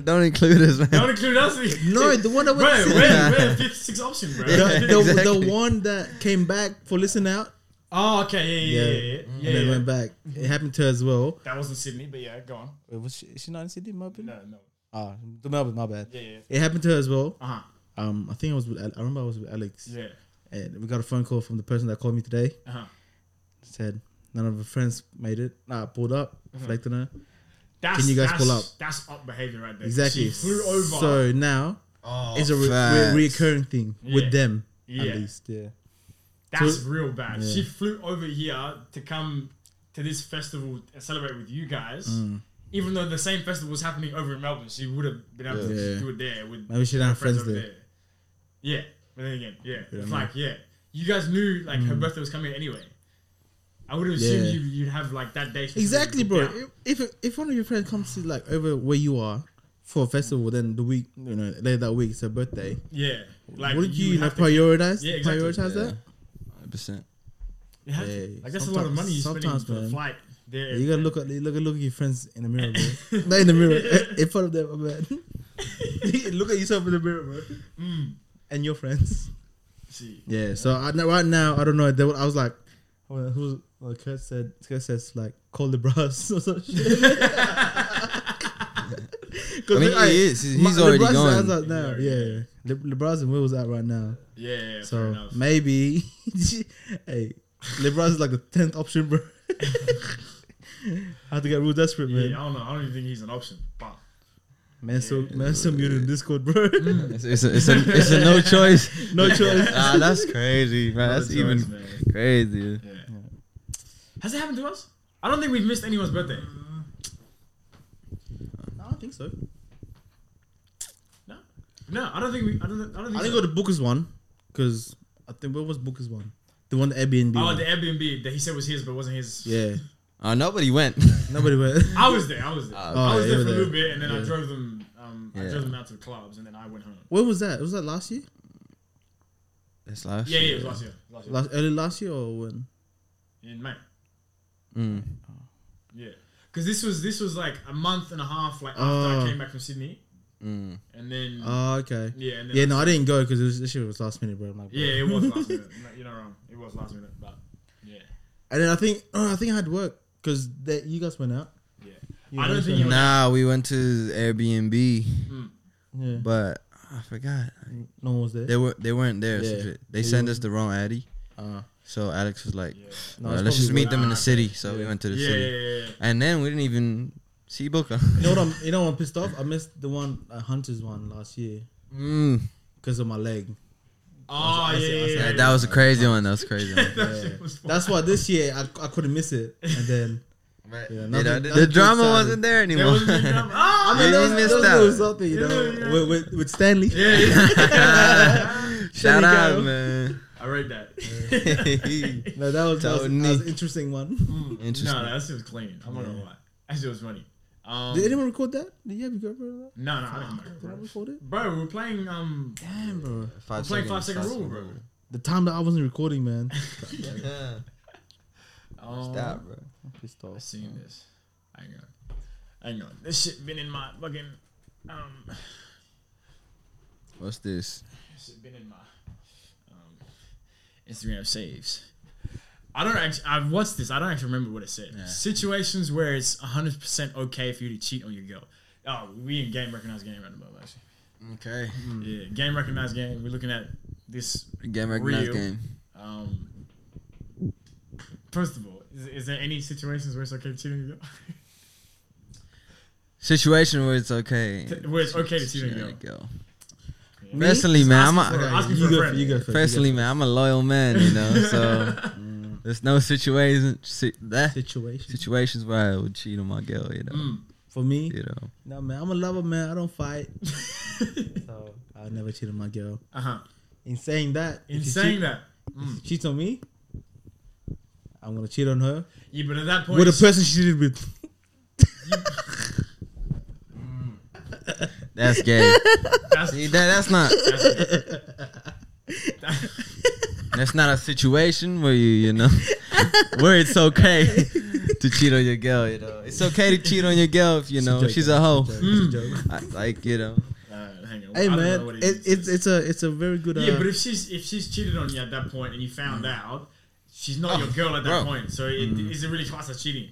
[SPEAKER 1] don't include us, man.
[SPEAKER 2] Don't include us. in-
[SPEAKER 3] No, the one that
[SPEAKER 2] bro,
[SPEAKER 3] went to
[SPEAKER 2] we're,
[SPEAKER 3] Sydney.
[SPEAKER 2] we're the fifth, sixth option, bro.
[SPEAKER 1] Yeah.
[SPEAKER 3] The, the,
[SPEAKER 1] Exactly.
[SPEAKER 3] the one that came back for listen out
[SPEAKER 2] Oh, okay, yeah, yeah,
[SPEAKER 3] Yeah.
[SPEAKER 2] yeah, yeah. yeah,
[SPEAKER 3] and then
[SPEAKER 2] yeah.
[SPEAKER 3] went back. It happened to her as well.
[SPEAKER 2] That wasn't Sydney, but yeah, go on.
[SPEAKER 3] Wait, was she, she not in Sydney, Melbourne?
[SPEAKER 2] No, no,
[SPEAKER 3] Ah, the Melbourne, my bad.
[SPEAKER 2] yeah, yeah,
[SPEAKER 3] It happened to her as well.
[SPEAKER 2] uh huh,
[SPEAKER 3] Um, I think I was with Al- I remember I was with Alex,
[SPEAKER 2] yeah,
[SPEAKER 3] and we got a phone call from the person that called me today.
[SPEAKER 2] uh huh.
[SPEAKER 3] Said none of her friends made it. Nah, pulled up, reflecting her
[SPEAKER 2] That's,
[SPEAKER 3] Can you guys
[SPEAKER 2] that's,
[SPEAKER 3] pull up?
[SPEAKER 2] That's up behavior right there.
[SPEAKER 3] exactly.
[SPEAKER 2] She flew over.
[SPEAKER 3] So now
[SPEAKER 1] Oh,
[SPEAKER 3] it's a re-
[SPEAKER 1] facts.
[SPEAKER 3] re- reoccurring thing
[SPEAKER 2] Yeah.
[SPEAKER 3] with them
[SPEAKER 2] Yeah.
[SPEAKER 3] at least. Yeah,
[SPEAKER 2] That's
[SPEAKER 3] So-
[SPEAKER 2] real bad.
[SPEAKER 3] Yeah.
[SPEAKER 2] She flew over here to come to this festival and celebrate with you guys.
[SPEAKER 3] Mm.
[SPEAKER 2] Even though the same festival was happening over in Melbourne, she would have been able to
[SPEAKER 3] Yeah.
[SPEAKER 2] do it there with
[SPEAKER 3] maybe she didn't have
[SPEAKER 2] her
[SPEAKER 3] friends
[SPEAKER 2] over
[SPEAKER 3] there.
[SPEAKER 2] Yeah, but then again, yeah,
[SPEAKER 3] don't
[SPEAKER 2] it's
[SPEAKER 3] know.
[SPEAKER 2] like yeah, you guys knew like her birthday was coming anyway. I would have assumed
[SPEAKER 3] Mm. Yeah.
[SPEAKER 2] you, you'd have like that day specifically
[SPEAKER 3] Exactly, bro.
[SPEAKER 2] booked out.
[SPEAKER 3] If if- if one of your friends comes to like over where you are for a festival, then the week you know later that week it's her birthday.
[SPEAKER 2] Yeah, like
[SPEAKER 3] Wouldn't you,
[SPEAKER 2] you,
[SPEAKER 3] you know,
[SPEAKER 2] have to,
[SPEAKER 3] prioritize
[SPEAKER 2] Yeah, exactly.
[SPEAKER 3] prioritize that?
[SPEAKER 1] Hundred percent.
[SPEAKER 2] you have to-
[SPEAKER 3] Yeah,
[SPEAKER 2] like that's a lot of
[SPEAKER 3] sometimes-
[SPEAKER 2] money you spending
[SPEAKER 3] sometimes,
[SPEAKER 2] for the
[SPEAKER 3] man.
[SPEAKER 2] flight There,
[SPEAKER 3] You gotta look at you look at look at your friends in the mirror, bro. Not in the mirror, in front of them, man. look at yourself in the mirror, bro,
[SPEAKER 2] Mm,
[SPEAKER 3] and your friends.
[SPEAKER 2] see.
[SPEAKER 3] Yeah. So I, know- right now, I don't know. They were, I was like, well, who's well, Kurt said? Kurt says like call the bras or some shit.
[SPEAKER 1] I mean,
[SPEAKER 3] I-
[SPEAKER 1] he is. He's,
[SPEAKER 3] my-
[SPEAKER 1] he's already
[SPEAKER 3] LeBron's
[SPEAKER 1] gone.
[SPEAKER 3] As of now, yeah, yeah. Le, LeBron's and Will's out right now,
[SPEAKER 2] Yeah, yeah, fair
[SPEAKER 3] so
[SPEAKER 2] enough.
[SPEAKER 3] maybe. hey, LeBron's like the tenth option, bro. I have to get real desperate,
[SPEAKER 2] yeah,
[SPEAKER 3] man.
[SPEAKER 2] I don't know. I don't even think he's an option. But
[SPEAKER 3] Man, so man, so muted in Discord, bro.
[SPEAKER 1] It's, it's, a, it's, a, it's a no choice.
[SPEAKER 3] no choice.
[SPEAKER 1] ah, that's crazy, man.
[SPEAKER 2] No
[SPEAKER 1] That's
[SPEAKER 2] choice,
[SPEAKER 1] even
[SPEAKER 2] man.
[SPEAKER 1] crazy.
[SPEAKER 2] yeah. Has it happened to us? I don't think we've missed anyone's birthday.
[SPEAKER 3] Uh, I don't think so.
[SPEAKER 2] No, I don't think we. I don't. I don't think.
[SPEAKER 3] I think go
[SPEAKER 2] so.
[SPEAKER 3] to Booker's one because I think where was Booker's one? The one the Airbnb.
[SPEAKER 2] Oh,
[SPEAKER 3] one.
[SPEAKER 2] the Airbnb that he said was his, but wasn't his.
[SPEAKER 3] yeah,
[SPEAKER 1] Uh, nobody went.
[SPEAKER 3] nobody went.
[SPEAKER 2] I was there. I was there.
[SPEAKER 1] Oh,
[SPEAKER 2] I was
[SPEAKER 3] yeah,
[SPEAKER 2] there
[SPEAKER 3] you Uh, were
[SPEAKER 2] for a little
[SPEAKER 3] there.
[SPEAKER 2] bit, and then I
[SPEAKER 3] Yeah.
[SPEAKER 2] drove them. Um, I
[SPEAKER 1] Yeah.
[SPEAKER 2] drove them out to the clubs, and then I went home.
[SPEAKER 3] When was that? Was that last year?
[SPEAKER 1] That's last.
[SPEAKER 2] Yeah, yeah, it was
[SPEAKER 1] year.
[SPEAKER 2] last year. Last year
[SPEAKER 3] Last early last year or
[SPEAKER 2] Mm.
[SPEAKER 3] when?
[SPEAKER 2] in May.
[SPEAKER 1] Mm.
[SPEAKER 2] Yeah, because this was this was like a month and a half like after
[SPEAKER 3] Oh.
[SPEAKER 2] I came back from Sydney,
[SPEAKER 1] Mm.
[SPEAKER 2] and then
[SPEAKER 3] Oh, okay.
[SPEAKER 2] yeah, and then
[SPEAKER 3] Yeah,
[SPEAKER 2] I-
[SPEAKER 3] no, I didn't go because this shit was last minute, bro. I'm like, bro.
[SPEAKER 2] yeah, it was last minute. No, You're not wrong. It was last minute, but yeah,
[SPEAKER 3] And then I think oh, I think I had work because you guys went out.
[SPEAKER 2] yeah.
[SPEAKER 3] You
[SPEAKER 2] I don't
[SPEAKER 3] guys
[SPEAKER 2] think
[SPEAKER 3] went
[SPEAKER 2] you-
[SPEAKER 1] Nah, we went to Airbnb,
[SPEAKER 3] Mm-hmm. out. Yeah,
[SPEAKER 1] but I forgot
[SPEAKER 3] no one was there.
[SPEAKER 1] they were they weren't there. so
[SPEAKER 3] Yeah.
[SPEAKER 1] shit. they sent us the wrong Addy.
[SPEAKER 3] Uh,
[SPEAKER 1] So Alex was like,
[SPEAKER 2] Yeah,
[SPEAKER 3] No,
[SPEAKER 1] "Alright,
[SPEAKER 3] it's
[SPEAKER 1] "Let's just
[SPEAKER 3] probably
[SPEAKER 1] meet them in the
[SPEAKER 2] wrong.
[SPEAKER 1] city." So we went to the
[SPEAKER 2] yeah, yeah,
[SPEAKER 1] city,
[SPEAKER 2] yeah, yeah.
[SPEAKER 1] and then we didn't even see Boca.
[SPEAKER 3] you know what I'm? You know what I'm pissed off? I missed the one uh, Hunter's one last year
[SPEAKER 1] mm.
[SPEAKER 3] because of my leg.
[SPEAKER 2] Oh,
[SPEAKER 3] I see- I
[SPEAKER 2] yeah, yeah,
[SPEAKER 3] see.
[SPEAKER 2] yeah,
[SPEAKER 1] Yeah,
[SPEAKER 2] yeah.
[SPEAKER 1] that was a crazy one. That was a crazy. one.
[SPEAKER 2] That
[SPEAKER 3] Yeah.
[SPEAKER 2] shit was fun.
[SPEAKER 3] That's why this year I, I couldn't miss it. And then Yeah,
[SPEAKER 1] You know,
[SPEAKER 3] nothing-
[SPEAKER 1] the,
[SPEAKER 3] nothing
[SPEAKER 1] the drama
[SPEAKER 3] exciting.
[SPEAKER 1] wasn't there
[SPEAKER 2] There
[SPEAKER 1] anymore.
[SPEAKER 2] wasn't any drama.
[SPEAKER 3] I
[SPEAKER 2] Ah,
[SPEAKER 1] mean,
[SPEAKER 3] mean, there
[SPEAKER 1] Yeah, you
[SPEAKER 3] was, there
[SPEAKER 1] missed
[SPEAKER 3] was a little
[SPEAKER 1] out.
[SPEAKER 3] something, you
[SPEAKER 2] Yeah,
[SPEAKER 3] know,
[SPEAKER 2] yeah.
[SPEAKER 3] With, with, with Stanley.
[SPEAKER 2] yeah, yeah.
[SPEAKER 3] There
[SPEAKER 1] Shout
[SPEAKER 3] we
[SPEAKER 1] out,
[SPEAKER 3] go.
[SPEAKER 1] man.
[SPEAKER 2] I read that.
[SPEAKER 3] No, that was, that was, that was
[SPEAKER 1] Tony.
[SPEAKER 3] an interesting one.
[SPEAKER 1] Interesting.
[SPEAKER 2] No, Mm. that shit was clean. I'm not gonna lie. That shit was funny. Um,
[SPEAKER 3] Did anyone record that? Did you have your girlfriend?
[SPEAKER 2] No, no, I
[SPEAKER 3] Did
[SPEAKER 2] don't
[SPEAKER 3] I
[SPEAKER 2] know.
[SPEAKER 3] record it?
[SPEAKER 2] Bro, we were playing. Um,
[SPEAKER 3] Damn, bro.
[SPEAKER 1] Five
[SPEAKER 2] We're playing five second rule, bro.
[SPEAKER 3] The time that I wasn't recording, man.
[SPEAKER 1] Yeah.
[SPEAKER 2] um
[SPEAKER 1] Stop, bro.
[SPEAKER 3] I'm pissed
[SPEAKER 2] I
[SPEAKER 3] off.
[SPEAKER 2] seen this. Hang on, hang on. This shit been in my fucking. Um,
[SPEAKER 1] What's this?
[SPEAKER 2] this shit been in my um, Instagram saves. I don't actually. I've watched this. I don't actually remember what it said.
[SPEAKER 1] Yeah.
[SPEAKER 2] Situations where it's 100 percent okay for you to cheat on your girl. Oh, we in game recognize game round the moment actually.
[SPEAKER 1] Okay.
[SPEAKER 3] Mm.
[SPEAKER 2] Yeah, game recognize game. We're looking at this
[SPEAKER 1] Game recognized
[SPEAKER 2] Real.
[SPEAKER 1] game.
[SPEAKER 2] Um, first of all, is, is there any situations where it's okay to cheat on your girl?
[SPEAKER 1] Situation where it's okay.
[SPEAKER 2] where it's okay to cheat on
[SPEAKER 1] There
[SPEAKER 2] your
[SPEAKER 1] you
[SPEAKER 2] girl?
[SPEAKER 1] go.
[SPEAKER 2] Me?
[SPEAKER 1] Personally,
[SPEAKER 2] Just
[SPEAKER 1] man,
[SPEAKER 2] ask
[SPEAKER 1] I'm
[SPEAKER 2] for it.
[SPEAKER 1] a,
[SPEAKER 2] Ask me
[SPEAKER 3] You
[SPEAKER 2] for a
[SPEAKER 3] go,
[SPEAKER 2] friend.
[SPEAKER 3] you go first. you
[SPEAKER 1] personally,
[SPEAKER 3] go
[SPEAKER 1] man, I'm a loyal man, you know. So there's no situation si-
[SPEAKER 3] first.
[SPEAKER 1] that
[SPEAKER 3] Situation.
[SPEAKER 1] situations where I would cheat on my girl, you know.
[SPEAKER 2] Mm.
[SPEAKER 3] For me,
[SPEAKER 1] You know.
[SPEAKER 3] no, man, I'm a lover, man. I don't fight. so I never cheat on my girl.
[SPEAKER 2] Uh huh.
[SPEAKER 3] In saying that, if
[SPEAKER 2] In
[SPEAKER 3] you
[SPEAKER 2] saying
[SPEAKER 3] cheat-
[SPEAKER 2] that,
[SPEAKER 3] if you cheat on me, I'm going to cheat on her
[SPEAKER 2] yeah, but at that point,
[SPEAKER 3] with the person she cheated with.
[SPEAKER 1] That's gay.
[SPEAKER 2] that's,
[SPEAKER 1] See, that, that's not
[SPEAKER 2] that's,
[SPEAKER 1] that's not a situation where you you know where it's okay to cheat on your girl, you know. It's okay to cheat on your girl if you
[SPEAKER 3] It's
[SPEAKER 1] know
[SPEAKER 3] joke,
[SPEAKER 1] she's
[SPEAKER 3] guys.
[SPEAKER 1] a hoe.
[SPEAKER 3] It's joke, it's a joke.
[SPEAKER 1] I, like, you know.
[SPEAKER 2] uh, hang on. I
[SPEAKER 3] Hey
[SPEAKER 2] don't
[SPEAKER 3] man,
[SPEAKER 2] know what
[SPEAKER 3] it,
[SPEAKER 2] it is.
[SPEAKER 3] it's it's a it's a very good. Uh,
[SPEAKER 2] yeah, but if she's if she's cheated on you at that point and you found out, she's not your girl at that
[SPEAKER 1] bro.
[SPEAKER 2] point. So it, is it really classed as cheating?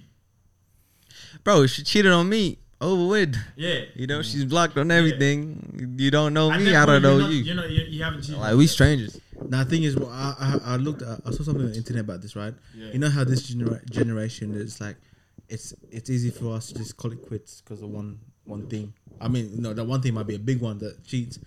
[SPEAKER 1] Bro, she cheated on me. Over with.
[SPEAKER 2] Yeah.
[SPEAKER 1] You know,
[SPEAKER 2] Mm.
[SPEAKER 1] she's blocked on everything. You don't know
[SPEAKER 2] At
[SPEAKER 1] me,
[SPEAKER 2] that
[SPEAKER 1] I don't
[SPEAKER 2] point, you're
[SPEAKER 1] know
[SPEAKER 2] not-
[SPEAKER 1] you.
[SPEAKER 2] You're not, you're, you haven't cheated.
[SPEAKER 1] Like we strangers.
[SPEAKER 3] now the thing is, well, I, I I looked at, I saw something on the internet about this, right?
[SPEAKER 2] Yeah.
[SPEAKER 3] You know how this genera- generation is like, it's it's easy for us to just call it quits because of one one thing. I mean, no, that one thing might be a big one that cheats,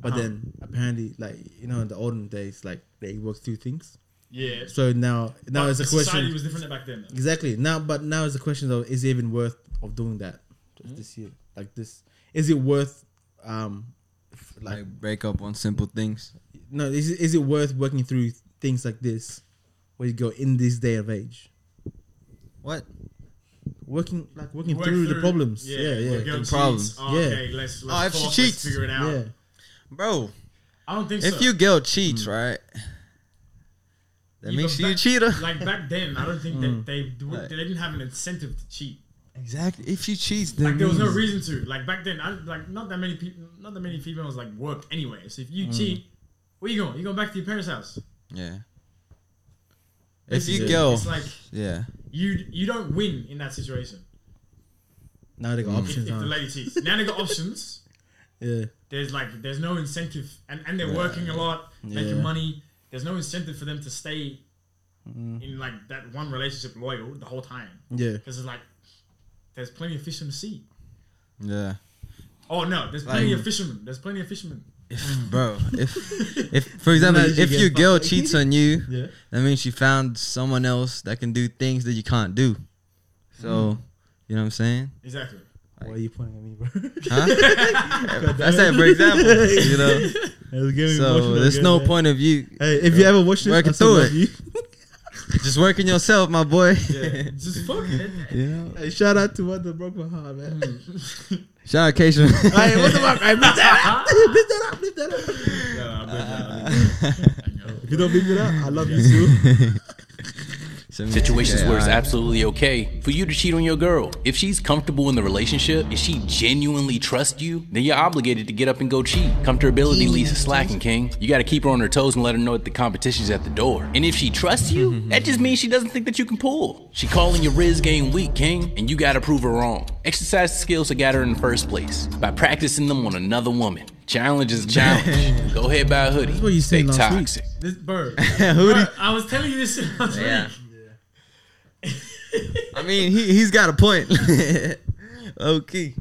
[SPEAKER 3] but
[SPEAKER 2] Uh-huh.
[SPEAKER 3] then apparently, like you know, in the olden days, like they worked through things.
[SPEAKER 2] yeah.
[SPEAKER 3] So now now
[SPEAKER 2] But
[SPEAKER 3] it's a
[SPEAKER 2] Society
[SPEAKER 3] question.
[SPEAKER 2] was different back then. Though.
[SPEAKER 3] Exactly now, but now it's a question of is it even worth of doing that
[SPEAKER 2] Hmm?
[SPEAKER 3] just this year? Like this, is it worth um f- like
[SPEAKER 1] Like break up on simple things.
[SPEAKER 3] no is, it- is it worth working through things like this where you go in this day of age
[SPEAKER 1] What?
[SPEAKER 3] working like working
[SPEAKER 2] Work
[SPEAKER 3] through, the problems yeah yeah
[SPEAKER 2] the girl
[SPEAKER 1] The
[SPEAKER 2] cheats.
[SPEAKER 1] problems.
[SPEAKER 2] Oh,
[SPEAKER 3] Yeah.
[SPEAKER 2] Okay, let's, let's,
[SPEAKER 1] Oh, if she
[SPEAKER 2] talk, let's
[SPEAKER 1] cheats.
[SPEAKER 2] figure it out.
[SPEAKER 3] yeah
[SPEAKER 1] Bro,
[SPEAKER 2] I don't think so.
[SPEAKER 1] Mm. if your girl cheats, right? That
[SPEAKER 2] Yeah,
[SPEAKER 1] makes
[SPEAKER 2] but
[SPEAKER 1] you a
[SPEAKER 2] back-
[SPEAKER 1] cheater.
[SPEAKER 2] Like back then, I don't think that they they, would-
[SPEAKER 1] Like-
[SPEAKER 2] they didn't have an incentive to cheat.
[SPEAKER 1] Exactly. If you cheat, then
[SPEAKER 2] Like there was no
[SPEAKER 3] Mm.
[SPEAKER 1] means-
[SPEAKER 2] reason to. Like back then, I, like not that many people, not that many females like work anyway. So if you
[SPEAKER 3] Mm.
[SPEAKER 2] cheat, where you going? You going back to your parents' house?
[SPEAKER 1] Yeah. If you
[SPEAKER 3] Yeah.
[SPEAKER 1] go,
[SPEAKER 2] It's like
[SPEAKER 1] yeah,
[SPEAKER 2] you you don't win in that situation
[SPEAKER 3] Now they got
[SPEAKER 1] Mm.
[SPEAKER 2] if,
[SPEAKER 3] options.
[SPEAKER 2] if the
[SPEAKER 3] huh?
[SPEAKER 2] lady cheats. Now they got options.
[SPEAKER 3] Yeah.
[SPEAKER 2] There's like there's no incentive, and and they're working a lot,
[SPEAKER 3] Yeah.
[SPEAKER 2] making money. There's no incentive for them to stay
[SPEAKER 3] Mm.
[SPEAKER 2] in like that one relationship loyal the whole time
[SPEAKER 3] Yeah.
[SPEAKER 2] because it's like there's plenty of fish in the sea.
[SPEAKER 1] yeah,
[SPEAKER 2] Oh no, there's plenty
[SPEAKER 1] Like-
[SPEAKER 2] of fishermen. There's plenty of fishermen. Mm.
[SPEAKER 1] bro. If if for example,
[SPEAKER 3] Sometimes you
[SPEAKER 1] if
[SPEAKER 3] get
[SPEAKER 1] your girl
[SPEAKER 3] fucked.
[SPEAKER 1] cheats on you,
[SPEAKER 3] Yeah.
[SPEAKER 1] that means she found someone else that can do things that you can't do. So
[SPEAKER 5] Mm-hmm.
[SPEAKER 1] you know what I'm saying?
[SPEAKER 2] Exactly.
[SPEAKER 3] Why are you pointing at me, bro?
[SPEAKER 1] Huh? That's that for example. You know.
[SPEAKER 3] It's getting
[SPEAKER 1] So
[SPEAKER 3] emotional
[SPEAKER 1] there's
[SPEAKER 3] again,
[SPEAKER 1] no
[SPEAKER 3] man.
[SPEAKER 1] point of you.
[SPEAKER 3] Hey, if you ever watch this,
[SPEAKER 1] Working
[SPEAKER 3] I still
[SPEAKER 1] through
[SPEAKER 3] love
[SPEAKER 1] it.
[SPEAKER 3] you.
[SPEAKER 1] Just working yourself, my boy.
[SPEAKER 2] Yeah. Just fuck it.
[SPEAKER 1] you know.
[SPEAKER 3] Hey, shout out to what the broke my heart, man.
[SPEAKER 1] Shout out, Keisha.
[SPEAKER 3] hey, what the fuck? Hey, bleep that out. Bleep that out. Bleep that out.
[SPEAKER 2] Yeah, I
[SPEAKER 3] If you don't bleep it out, I love you too.
[SPEAKER 5] Situations
[SPEAKER 1] Okay,
[SPEAKER 5] where it's
[SPEAKER 1] alright.
[SPEAKER 5] absolutely okay for you to cheat on your girl. If she's comfortable in the relationship, if she genuinely trusts you, then you're obligated to get up and go cheat. Comfortability leads to slacking, King. You gotta keep her on her toes and let her know that the competition's at the door. And if she trusts you, that just means she doesn't think that you can pull. She calling your Riz game weak, King, and you gotta prove her wrong. Exercise the skills that got her in the first place by practicing them on another woman. Challenge is a challenge. go ahead, buy a hoodie. That's
[SPEAKER 3] what you said
[SPEAKER 5] Stay
[SPEAKER 3] last week.
[SPEAKER 5] toxic.
[SPEAKER 2] This bird.
[SPEAKER 1] Hootie.
[SPEAKER 2] I was telling you this last
[SPEAKER 1] Yeah.
[SPEAKER 2] week.
[SPEAKER 1] I mean, he he's got a point. okay.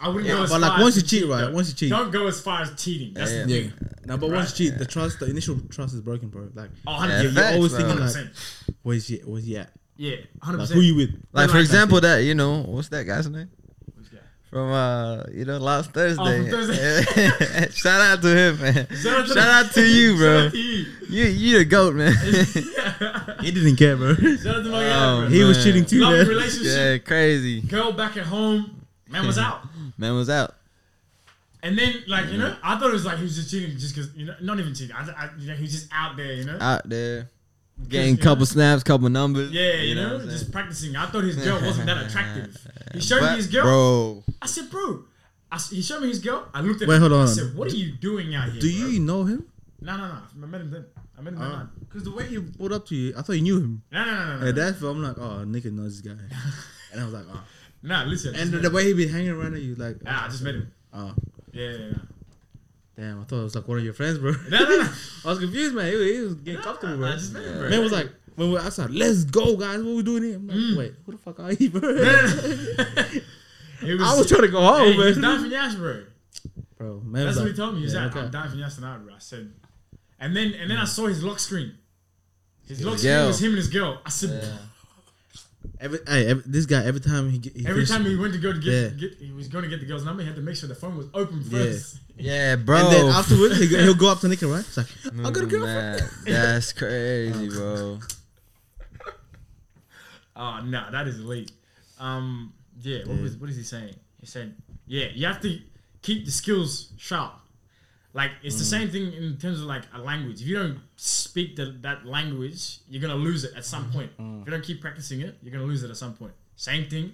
[SPEAKER 2] I wouldn't go as
[SPEAKER 3] but
[SPEAKER 2] far
[SPEAKER 3] like
[SPEAKER 2] as
[SPEAKER 3] once
[SPEAKER 2] to
[SPEAKER 3] you cheat, right?
[SPEAKER 2] though.
[SPEAKER 3] Once you cheat,
[SPEAKER 2] Don't go as far as cheating. That's
[SPEAKER 1] Yeah.
[SPEAKER 2] the thing.
[SPEAKER 3] No, but once you cheat, the trust, the initial trust is broken, bro. Like,
[SPEAKER 2] Oh,
[SPEAKER 1] Yeah,
[SPEAKER 2] 100%.
[SPEAKER 1] facts,
[SPEAKER 3] always
[SPEAKER 1] bro.
[SPEAKER 3] thinking like-
[SPEAKER 2] 100%.
[SPEAKER 3] where's he? Where's he at?
[SPEAKER 2] Yeah, 100%.
[SPEAKER 3] Like, who you with?
[SPEAKER 1] Like for
[SPEAKER 2] Like-
[SPEAKER 1] example, that you know, what's that guy's name?
[SPEAKER 2] guy?
[SPEAKER 1] From uh, you know, last Thursday.
[SPEAKER 2] from Oh, Thursday.
[SPEAKER 1] Shout out to him, man.
[SPEAKER 2] Shout out to,
[SPEAKER 1] Shout out to you,
[SPEAKER 2] Shout
[SPEAKER 1] bro.
[SPEAKER 2] out to you.
[SPEAKER 1] You you the goat, man.
[SPEAKER 3] He didn't care, bro.
[SPEAKER 2] Shout out to my
[SPEAKER 1] Oh,
[SPEAKER 2] guy, bro.
[SPEAKER 3] he was
[SPEAKER 1] man.
[SPEAKER 3] cheating too,
[SPEAKER 2] Love
[SPEAKER 3] man.
[SPEAKER 2] relationship.
[SPEAKER 1] yeah, crazy.
[SPEAKER 2] Girl back at home. Man was out.
[SPEAKER 1] Man was out.
[SPEAKER 2] And then, like, you know, I thought it was like he was just cheating just because, you know, not even cheating. I, I, you know, he was just out there, you know?
[SPEAKER 1] Out there. Getting
[SPEAKER 2] you know-
[SPEAKER 1] couple snaps, couple numbers.
[SPEAKER 2] yeah, you, know,
[SPEAKER 1] what I'm
[SPEAKER 2] just
[SPEAKER 1] saying?
[SPEAKER 2] practicing. I thought his girl wasn't that attractive. He showed
[SPEAKER 1] But,
[SPEAKER 2] me his girl.
[SPEAKER 1] Bro.
[SPEAKER 2] I said, bro. I s he showed me his girl. I looked at
[SPEAKER 3] Wait,
[SPEAKER 2] him.
[SPEAKER 3] hold on.
[SPEAKER 2] I said, what are you doing out here?
[SPEAKER 3] Do
[SPEAKER 2] bro?"
[SPEAKER 3] you Oh. know him?
[SPEAKER 2] No, no, no. I met him then. I met him then. No,
[SPEAKER 3] Because the way he pulled up to you, I thought you knew him.
[SPEAKER 2] no, no, no. no,
[SPEAKER 3] And
[SPEAKER 2] no.
[SPEAKER 3] that's why I'm like, oh, nigga knows this guy. And I was like, oh.
[SPEAKER 2] Nah, listen. I
[SPEAKER 3] And
[SPEAKER 2] just
[SPEAKER 3] the,
[SPEAKER 2] met him.
[SPEAKER 3] way he be hanging around at you, like,
[SPEAKER 2] Nah, I just met him.
[SPEAKER 3] oh,
[SPEAKER 2] Yeah, yeah, yeah.
[SPEAKER 3] damn, I thought it was like one of your friends, bro.
[SPEAKER 2] No, no, no.
[SPEAKER 3] I was confused, man. He was, he was getting comfortable, bro.
[SPEAKER 2] I just met him, bro.
[SPEAKER 3] Man was like, when we were outside, let's go, guys. What we doing here? I'm like,
[SPEAKER 2] Mm.
[SPEAKER 3] wait, who the fuck are you, bro?
[SPEAKER 2] He
[SPEAKER 3] I was trying to go home,
[SPEAKER 2] hey, he was dying
[SPEAKER 3] man.
[SPEAKER 2] for Yash, bro.
[SPEAKER 3] Bro, man
[SPEAKER 2] That's
[SPEAKER 3] was
[SPEAKER 2] what
[SPEAKER 3] like,
[SPEAKER 2] he told me. He was
[SPEAKER 3] yeah,
[SPEAKER 2] like,
[SPEAKER 3] okay. Mm.
[SPEAKER 2] I'm dying for Yash tonight, bro. I said, and then and then I saw his lock screen. His lock
[SPEAKER 1] Yo.
[SPEAKER 2] screen was him and his girl. I said,
[SPEAKER 3] Every, hey, every, this guy, every time he, get, he
[SPEAKER 2] every
[SPEAKER 3] finished-
[SPEAKER 2] time he went to go to get,
[SPEAKER 3] Yeah.
[SPEAKER 2] get he was going to get the girl's number, he had to make sure the phone was open first.
[SPEAKER 1] Yeah, bro.
[SPEAKER 3] And then afterwards, he, go- he'll go up to Nicky, right? It's like, I got a
[SPEAKER 1] Mm,
[SPEAKER 3] girlfriend.
[SPEAKER 1] man, That's crazy, bro.
[SPEAKER 2] Oh no, that is elite. Um, yeah, what was what is he saying? He said, yeah, you have to keep the skills sharp. Like it's
[SPEAKER 3] Mm.
[SPEAKER 2] the same thing in terms of like a language. If you don't speak the, that language, you're gonna lose it at
[SPEAKER 3] Mm.
[SPEAKER 2] some point. If you don't keep practicing it, you're gonna lose it at some point. Same thing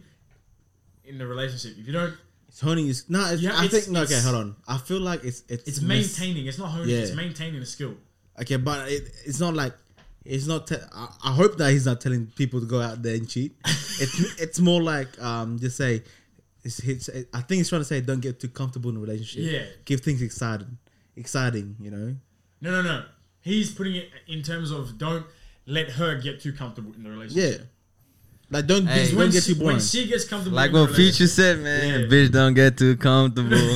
[SPEAKER 2] in the relationship. If you don't,
[SPEAKER 3] It's honing his. No, it's,
[SPEAKER 2] Yeah,
[SPEAKER 3] I
[SPEAKER 2] it's-
[SPEAKER 3] think. No, okay,
[SPEAKER 2] it's-
[SPEAKER 3] hold on. I feel like it's it's
[SPEAKER 2] it's
[SPEAKER 3] mis-
[SPEAKER 2] maintaining. It's not honing. It's
[SPEAKER 3] Yeah.
[SPEAKER 2] maintaining the skill.
[SPEAKER 3] Okay, but it, it's not like it's not. Te- I, I hope that he's not telling people to go out there and cheat. it's it's more like um just say. It's, it's, I think he's trying to say don't get too comfortable in a relationship.
[SPEAKER 2] Yeah.
[SPEAKER 3] Keep things exciting, exciting. You know.
[SPEAKER 2] No, no, no. He's putting it in terms of don't let her get too comfortable in the
[SPEAKER 3] Yeah.
[SPEAKER 2] relationship.
[SPEAKER 3] Like don't
[SPEAKER 1] Hey.
[SPEAKER 3] don't
[SPEAKER 2] When
[SPEAKER 3] get
[SPEAKER 2] she,
[SPEAKER 3] too boring.
[SPEAKER 2] when she gets comfortable,
[SPEAKER 1] Like
[SPEAKER 2] in the
[SPEAKER 1] what Future said,
[SPEAKER 2] relationship-
[SPEAKER 1] man.
[SPEAKER 2] Yeah.
[SPEAKER 1] Bitch, don't get too comfortable.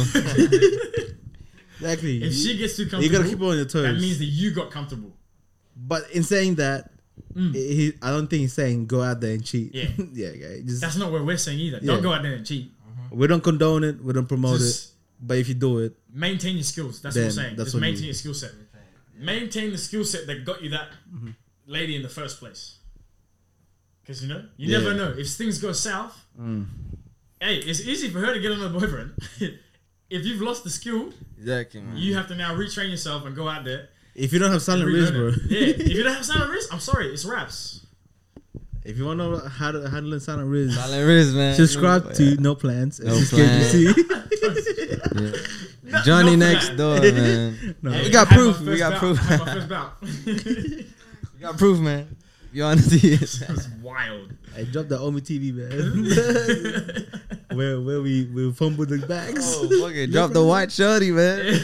[SPEAKER 3] exactly.
[SPEAKER 2] If she gets too
[SPEAKER 3] you
[SPEAKER 2] comfortable,
[SPEAKER 3] gotta keep her on your toes.
[SPEAKER 2] That means that you got comfortable.
[SPEAKER 3] but in saying that, he, he- I don't think he's saying go out there and cheat.
[SPEAKER 2] Mm. Yeah.
[SPEAKER 3] yeah. Okay. Just
[SPEAKER 2] That's not what we're saying either.
[SPEAKER 3] Yeah.
[SPEAKER 2] Don't go out there and cheat.
[SPEAKER 3] we don't condone it. We don't promote it.
[SPEAKER 2] Just
[SPEAKER 3] But if you do it,
[SPEAKER 2] maintain your skills. That's
[SPEAKER 3] Then
[SPEAKER 2] what we're saying.
[SPEAKER 3] that's
[SPEAKER 2] Just
[SPEAKER 3] what you-
[SPEAKER 2] maintain your skill set. Maintain the skill set that got you that
[SPEAKER 3] Mm-hmm.
[SPEAKER 2] lady in the first place. Because you know, you
[SPEAKER 3] Yeah. Mm.
[SPEAKER 2] never know if things go south. Hey, it's easy for her to get another boyfriend. if you've lost the skill,
[SPEAKER 1] Exactly, man.
[SPEAKER 2] you have to now retrain yourself and go out there
[SPEAKER 3] If you don't have silent
[SPEAKER 2] Every
[SPEAKER 3] riz, bro.
[SPEAKER 2] learner. Yeah, if you don't have silent risk, I'm sorry, it's raps.
[SPEAKER 3] If you want to know how to handle silent riz,
[SPEAKER 1] Silent Riz, man.
[SPEAKER 3] subscribe to
[SPEAKER 1] Yeah.
[SPEAKER 3] No Plans.
[SPEAKER 1] No
[SPEAKER 3] SSKGC.
[SPEAKER 1] Yeah. Johnny
[SPEAKER 2] for
[SPEAKER 1] next
[SPEAKER 2] that.
[SPEAKER 1] door, man.
[SPEAKER 3] No.
[SPEAKER 1] We
[SPEAKER 2] Yeah,
[SPEAKER 1] got
[SPEAKER 2] I had my
[SPEAKER 1] proof. We
[SPEAKER 2] first
[SPEAKER 1] got
[SPEAKER 2] bout.
[SPEAKER 1] proof.
[SPEAKER 2] I had my first bout. it
[SPEAKER 1] We got proof, man. Your honesty is.
[SPEAKER 2] was wild.
[SPEAKER 3] I dropped the Omi TV, man. where where we we fumbled the bags.
[SPEAKER 1] Oh, fuck it. Drop the white shorty, man.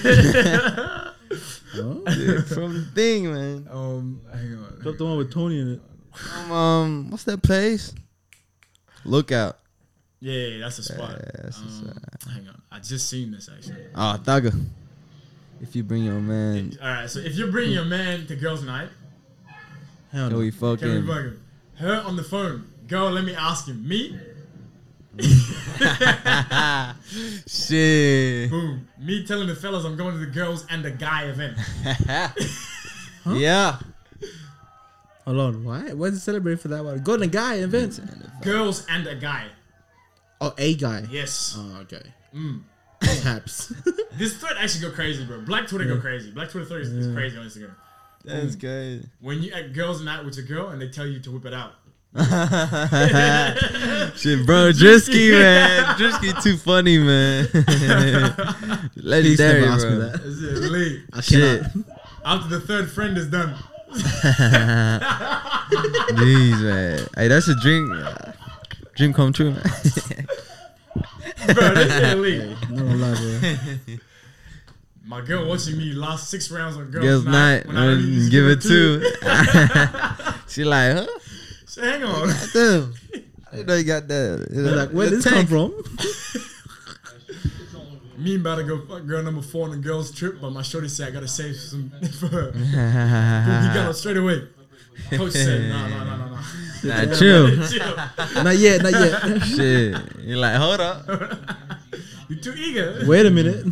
[SPEAKER 3] Huh?
[SPEAKER 1] From the thing, man.
[SPEAKER 2] um, hang on.
[SPEAKER 3] Drop the one with Tony in it.
[SPEAKER 1] Um, um, what's that place? Lookout.
[SPEAKER 2] Yeah, yeah, that's a spot.
[SPEAKER 1] Yeah, that's a
[SPEAKER 2] Um, Hang on, I just seen this actually.
[SPEAKER 1] Oh, Thugger. If you bring your man,
[SPEAKER 2] All right, so if you're bringing your man to girls' night,
[SPEAKER 3] Hell
[SPEAKER 1] can
[SPEAKER 3] no.
[SPEAKER 1] we fuck
[SPEAKER 2] can we
[SPEAKER 1] him?
[SPEAKER 2] bug him? Her on the phone. Girl, let me ask him. Me,
[SPEAKER 1] Shit.
[SPEAKER 2] boom. Me telling the fellas I'm going to the girls and the guy event.
[SPEAKER 1] Yeah.
[SPEAKER 3] Hold on, why? Why is it celebrated for that one? Go to the guy event.
[SPEAKER 2] girls and a guy.
[SPEAKER 3] Oh, a guy.
[SPEAKER 2] Yes.
[SPEAKER 3] Oh, okay. Taps.
[SPEAKER 2] This thread actually go crazy, bro. Black Twitter go crazy. Black Twitter thread is, is crazy on Instagram.
[SPEAKER 1] That's
[SPEAKER 2] Mm.
[SPEAKER 1] good.
[SPEAKER 2] When you at girls' night with your girl and they tell you to whip it out.
[SPEAKER 1] Shit, bro, Drisky, man. Drisky too funny, man.
[SPEAKER 3] Please
[SPEAKER 1] Legendary,
[SPEAKER 3] never ask me
[SPEAKER 1] bro.
[SPEAKER 3] that.
[SPEAKER 2] Is it really?
[SPEAKER 3] I
[SPEAKER 1] Shit.
[SPEAKER 3] cannot.
[SPEAKER 2] After the third friend is done.
[SPEAKER 1] Jeez, man. Hey, that's a dream. uh, Dream come true, man.
[SPEAKER 2] Bro, this is elite.
[SPEAKER 3] Not gonna lie, bro.
[SPEAKER 2] My girl watching me last six rounds on girls'
[SPEAKER 1] Girls
[SPEAKER 2] night.
[SPEAKER 1] night,
[SPEAKER 2] when I
[SPEAKER 1] man,
[SPEAKER 2] really used to
[SPEAKER 1] give
[SPEAKER 2] go
[SPEAKER 1] it two. she like, huh?
[SPEAKER 2] So hang on.
[SPEAKER 1] Damn. I didn't know you got that. It was
[SPEAKER 3] They're like, where
[SPEAKER 1] the
[SPEAKER 3] did this
[SPEAKER 1] tank.
[SPEAKER 3] come from?
[SPEAKER 2] Me about to go fuck girl number four on the girls' trip, but my shorty said I gotta save some for her. Boom, he got her straight away. Coach said, no, no, no, no, no.
[SPEAKER 1] Nah, chill.
[SPEAKER 2] Chill.
[SPEAKER 3] not yet, not yet.
[SPEAKER 1] Shit. You like, hold up.
[SPEAKER 2] You're too eager.
[SPEAKER 3] Wait a minute.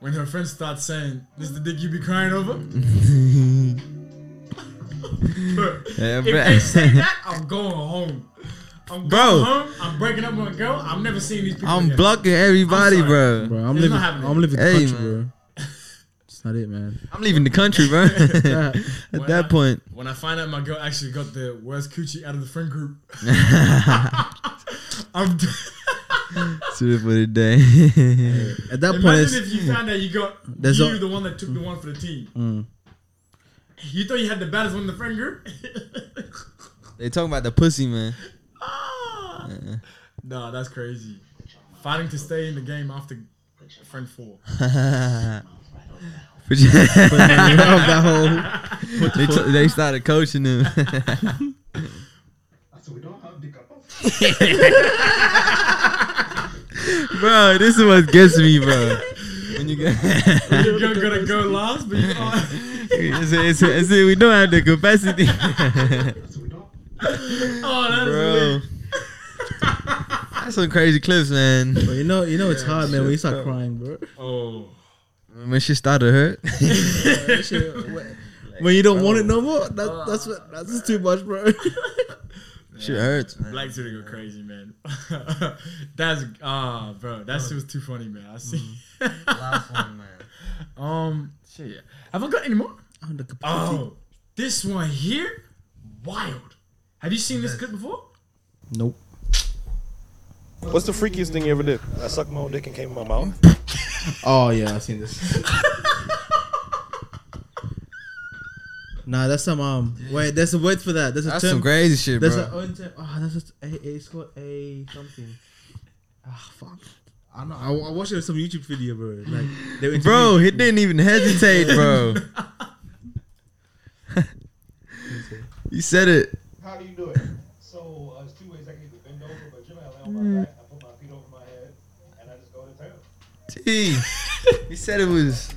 [SPEAKER 2] When her friends start saying, "This the dick you be crying over," Bro,
[SPEAKER 1] Yeah,
[SPEAKER 2] if
[SPEAKER 1] bro.
[SPEAKER 2] they say that, I'm going home. I'm going
[SPEAKER 1] Bro.
[SPEAKER 2] home. I'm breaking up with a girl. I'm never seeing these people.
[SPEAKER 1] I'm
[SPEAKER 2] again.
[SPEAKER 1] blocking everybody,
[SPEAKER 2] I'm sorry.
[SPEAKER 1] bro.
[SPEAKER 3] Bro, I'm
[SPEAKER 2] It's
[SPEAKER 3] living.
[SPEAKER 2] not happening.
[SPEAKER 3] I'm living the
[SPEAKER 1] Hey,
[SPEAKER 3] country,
[SPEAKER 1] man.
[SPEAKER 3] bro. That's not it, man.
[SPEAKER 1] I'm leaving the country, bro. At
[SPEAKER 2] When
[SPEAKER 1] that
[SPEAKER 2] I-
[SPEAKER 1] point,
[SPEAKER 2] When I find out my girl actually got the worst coochie out of the friend group, I'm. D-
[SPEAKER 1] that's it for the day.
[SPEAKER 3] At that point,
[SPEAKER 2] Imagine
[SPEAKER 3] it's,
[SPEAKER 2] if you found out you got
[SPEAKER 3] There's
[SPEAKER 2] you
[SPEAKER 3] a- Mm.
[SPEAKER 2] the one that took the one for the team. You thought you had the baddest one in the friend group?
[SPEAKER 1] they talking about the pussy, man.
[SPEAKER 2] Ah. Nah, that's crazy. Fighting to stay in the game after friend four.
[SPEAKER 1] But yeah,
[SPEAKER 3] that whole.
[SPEAKER 1] they, t- they started coaching him. bro, this is what gets me, bro. When you get,
[SPEAKER 2] You're gonna go last, but you are.
[SPEAKER 1] it's, it's, it's, we don't have the capacity,
[SPEAKER 2] Oh, that's
[SPEAKER 1] bro. That's some crazy clips, man.
[SPEAKER 3] But you know, you know, it's hard, man. When you start crying, bro.
[SPEAKER 2] Oh.
[SPEAKER 1] When shit started hurt,
[SPEAKER 3] When you don't want it no more, that, that's what. That's just too much, bro.
[SPEAKER 1] shit hurts, man.
[SPEAKER 2] Black Twitter go crazy, man. that's ah, bro. That shit was too funny, man. I see.
[SPEAKER 1] Mm. Last one, man.
[SPEAKER 2] Um, shit. Have I got any more?
[SPEAKER 3] I'm the capacity.
[SPEAKER 2] Oh, this one here, wild. Have you seen this clip before?
[SPEAKER 3] Nope.
[SPEAKER 6] What's the freakiest thing you ever did? I sucked my own dick and came in my mouth.
[SPEAKER 3] Oh yeah, I've seen this. nah, that's some um. Wait, there's a word for that. There's a
[SPEAKER 1] That's
[SPEAKER 3] term.
[SPEAKER 1] some crazy shit,
[SPEAKER 3] there's
[SPEAKER 1] bro.
[SPEAKER 3] a own term. Oh, that's just a, a. It's called a something. Ah fuck. I know. I, I watched it on some YouTube video, bro. Like they were
[SPEAKER 1] Bro, he didn't even hesitate, bro. you said it.
[SPEAKER 7] How do you do it? So uh, there's two ways I can either bend over, but generally I lay on
[SPEAKER 1] Mm.
[SPEAKER 7] my back, I put my feet over my head, and I just go to town.
[SPEAKER 1] T. He said it was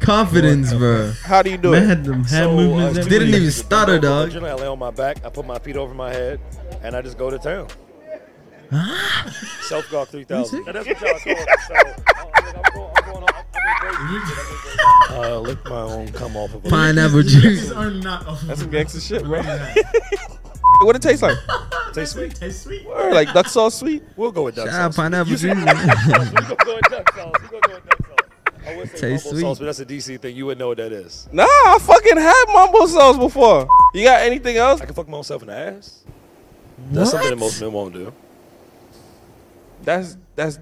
[SPEAKER 1] confidence, bro.
[SPEAKER 6] How do you do
[SPEAKER 3] Man
[SPEAKER 6] it?
[SPEAKER 3] had them hand
[SPEAKER 6] uh,
[SPEAKER 3] movements
[SPEAKER 6] it's two
[SPEAKER 1] Didn't
[SPEAKER 6] ways I
[SPEAKER 1] even
[SPEAKER 6] can bend
[SPEAKER 1] stutter,
[SPEAKER 6] over, but
[SPEAKER 1] dog.
[SPEAKER 6] Generally I lay on my back, I put my feet over my head, and I just go to town. Self guard 3000. Now, that's what y'all call it. uh, So, uh, I mean, I'm going, I'm going, I'm, I'm crazy. I licked my own come off of a.
[SPEAKER 1] Pineapple
[SPEAKER 2] This
[SPEAKER 1] juice.
[SPEAKER 2] is only not off.
[SPEAKER 6] That's some gangster shit, bro.
[SPEAKER 2] Tastes
[SPEAKER 6] what it taste like? Taste sweet.
[SPEAKER 2] sweet.
[SPEAKER 6] Or like duck sauce sweet? We'll go with duck
[SPEAKER 1] Ah,
[SPEAKER 6] sauce.
[SPEAKER 1] pineapple
[SPEAKER 6] You
[SPEAKER 1] juice.
[SPEAKER 6] said-
[SPEAKER 1] man.
[SPEAKER 6] We're gonna go with duck sauce. We're gonna go with duck sauce. I would say
[SPEAKER 1] Tastes
[SPEAKER 6] mumble
[SPEAKER 1] sweet.
[SPEAKER 6] sauce, but that's a DC thing. You would know what that is.
[SPEAKER 8] Nah, I fucking had mumbo sauce before. You got anything else?
[SPEAKER 6] I can fuck myself in the ass. That's something that most men won't do.
[SPEAKER 8] That's that's.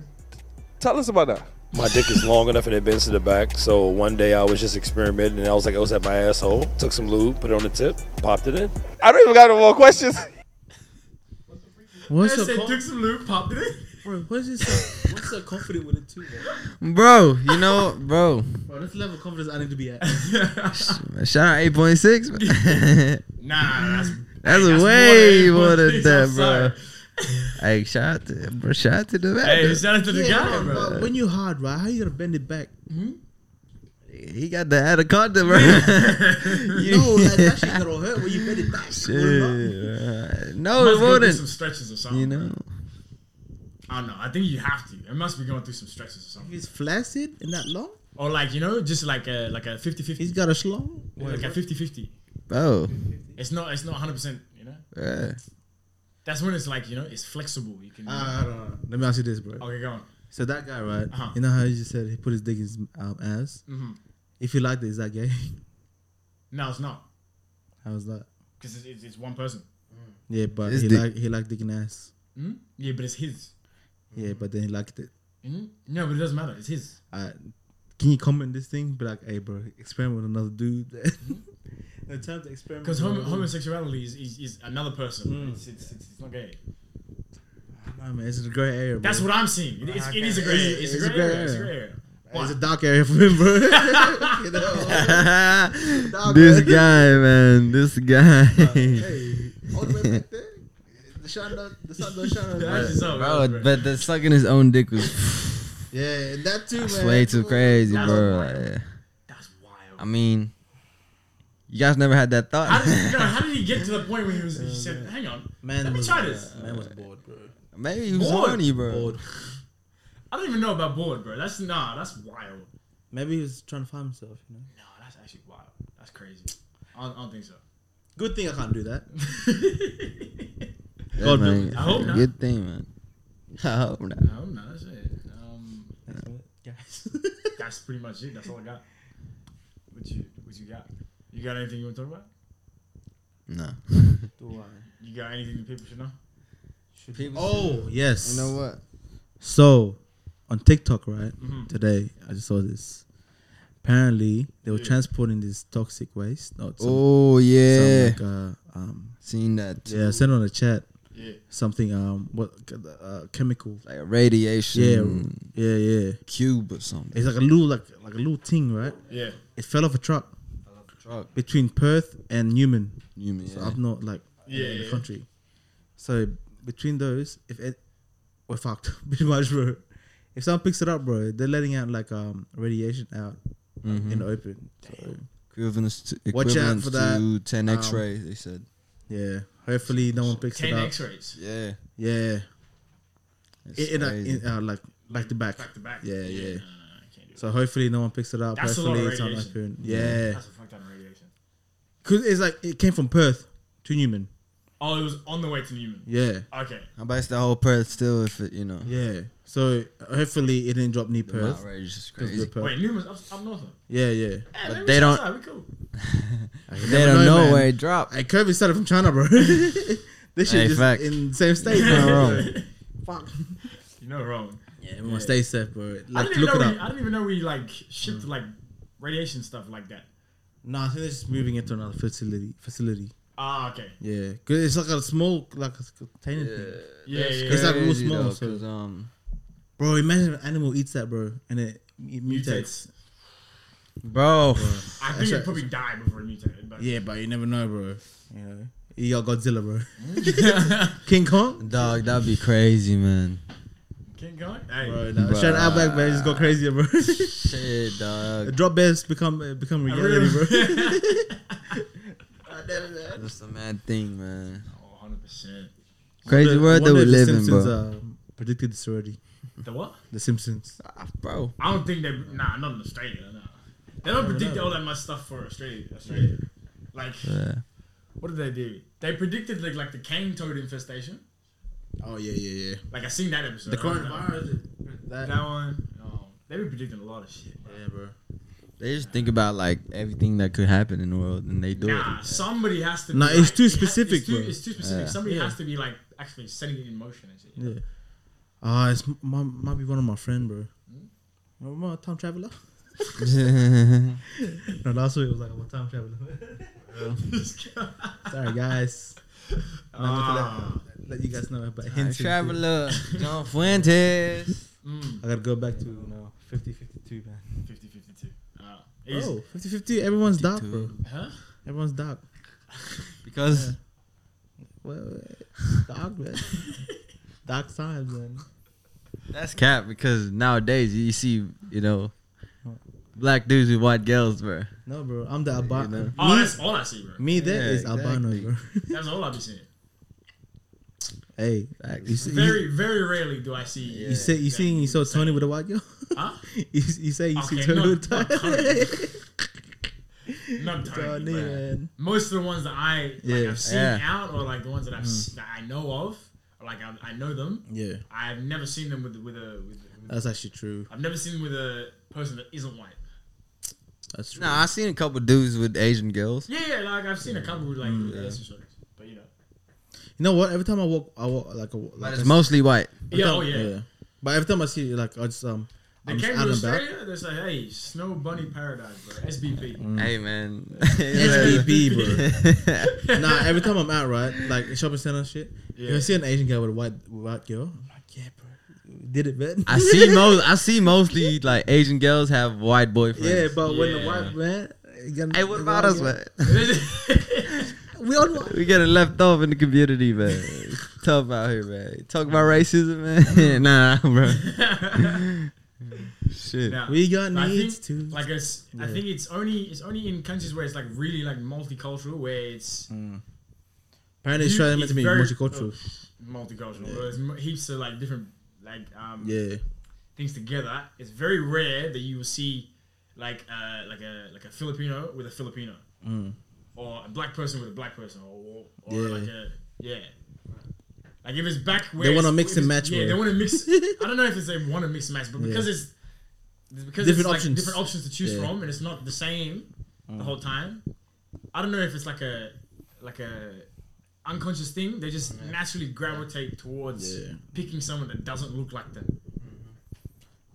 [SPEAKER 8] Tell us about that.
[SPEAKER 6] My dick is long enough and it bends to the back. So one day I was just experimenting and I was like, I was at my asshole. Took some lube, put it on the tip, popped it in.
[SPEAKER 8] I don't even got no more questions.
[SPEAKER 3] What's
[SPEAKER 2] I
[SPEAKER 3] so
[SPEAKER 2] said
[SPEAKER 3] co-
[SPEAKER 2] took some lube, popped it in.
[SPEAKER 3] bro, what is he so, what's so confident with it too, bro?
[SPEAKER 1] Bro, you know, bro.
[SPEAKER 3] Bro, that's the level of confidence I need to be at.
[SPEAKER 1] Shout out 8.6.
[SPEAKER 2] Nah, that's
[SPEAKER 1] That's
[SPEAKER 2] that's
[SPEAKER 1] way
[SPEAKER 2] than
[SPEAKER 1] more than
[SPEAKER 2] things,
[SPEAKER 1] that,
[SPEAKER 2] I'm
[SPEAKER 1] bro.
[SPEAKER 2] sorry.
[SPEAKER 1] Hey, shout out to, bro, shout out to the man.
[SPEAKER 2] Hey, shout out to
[SPEAKER 3] Yeah,
[SPEAKER 2] the guy,
[SPEAKER 3] bro,
[SPEAKER 2] bro.
[SPEAKER 3] When you hard, right? How you gonna bend it back?
[SPEAKER 1] He got the anaconda, bro. You-
[SPEAKER 3] No, like that shit gonna hurt when you bend it back.
[SPEAKER 1] Shit, bro. No, it
[SPEAKER 2] Must go through some
[SPEAKER 1] wouldn't.
[SPEAKER 2] stretches or something.
[SPEAKER 1] You know,
[SPEAKER 2] I don't know. I think you have to. It must be going through some stretches or
[SPEAKER 3] If
[SPEAKER 2] something.
[SPEAKER 3] It's flaccid and that long.
[SPEAKER 2] Or like, you know, just like a like a 50
[SPEAKER 3] He's
[SPEAKER 2] 50.
[SPEAKER 3] got a schlong.
[SPEAKER 2] Like a 50 50.
[SPEAKER 1] bro.
[SPEAKER 2] It's not it's not 100%, you know?
[SPEAKER 1] Yeah.
[SPEAKER 2] That's when it's like, you know, it's flexible. You can.
[SPEAKER 1] Uh,
[SPEAKER 3] I don't know. Let me ask you this, bro.
[SPEAKER 2] okay, go on.
[SPEAKER 3] So that guy, right?
[SPEAKER 2] Uh-huh.
[SPEAKER 3] You know how you just said he put his dick in his um, ass.
[SPEAKER 2] Mhm.
[SPEAKER 3] If you like it, is that gay?
[SPEAKER 2] No, it's not.
[SPEAKER 3] How's that?
[SPEAKER 2] Because it's, it's, it's one person.
[SPEAKER 3] Yeah, but
[SPEAKER 1] His
[SPEAKER 3] he
[SPEAKER 1] dick.
[SPEAKER 3] like he liked dick in ass.
[SPEAKER 2] Hmm? Yeah, but it's his.
[SPEAKER 3] Yeah, but then he liked it.
[SPEAKER 2] Hmm? No, but it doesn't matter. It's his.
[SPEAKER 3] I, can you comment this thing? Be like, hey, bro, experiment with another dude. the time to experiment.
[SPEAKER 2] Because
[SPEAKER 3] with
[SPEAKER 2] homo-
[SPEAKER 3] another dude.
[SPEAKER 2] homosexuality is, is, is another person. It's, it's, it's, it's not gay.
[SPEAKER 3] Nah, man, it's a gray area. Bro.
[SPEAKER 2] That's what I'm seeing. It is, it is a gray area. Ah, It's, a gray area. It's a gray area.
[SPEAKER 3] It's a dark area for him, bro. you know?
[SPEAKER 1] this guy, man. This guy.
[SPEAKER 3] hey, all the way back there. The sun don't, the sun don't shine on
[SPEAKER 2] That's
[SPEAKER 3] us.
[SPEAKER 2] just so
[SPEAKER 1] Bro,
[SPEAKER 2] bad, bro.
[SPEAKER 1] but the sucking his own dick was
[SPEAKER 3] Yeah, and that too,
[SPEAKER 1] That's
[SPEAKER 3] man.
[SPEAKER 1] way too crazy,
[SPEAKER 2] That's
[SPEAKER 1] bro.
[SPEAKER 2] wild.
[SPEAKER 1] Like,
[SPEAKER 2] That's wild.
[SPEAKER 1] I mean, you guys never had that thought.
[SPEAKER 2] How did, no, how did he get to the point where he was? He said, "Hang on,
[SPEAKER 3] Man
[SPEAKER 2] Let me
[SPEAKER 3] was,
[SPEAKER 2] try this.
[SPEAKER 3] man was bored, bro.
[SPEAKER 1] Maybe he was
[SPEAKER 2] Bored.
[SPEAKER 1] horny, bro.
[SPEAKER 3] Bored.
[SPEAKER 2] I don't even know about board, bro. That's nah, that's wild.
[SPEAKER 3] Maybe he was trying to find himself, you know.
[SPEAKER 2] No, that's actually wild. That's crazy. I don't, I don't think so.
[SPEAKER 3] Good thing I can't do that.
[SPEAKER 1] Yeah,
[SPEAKER 3] God
[SPEAKER 1] man.
[SPEAKER 2] I hope not.
[SPEAKER 1] Good thing, man. I hope not.
[SPEAKER 2] no, no, that's it. Um,
[SPEAKER 3] Guys.
[SPEAKER 2] that's pretty much it. That's all I got. What you, what you got? You got anything you want to talk about?
[SPEAKER 1] No.
[SPEAKER 3] do
[SPEAKER 2] You got anything people should know?
[SPEAKER 3] I? Oh, yes.
[SPEAKER 1] You know what?
[SPEAKER 3] So, on TikTok, right?
[SPEAKER 2] Mm-hmm.
[SPEAKER 3] Today, I just saw this. Apparently, they were transporting this toxic waste. Not some,
[SPEAKER 1] Oh
[SPEAKER 3] some
[SPEAKER 1] yeah,
[SPEAKER 3] like, uh, um,
[SPEAKER 1] seen that.
[SPEAKER 3] yeah, I sent on the chat
[SPEAKER 2] Yeah.
[SPEAKER 3] something. Um, what uh, chemical?
[SPEAKER 1] Like a radiation
[SPEAKER 3] Yeah, yeah, yeah.
[SPEAKER 1] cube or something.
[SPEAKER 3] It's like a little, like like a little thing, right?
[SPEAKER 2] Yeah.
[SPEAKER 3] It fell off a truck
[SPEAKER 1] Truck.
[SPEAKER 3] between Perth and Newman,
[SPEAKER 1] You mean?
[SPEAKER 3] so up north, like
[SPEAKER 2] Yeah,
[SPEAKER 3] in the
[SPEAKER 2] yeah.
[SPEAKER 3] country. So between those, if it, we're fucked pretty much, bro. If someone picks it up, bro, they're letting out like um radiation out like, in the open. So
[SPEAKER 1] Equivalence to
[SPEAKER 3] Watch out
[SPEAKER 1] equivalent
[SPEAKER 3] for that.
[SPEAKER 1] to ten
[SPEAKER 3] Um,
[SPEAKER 1] X-ray. they said.
[SPEAKER 3] yeah, hopefully no one picks
[SPEAKER 2] Ten
[SPEAKER 3] it up.
[SPEAKER 2] X-rays.
[SPEAKER 1] Yeah.
[SPEAKER 3] Yeah,
[SPEAKER 1] It's
[SPEAKER 3] in, in, a-
[SPEAKER 1] crazy.
[SPEAKER 3] in, uh, like back to back.
[SPEAKER 2] Back to back.
[SPEAKER 3] Yeah, yeah.
[SPEAKER 2] No, no, no, I can't do that.
[SPEAKER 3] So hopefully no one picks it up.
[SPEAKER 2] That's a lot
[SPEAKER 3] hopefully
[SPEAKER 2] of
[SPEAKER 3] it's not
[SPEAKER 2] radiation.
[SPEAKER 3] open. Yeah,
[SPEAKER 2] That's a fuck ton of radiation.
[SPEAKER 3] cause it's like it came from Perth to Newman.
[SPEAKER 2] Oh, it was on the way to Newman.
[SPEAKER 3] Yeah.
[SPEAKER 2] Okay.
[SPEAKER 1] I bet it's the whole Perth still if it, you know.
[SPEAKER 3] Yeah. So hopefully it didn't drop near
[SPEAKER 1] The
[SPEAKER 3] Perth.
[SPEAKER 1] Mount Rage is
[SPEAKER 3] 'cause we're
[SPEAKER 1] crazy.
[SPEAKER 3] Perth.
[SPEAKER 2] Wait, Newman's up, up north. though.
[SPEAKER 3] Yeah, yeah.
[SPEAKER 2] Eh,
[SPEAKER 1] But
[SPEAKER 2] maybe
[SPEAKER 1] they
[SPEAKER 2] it's
[SPEAKER 1] don't-
[SPEAKER 2] outside, we cool.
[SPEAKER 1] They don't know where it dropped.
[SPEAKER 3] Hey, COVID started from China, bro. this shit
[SPEAKER 1] Hey,
[SPEAKER 3] just
[SPEAKER 1] fact.
[SPEAKER 3] in the same state.
[SPEAKER 1] Not
[SPEAKER 3] bro.
[SPEAKER 1] wrong.
[SPEAKER 3] Fuck.
[SPEAKER 2] You know wrong.
[SPEAKER 3] Yeah, everyone stay safe, bro.
[SPEAKER 2] I
[SPEAKER 3] Like,
[SPEAKER 2] didn't even
[SPEAKER 3] look it
[SPEAKER 2] know we, I
[SPEAKER 3] up. Mm.
[SPEAKER 2] didn't even know we like shipped like radiation stuff like that.
[SPEAKER 3] No, I think they're just moving it to another facility. Facility.
[SPEAKER 2] Ah, okay.
[SPEAKER 3] Yeah, cause it's like a small, like a container thing.
[SPEAKER 2] Yeah, yeah.
[SPEAKER 3] It's like real
[SPEAKER 1] Crazy
[SPEAKER 3] small,
[SPEAKER 1] though,
[SPEAKER 3] so-
[SPEAKER 1] 'cause, um,
[SPEAKER 3] Bro, imagine an animal eats that, bro, and it, it mutates.
[SPEAKER 2] Mutates.
[SPEAKER 1] Bro,
[SPEAKER 2] I think it probably died before it mutated. But
[SPEAKER 3] Yeah, but you never know, bro. You know, you got Godzilla, bro. King Kong.
[SPEAKER 1] dog, that'd be crazy, man.
[SPEAKER 2] King Kong. Hey,
[SPEAKER 3] Bro, nah, shout out back, man. It's got crazier, bro.
[SPEAKER 1] Shit, dog.
[SPEAKER 3] Drop bears become uh, become reality,
[SPEAKER 2] really-
[SPEAKER 3] bro.
[SPEAKER 1] That's a mad thing, man.
[SPEAKER 2] Oh, 100 percent.
[SPEAKER 1] Crazy
[SPEAKER 3] Wonder-
[SPEAKER 1] world
[SPEAKER 3] wonder
[SPEAKER 1] that we
[SPEAKER 3] if the
[SPEAKER 1] live in,
[SPEAKER 3] Simpsons,
[SPEAKER 1] bro.
[SPEAKER 3] um, predicted this already.
[SPEAKER 2] The what?
[SPEAKER 3] The Simpsons.
[SPEAKER 1] Ah, bro,
[SPEAKER 2] I don't think they. Nah, not in Australia. Nah. They don't predict all that much stuff for Australia. Australia. Like,
[SPEAKER 1] yeah.
[SPEAKER 2] what did they do? They predicted like like the cane toad infestation.
[SPEAKER 3] Oh yeah, yeah, yeah.
[SPEAKER 2] Like I seen that episode.
[SPEAKER 3] The
[SPEAKER 2] I don't know.
[SPEAKER 3] coronavirus. That,
[SPEAKER 2] That one. Oh, They be predicting a lot of shit.
[SPEAKER 1] Yeah, bro. They just think about like everything that could happen in the world, and they do
[SPEAKER 2] Nah, somebody has to.
[SPEAKER 3] Nah,
[SPEAKER 2] be
[SPEAKER 3] it's
[SPEAKER 2] like-
[SPEAKER 3] too
[SPEAKER 2] it has-
[SPEAKER 3] specific,
[SPEAKER 2] it's, too,
[SPEAKER 3] bro.
[SPEAKER 2] it's too specific.
[SPEAKER 1] Yeah.
[SPEAKER 2] Somebody
[SPEAKER 3] Yeah.
[SPEAKER 2] has to be like actually setting it in motion and shit. you know?
[SPEAKER 3] Yeah. Ah, it's m- might, might be one of my friend, bro.
[SPEAKER 1] Hmm?
[SPEAKER 3] Remember my time traveler?
[SPEAKER 1] it.
[SPEAKER 3] No, last week was like I'm a time traveler. Sorry, guys. Let me
[SPEAKER 2] Ah.
[SPEAKER 3] let, let you guys know about
[SPEAKER 1] Time
[SPEAKER 3] hints.
[SPEAKER 1] Traveler John Fuentes.
[SPEAKER 2] Mm.
[SPEAKER 3] I gotta go back to you know 50 52 man.
[SPEAKER 2] 50 52. Ah. He's-
[SPEAKER 3] Oh, 50 50 everyone's dark, bro.
[SPEAKER 1] 52.
[SPEAKER 2] Huh?
[SPEAKER 3] Everyone's dark.
[SPEAKER 1] Because
[SPEAKER 3] Well, dark, man. dark times, man.
[SPEAKER 1] that's cap. Because nowadays you see, you know, black dudes with white girls, bro.
[SPEAKER 3] No, bro, I'm the albino.
[SPEAKER 1] know.
[SPEAKER 2] Oh, that's all I see, bro.
[SPEAKER 3] Me, there
[SPEAKER 1] Yeah,
[SPEAKER 3] is albino,
[SPEAKER 1] exactly.
[SPEAKER 3] bro.
[SPEAKER 2] That's all I be seeing.
[SPEAKER 3] hey,
[SPEAKER 1] Facts.
[SPEAKER 3] you, see, you,
[SPEAKER 2] Very, very rarely do I see. uh,
[SPEAKER 3] you say you seen you saw Tony with a white girl?
[SPEAKER 2] Huh?
[SPEAKER 3] you, you say you see
[SPEAKER 2] Okay,
[SPEAKER 3] Tony
[SPEAKER 2] not-
[SPEAKER 3] with
[SPEAKER 2] not
[SPEAKER 3] a
[SPEAKER 2] Not
[SPEAKER 3] Tony,
[SPEAKER 2] Tony. but
[SPEAKER 3] man.
[SPEAKER 2] Most of the ones that I like,
[SPEAKER 3] Yeah. Mm.
[SPEAKER 2] I've seen
[SPEAKER 1] Yeah.
[SPEAKER 2] out, or like the ones that I've s that I know of, or like I, I know them.
[SPEAKER 3] Yeah, Uh.
[SPEAKER 2] I've never seen them with with a. With, with,
[SPEAKER 3] that's actually true.
[SPEAKER 2] I've never seen them with a person that isn't white.
[SPEAKER 3] That's true.
[SPEAKER 1] Nah, I seen a couple dudes with Asian girls.
[SPEAKER 2] Yeah, yeah. Like I've seen a couple with
[SPEAKER 3] Mm,
[SPEAKER 2] like with uh, Asian shorties, but you know.
[SPEAKER 3] You know what? Every time I walk, I walk like a. Like
[SPEAKER 1] But
[SPEAKER 3] I
[SPEAKER 1] it's
[SPEAKER 3] s-
[SPEAKER 1] mostly white.
[SPEAKER 3] every
[SPEAKER 2] Yeah.
[SPEAKER 3] time-
[SPEAKER 2] Oh yeah.
[SPEAKER 3] But every time I see it, like I just um,
[SPEAKER 2] They
[SPEAKER 3] I'm just
[SPEAKER 2] came
[SPEAKER 3] out
[SPEAKER 2] to
[SPEAKER 3] and about.
[SPEAKER 2] Australia. They say, "Hey, Snow Bunny Paradise, bro. SBP."
[SPEAKER 1] Hey man,
[SPEAKER 3] SBB, bro. nah, every time I'm out, right, like in shopping center and shit, if
[SPEAKER 2] Yeah.
[SPEAKER 3] I see an Asian guy with a white white girl, I'm like, yeah, bro, you did it, man.
[SPEAKER 1] I see most. I see mostly like Asian girls have white boyfriends.
[SPEAKER 3] yeah, but when the
[SPEAKER 2] Yeah.
[SPEAKER 3] white man, you got-
[SPEAKER 1] Hey, what about us, man?
[SPEAKER 3] We all know.
[SPEAKER 1] We getting left off in the community, man. Tough out here, man. Talk about racism, man. nah, bro.
[SPEAKER 3] Mm.
[SPEAKER 1] Shit.
[SPEAKER 2] Now,
[SPEAKER 3] We got
[SPEAKER 2] But I
[SPEAKER 3] needs
[SPEAKER 2] think,
[SPEAKER 3] too.
[SPEAKER 2] Like it's, I
[SPEAKER 3] Yeah.
[SPEAKER 2] think it's only it's only in countries where it's like really like multicultural, where it's
[SPEAKER 3] Mm. Apparently,
[SPEAKER 2] you-
[SPEAKER 3] Australia meant to
[SPEAKER 2] it's
[SPEAKER 3] be
[SPEAKER 2] very-
[SPEAKER 3] multicultural.
[SPEAKER 2] multicultural. Where it's m- heaps of like different like um,
[SPEAKER 3] Yeah,
[SPEAKER 2] things together. It's very rare that you will see like uh, like a like a Filipino with a Filipino, or a black person with a black person, or, or, or
[SPEAKER 3] Mm. Yeah.
[SPEAKER 2] like a yeah. Like if it's back where
[SPEAKER 3] They wanna mix
[SPEAKER 2] it's- if
[SPEAKER 3] and
[SPEAKER 2] it's-
[SPEAKER 3] match,
[SPEAKER 2] Yeah, they
[SPEAKER 3] bro.
[SPEAKER 2] want to mix. I don't know if it's they want to mix and match, but because it's it's because
[SPEAKER 3] Different
[SPEAKER 2] it's like
[SPEAKER 3] options.
[SPEAKER 2] different options to choose
[SPEAKER 3] Yeah. Mm.
[SPEAKER 2] from, and it's not the same the whole time. I don't know if it's like a like a unconscious thing. They just naturally gravitate towards
[SPEAKER 3] Yeah.
[SPEAKER 2] picking someone that doesn't look like them.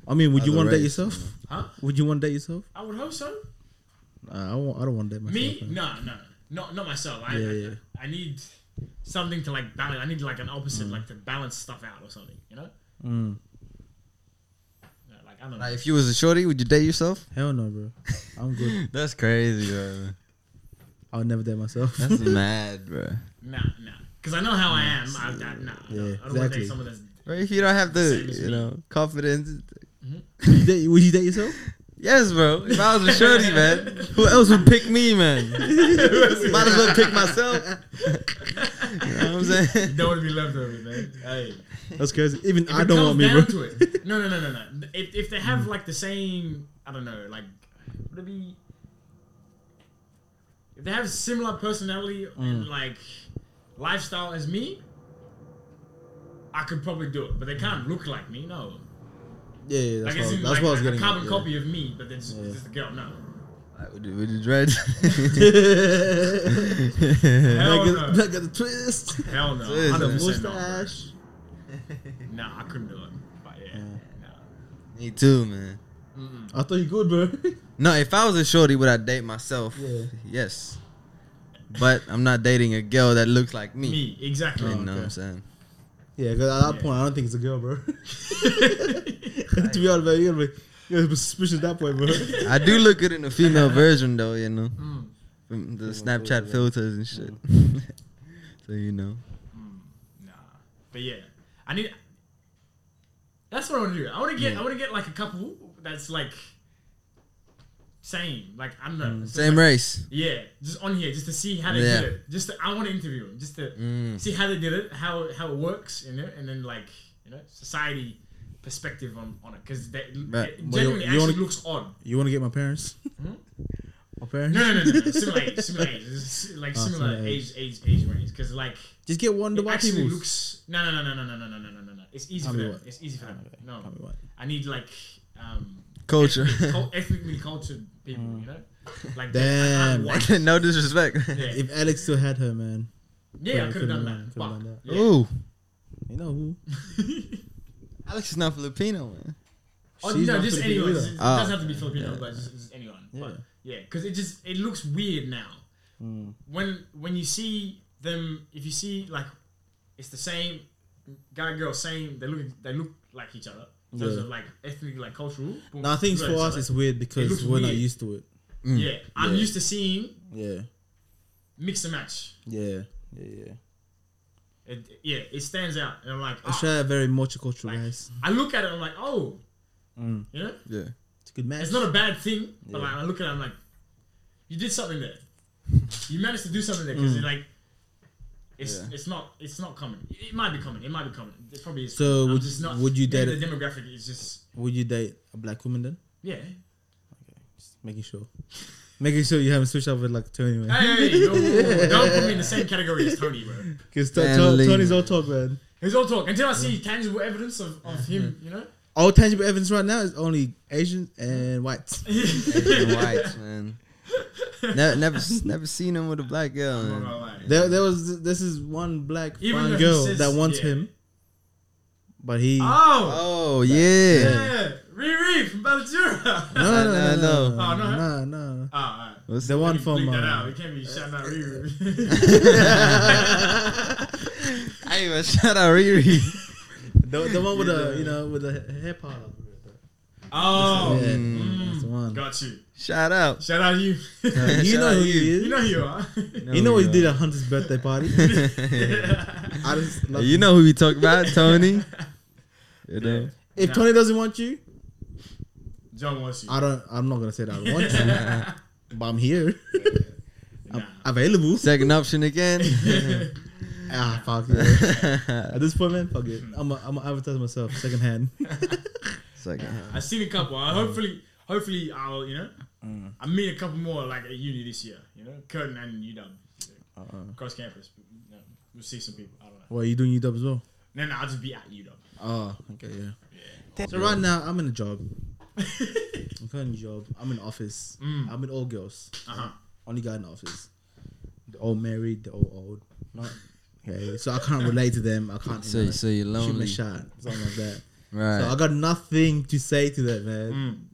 [SPEAKER 3] I mean, would you
[SPEAKER 1] Other
[SPEAKER 3] want to date
[SPEAKER 1] race,
[SPEAKER 3] yourself?
[SPEAKER 2] Huh?
[SPEAKER 3] Would you want to date yourself?
[SPEAKER 2] I would hope so.
[SPEAKER 3] Uh, I don't. I don't want to date myself.
[SPEAKER 2] Me?
[SPEAKER 3] man.
[SPEAKER 2] No, no, not not myself. I,
[SPEAKER 3] Yeah,
[SPEAKER 2] I,
[SPEAKER 3] yeah.
[SPEAKER 2] I need something to like balance. I need like an
[SPEAKER 3] Mm.
[SPEAKER 2] opposite, like to balance stuff out or something. You know? Yeah, Like I don't know.
[SPEAKER 1] Like, if you was a shorty, would you date yourself?
[SPEAKER 3] Hell no, bro. I'm good.
[SPEAKER 1] That's crazy, bro.
[SPEAKER 3] I'll never date myself.
[SPEAKER 1] That's mad, bro.
[SPEAKER 2] Nah, nah. Because I know how I am. I, I, nah, I don't,
[SPEAKER 3] Yeah,
[SPEAKER 2] I don't want
[SPEAKER 3] exactly.
[SPEAKER 2] to date someone that's.
[SPEAKER 1] Bro, if you don't have the,
[SPEAKER 2] Same as
[SPEAKER 1] you
[SPEAKER 2] me.
[SPEAKER 1] know, confidence.
[SPEAKER 3] would, you date, would you date yourself?
[SPEAKER 1] Yes, bro. If I was a shorty, man, who else would pick me, man? Might as well pick myself. you know what I'm saying?
[SPEAKER 2] Don't want to be left over, man. Hey,
[SPEAKER 3] That's crazy. Even
[SPEAKER 2] If
[SPEAKER 3] I
[SPEAKER 2] it
[SPEAKER 3] don't
[SPEAKER 2] comes
[SPEAKER 3] want me, bro. Hmm.
[SPEAKER 2] down to it. No, no, no, no, no. If, if they have like the same, I don't know, like would it be? If they have similar personality
[SPEAKER 3] Hmm.
[SPEAKER 2] and like lifestyle as me, I could probably do it. But they can't look like me. No,
[SPEAKER 3] Yeah, yeah that's,
[SPEAKER 2] like
[SPEAKER 3] what,
[SPEAKER 2] it's
[SPEAKER 3] I-
[SPEAKER 2] in,
[SPEAKER 3] that's
[SPEAKER 2] like,
[SPEAKER 3] what I was
[SPEAKER 2] a
[SPEAKER 3] getting.
[SPEAKER 2] carbon
[SPEAKER 3] at,
[SPEAKER 2] copy of me, but it's it's just a girl. No,
[SPEAKER 1] Like, Would you, would you dread?
[SPEAKER 3] Yeah.
[SPEAKER 2] hell
[SPEAKER 3] Back
[SPEAKER 2] no,
[SPEAKER 3] at, back at the twist.
[SPEAKER 2] hell no,
[SPEAKER 1] Sis,
[SPEAKER 2] hundred
[SPEAKER 1] man.
[SPEAKER 2] percent no. bro.
[SPEAKER 3] Mustache.
[SPEAKER 2] Nah, I couldn't do it. But yeah, no.
[SPEAKER 1] me too, man.
[SPEAKER 3] I thought you good, bro.
[SPEAKER 1] No, if I was a shorty, would I date myself?
[SPEAKER 3] Yeah.
[SPEAKER 1] Yes. But I'm not dating a girl that looks like me.
[SPEAKER 2] me Oh, exactly.
[SPEAKER 1] You know what
[SPEAKER 3] okay.
[SPEAKER 1] I'm saying?
[SPEAKER 3] Yeah, because at that
[SPEAKER 2] Yeah.
[SPEAKER 3] point, I don't think it's a girl, bro. to be honest, man, you're gonna be, you're gonna be suspicious at that point, bro.
[SPEAKER 1] I do look good in the female version, though, you know? From the Snapchat filters and shit. so, you know.
[SPEAKER 2] Nah, but yeah, I need. That's what I want to do. I want to get. I want to get like a couple that's like same. Like I don't know. So
[SPEAKER 3] Mm.
[SPEAKER 1] Same
[SPEAKER 2] like,
[SPEAKER 1] race.
[SPEAKER 2] Yeah, just on here, just to see how they
[SPEAKER 1] Yeah.
[SPEAKER 2] did it. Just to, I want to interview them, just to
[SPEAKER 3] Mm.
[SPEAKER 2] see how they did it, how how it works, you know, and then like you know society perspective on on it because that
[SPEAKER 1] Right.
[SPEAKER 3] Well,
[SPEAKER 2] it
[SPEAKER 3] you-
[SPEAKER 2] genuinely
[SPEAKER 3] you
[SPEAKER 2] actually
[SPEAKER 3] wanna-
[SPEAKER 2] looks odd.
[SPEAKER 3] You want to get my parents? My parents?
[SPEAKER 2] Hmm? No, no, no, no, no. similar age, similar age, Just, like
[SPEAKER 3] Oh,
[SPEAKER 2] similar
[SPEAKER 3] similar
[SPEAKER 2] age, age, age range, because like.
[SPEAKER 3] Just get one of the
[SPEAKER 2] It
[SPEAKER 3] white
[SPEAKER 2] actually
[SPEAKER 3] people.
[SPEAKER 2] looks. No, no, no, no, no, no, no, no, no, no, no, no. It's easy
[SPEAKER 3] Can't be
[SPEAKER 2] for them.
[SPEAKER 3] white.
[SPEAKER 2] It's easy for them. No,
[SPEAKER 3] Can't be white.
[SPEAKER 2] I need like um,
[SPEAKER 1] Culture.
[SPEAKER 2] ethnic- cul- ethnically cultured people, you know, like they- I- I-
[SPEAKER 3] Mm. Damn.
[SPEAKER 2] why-
[SPEAKER 1] no disrespect.
[SPEAKER 2] yeah,
[SPEAKER 3] If Alex still had her, man.
[SPEAKER 2] yeah, I
[SPEAKER 3] Could've-
[SPEAKER 2] could have done
[SPEAKER 3] could've
[SPEAKER 2] that.
[SPEAKER 3] done
[SPEAKER 2] Fuck.
[SPEAKER 3] that.
[SPEAKER 2] Yeah.
[SPEAKER 1] Ooh,
[SPEAKER 3] You know who?
[SPEAKER 1] Alex is not Filipino, man.
[SPEAKER 2] Oh,
[SPEAKER 3] She's
[SPEAKER 2] no,
[SPEAKER 3] not
[SPEAKER 2] just
[SPEAKER 3] Filipino
[SPEAKER 2] anyone.
[SPEAKER 3] either.
[SPEAKER 2] Just- It
[SPEAKER 1] Ah.
[SPEAKER 2] doesn't have to be Filipino, but just, just anyone. Yeah,
[SPEAKER 3] Yeah.
[SPEAKER 2] yeah, because it just it looks weird now.
[SPEAKER 3] Mm.
[SPEAKER 2] When when you see them, if you see like it's the same guy girl, same they look they look like each other. Those
[SPEAKER 3] Yeah.
[SPEAKER 2] are like ethnically like cultural. boom,
[SPEAKER 3] No, I think
[SPEAKER 2] look
[SPEAKER 3] for
[SPEAKER 2] at
[SPEAKER 3] us
[SPEAKER 2] each
[SPEAKER 3] it's weird because
[SPEAKER 2] looks
[SPEAKER 3] we're not
[SPEAKER 2] weird.
[SPEAKER 3] used to it.
[SPEAKER 2] other. yeah, I'm
[SPEAKER 3] Mm. yeah.
[SPEAKER 2] used to seeing
[SPEAKER 3] Yeah.
[SPEAKER 2] mix and match.
[SPEAKER 3] Yeah. Yeah. Yeah.
[SPEAKER 2] It, yeah, it stands out, and I'm like, ah.
[SPEAKER 3] Australia very multicultural,
[SPEAKER 2] Like-
[SPEAKER 3] guys.
[SPEAKER 2] I look at it, I'm like, oh, you know,
[SPEAKER 1] Yeah.
[SPEAKER 3] Mm. It's a good match.
[SPEAKER 2] it's not a bad thing. But like, I look at it, I'm like, you did something there. you managed to do something there
[SPEAKER 3] Mm.
[SPEAKER 2] because like, it's
[SPEAKER 1] Yeah.
[SPEAKER 2] it's not it's not common. It, it might be common. It might be common. It probably is.
[SPEAKER 3] So
[SPEAKER 2] I'm
[SPEAKER 3] would- would you
[SPEAKER 2] maybe
[SPEAKER 3] date
[SPEAKER 2] the demographic? is just
[SPEAKER 3] Would you date a black woman then?
[SPEAKER 2] yeah.
[SPEAKER 3] Just making sure. making sure you haven't switched up with like Tony, man.
[SPEAKER 2] Hey, no, don't put me in the same category as Tony, bro.
[SPEAKER 3] Because
[SPEAKER 1] Man, lean.
[SPEAKER 3] Tony's all talk, man.
[SPEAKER 2] It's all talk until I see tangible evidence of, of him.
[SPEAKER 3] Mm-hmm.
[SPEAKER 2] You know,
[SPEAKER 3] All tangible evidence right now is only Asians and whites.
[SPEAKER 1] Asian whites, man. Never, never, s- never seen him with a black girl,
[SPEAKER 2] I'm
[SPEAKER 1] man.
[SPEAKER 2] not gonna lie.
[SPEAKER 3] There, there was this is one black
[SPEAKER 2] Even though
[SPEAKER 3] fine
[SPEAKER 2] he
[SPEAKER 3] girl
[SPEAKER 2] says-
[SPEAKER 3] that wants
[SPEAKER 2] yeah.
[SPEAKER 3] him, but he
[SPEAKER 2] Oh,
[SPEAKER 1] Oh yeah.
[SPEAKER 2] yeah, Riri from Balatura.
[SPEAKER 3] no no no
[SPEAKER 1] I
[SPEAKER 3] no
[SPEAKER 1] know.
[SPEAKER 2] Oh,
[SPEAKER 3] no
[SPEAKER 2] no.
[SPEAKER 3] no, no.
[SPEAKER 2] Oh, alright.
[SPEAKER 1] What's
[SPEAKER 3] the one
[SPEAKER 2] We
[SPEAKER 3] from
[SPEAKER 2] bleep that
[SPEAKER 3] uh,
[SPEAKER 2] out. We can't be shouting out Riri.
[SPEAKER 1] I ain't even shout out Riri.
[SPEAKER 3] the, the one with the you know with the hair part.
[SPEAKER 2] oh,
[SPEAKER 3] Yeah,
[SPEAKER 1] Mm.
[SPEAKER 3] that's the one.
[SPEAKER 2] got you.
[SPEAKER 1] Shout out.
[SPEAKER 2] Shout out you.
[SPEAKER 3] Uh, you
[SPEAKER 1] Shout
[SPEAKER 3] know
[SPEAKER 1] out
[SPEAKER 3] who he
[SPEAKER 2] you
[SPEAKER 3] is.
[SPEAKER 2] know who you are.
[SPEAKER 3] You know he
[SPEAKER 1] who
[SPEAKER 3] did
[SPEAKER 1] you
[SPEAKER 3] at Hunter's birthday party. I just
[SPEAKER 1] are.
[SPEAKER 3] love
[SPEAKER 1] You know who we talk about, Tony. You know.
[SPEAKER 3] if Tony doesn't want you,
[SPEAKER 2] John wants you.
[SPEAKER 3] I don't. I'm not gonna say that I don't want you, but I'm here.
[SPEAKER 2] Nah.
[SPEAKER 3] available.
[SPEAKER 1] Second option again.
[SPEAKER 3] Ah, fuck it. At this point, man, fuck it. I'm i I'm gonna advertise myself secondhand.
[SPEAKER 1] Second.
[SPEAKER 2] I've seen a couple. I hopefully, hopefully, I'll you know,
[SPEAKER 3] Mm.
[SPEAKER 2] I meet a couple more like at uni this year. You know, Curtin and UW
[SPEAKER 3] Uh-uh.
[SPEAKER 2] across campus. You know, we'll see some people. I don't know.
[SPEAKER 3] Well, you doing UW as well?
[SPEAKER 2] No, no, I'll just be at UW.
[SPEAKER 3] Oh, okay, yeah. So right now, I'm in a job. I'm currently in a job. I'm in office. I'm in all girls.
[SPEAKER 2] Uh huh.
[SPEAKER 3] Only guy in the office. They're all married. They're all old. Not okay. So I can't relate to them. I can't.
[SPEAKER 1] So,
[SPEAKER 3] you know,
[SPEAKER 1] so you're
[SPEAKER 3] shoot me a
[SPEAKER 1] lonely,
[SPEAKER 3] shot, something like that.
[SPEAKER 1] right?
[SPEAKER 3] So I got nothing to say to that, man.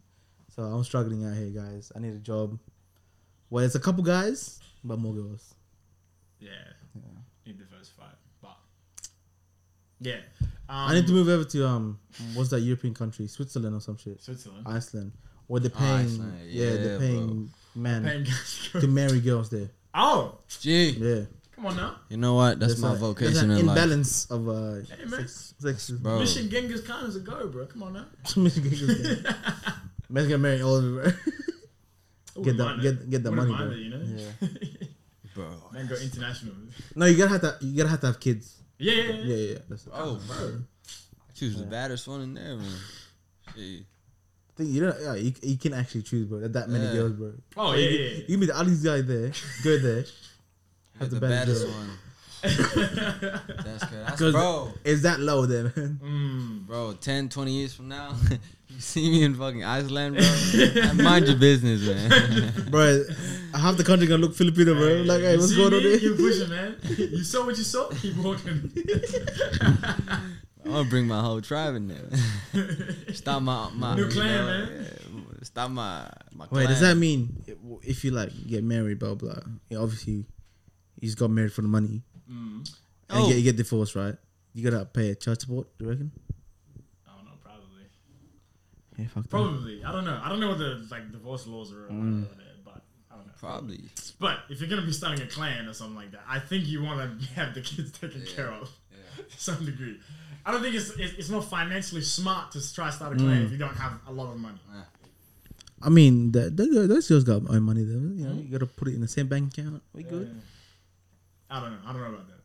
[SPEAKER 3] So I'm struggling out here, guys. I need a job. Well, it's a couple guys, but more girls.
[SPEAKER 2] Yeah. Need diversified, but yeah. Um,
[SPEAKER 3] I need to move over to um, what's that European country? Switzerland or some shit.
[SPEAKER 2] Switzerland.
[SPEAKER 3] Iceland. Where they're paying,
[SPEAKER 1] Oh, Iceland,
[SPEAKER 3] yeah,
[SPEAKER 1] yeah,
[SPEAKER 3] they're paying man
[SPEAKER 2] Paying
[SPEAKER 3] to marry girls there.
[SPEAKER 2] Oh,
[SPEAKER 1] Gee,
[SPEAKER 3] Yeah,
[SPEAKER 2] come on now.
[SPEAKER 1] you know what? That's,
[SPEAKER 3] There's
[SPEAKER 1] my
[SPEAKER 3] a- There's
[SPEAKER 1] vocation
[SPEAKER 3] an
[SPEAKER 1] in life,
[SPEAKER 3] imbalance of uh,
[SPEAKER 2] Hey, man.
[SPEAKER 3] sex, sexes.
[SPEAKER 1] bro.
[SPEAKER 2] Mission Genghis Khan is a go, bro. Come on now.
[SPEAKER 3] Man's gonna marry all of them.
[SPEAKER 2] Ooh,
[SPEAKER 3] Get the-
[SPEAKER 2] mind
[SPEAKER 3] get-
[SPEAKER 2] it.
[SPEAKER 3] get the
[SPEAKER 2] Wouldn't
[SPEAKER 3] money,
[SPEAKER 2] mind
[SPEAKER 3] bro.
[SPEAKER 2] it, you know.
[SPEAKER 1] bro.
[SPEAKER 2] Man, go international.
[SPEAKER 3] No, you gotta have to. You gotta have to have kids.
[SPEAKER 2] Yeah, yeah,
[SPEAKER 3] Yeah,
[SPEAKER 2] yeah.
[SPEAKER 3] yeah. yeah. That's it.
[SPEAKER 1] Oh, bro. Choose the baddest one in there, man. Gee.
[SPEAKER 3] Think you don't. Yeah, you, you can actually choose, bro. That, that many
[SPEAKER 1] Yeah.
[SPEAKER 3] girls, bro.
[SPEAKER 2] Oh, yeah, yeah. yeah.
[SPEAKER 3] You meet the ugliest guy there, go there.
[SPEAKER 1] Get
[SPEAKER 3] the
[SPEAKER 1] the,
[SPEAKER 3] baddest
[SPEAKER 1] baddest one. That's good. That's,
[SPEAKER 3] 'Cause-
[SPEAKER 1] bro,
[SPEAKER 3] It's that low there, man.
[SPEAKER 1] bro, 10, 20 years from now, you see me in fucking Iceland, bro. I mind your business, man.
[SPEAKER 3] bro, half the country gonna look Filipino, bro. Like, hey,
[SPEAKER 2] Mm. You
[SPEAKER 3] what's
[SPEAKER 2] see
[SPEAKER 3] going on
[SPEAKER 2] me?
[SPEAKER 3] there?
[SPEAKER 2] You pushing, man. You saw what you saw. Keep walking.
[SPEAKER 1] I'm gonna bring my whole tribe in there. Stop my my
[SPEAKER 2] New
[SPEAKER 1] you know,
[SPEAKER 2] clan, man.
[SPEAKER 1] yeah, Stop my my
[SPEAKER 3] Wait,
[SPEAKER 1] clan.
[SPEAKER 3] does that mean i- w- if you like get married, blah blah? Yeah, obviously, you just got married for the money, and
[SPEAKER 1] Oh.
[SPEAKER 3] you, get, you get divorced, right? You gotta pay child support. Do you reckon?
[SPEAKER 2] I don't know, Oh, probably.
[SPEAKER 3] Yeah, fuck that.
[SPEAKER 2] Probably. I don't know. I don't know what the like divorce laws are over there, but I don't know.
[SPEAKER 1] Probably.
[SPEAKER 2] But if you're gonna be starting a clan or something like that, I think you want to have the kids taken care of to some degree. I don't think it's, it's it's not financially smart to try to start a clan if you don't have a lot of money.
[SPEAKER 3] I mean, that, that, girl- those girls got own money, though. You know, you gotta put it in the same bank account. We good.
[SPEAKER 2] I don't know. I don't know about that.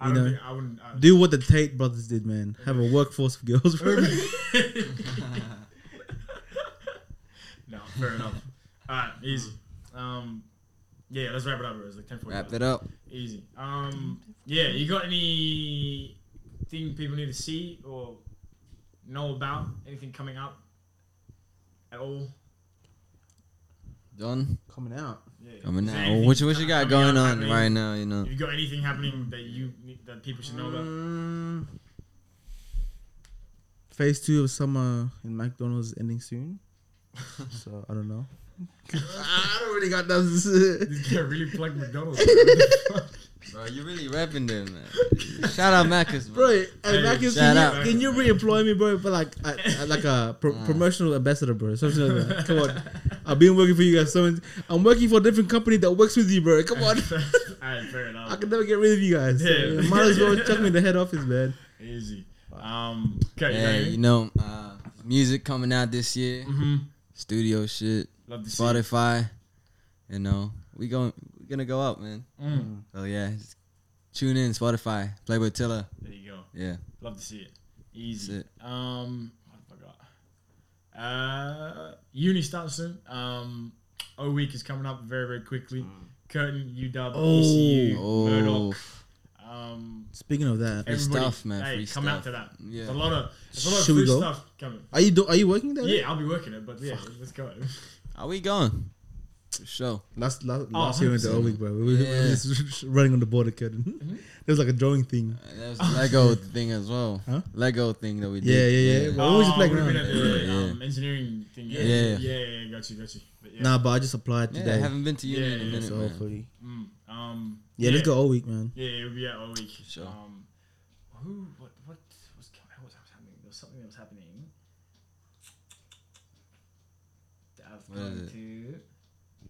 [SPEAKER 2] I
[SPEAKER 3] You
[SPEAKER 2] don't
[SPEAKER 3] know,
[SPEAKER 2] think I wouldn't. I,
[SPEAKER 3] Do what the Tate brothers did, man. Have a workforce of girls. bro.
[SPEAKER 2] no, fair enough. All right, easy. Um, yeah, let's wrap it up. bro. It's like ten forty.
[SPEAKER 1] Wrap it up.
[SPEAKER 2] Easy. Um, yeah, you got any thing people need to see or know about? Anything coming up? at all.
[SPEAKER 1] Done.
[SPEAKER 3] Coming out.
[SPEAKER 2] Yeah.
[SPEAKER 1] Coming
[SPEAKER 2] Is there
[SPEAKER 1] now.
[SPEAKER 2] anything
[SPEAKER 1] What you, what you got
[SPEAKER 2] coming out
[SPEAKER 1] going on
[SPEAKER 2] happening?
[SPEAKER 1] right now? You know.
[SPEAKER 2] Have you got anything happening that you need- that people should know about?
[SPEAKER 3] Mm. Phase two of summer in McDonald's is ending soon. so I don't know. I don't really got nothing.
[SPEAKER 2] This guy really plugged McDonald's.
[SPEAKER 1] Bro, you really repping there, man. Shout out Macus,
[SPEAKER 3] Bro,
[SPEAKER 1] bro.
[SPEAKER 3] hey, Marcus,
[SPEAKER 1] shout
[SPEAKER 3] can,
[SPEAKER 1] out.
[SPEAKER 3] you, can you re-employ me, bro? For like, I, I- like a pro- promotional ambassador, bro. Something like that. Come on, I've been working for you guys. So I'm working for a different company that works with you, bro. Come on,
[SPEAKER 2] Alright, fair
[SPEAKER 3] I
[SPEAKER 2] enough.
[SPEAKER 3] can never get rid of you guys. So,
[SPEAKER 2] Yeah.
[SPEAKER 3] might as well chuck me in the head office, man.
[SPEAKER 2] Easy. Um, okay,
[SPEAKER 1] Yeah,
[SPEAKER 2] okay.
[SPEAKER 1] you know, uh, music coming out this year.
[SPEAKER 2] Mhm.
[SPEAKER 1] Studio shit,
[SPEAKER 2] Love to see. it.
[SPEAKER 1] Spotify. You know, we going we gonna go up, man.
[SPEAKER 2] Mm.
[SPEAKER 1] So yeah, just tune in Spotify. Playboy Tiller.
[SPEAKER 2] There you go.
[SPEAKER 1] Yeah.
[SPEAKER 2] Love to see it. Easy.
[SPEAKER 1] That's
[SPEAKER 2] Um, what have I got? Uh, uni starts soon. Um, O week is coming up very very quickly. Curtain, UW,
[SPEAKER 3] Oh.
[SPEAKER 2] ECU,
[SPEAKER 1] Oh,
[SPEAKER 2] Murdoch. Um,
[SPEAKER 3] Speaking of that,
[SPEAKER 1] Free
[SPEAKER 2] everybody,
[SPEAKER 1] stuff, man,
[SPEAKER 2] Hey,
[SPEAKER 1] free
[SPEAKER 2] come out
[SPEAKER 1] stuff.
[SPEAKER 2] to that.
[SPEAKER 1] Yeah.
[SPEAKER 2] It's a lot of it's a lot of
[SPEAKER 3] Should we
[SPEAKER 2] free
[SPEAKER 3] go?
[SPEAKER 2] stuff coming.
[SPEAKER 3] are you do- are you working there?
[SPEAKER 2] Yeah, I'll be working it, but yeah, let's go.
[SPEAKER 1] are we going? For sure.
[SPEAKER 3] Last last, last year we went to
[SPEAKER 2] 100%.
[SPEAKER 3] O Week, bro. We were we were
[SPEAKER 1] Oh, Yeah. Mm-hmm.
[SPEAKER 3] just running on the border curtain. There was like a drawing thing.
[SPEAKER 1] Uh, That was the Lego thing as well.
[SPEAKER 3] Huh?
[SPEAKER 1] Lego thing that we did.
[SPEAKER 3] Yeah, yeah, yeah. Well, we was just playing
[SPEAKER 2] would've been
[SPEAKER 3] around.
[SPEAKER 2] at the
[SPEAKER 1] Yeah, yeah.
[SPEAKER 2] um, engineering thing. Yeah,
[SPEAKER 1] Yeah.
[SPEAKER 2] yeah, yeah, yeah, got you, got you. But yeah,
[SPEAKER 3] Nah, but I just applied
[SPEAKER 1] Yeah,
[SPEAKER 3] today.
[SPEAKER 1] I haven't been to uni
[SPEAKER 2] Yeah,
[SPEAKER 1] in a
[SPEAKER 2] yeah,
[SPEAKER 1] minute,
[SPEAKER 3] so
[SPEAKER 1] man.
[SPEAKER 3] hopefully,
[SPEAKER 2] Mm, um,
[SPEAKER 3] yeah, let's go O Week, man.
[SPEAKER 2] Yeah, it'll be out all week.
[SPEAKER 1] Sure.
[SPEAKER 2] Um, who? What? What was coming? What was happening? There was something that was happening. That I've
[SPEAKER 1] What is
[SPEAKER 2] gone to.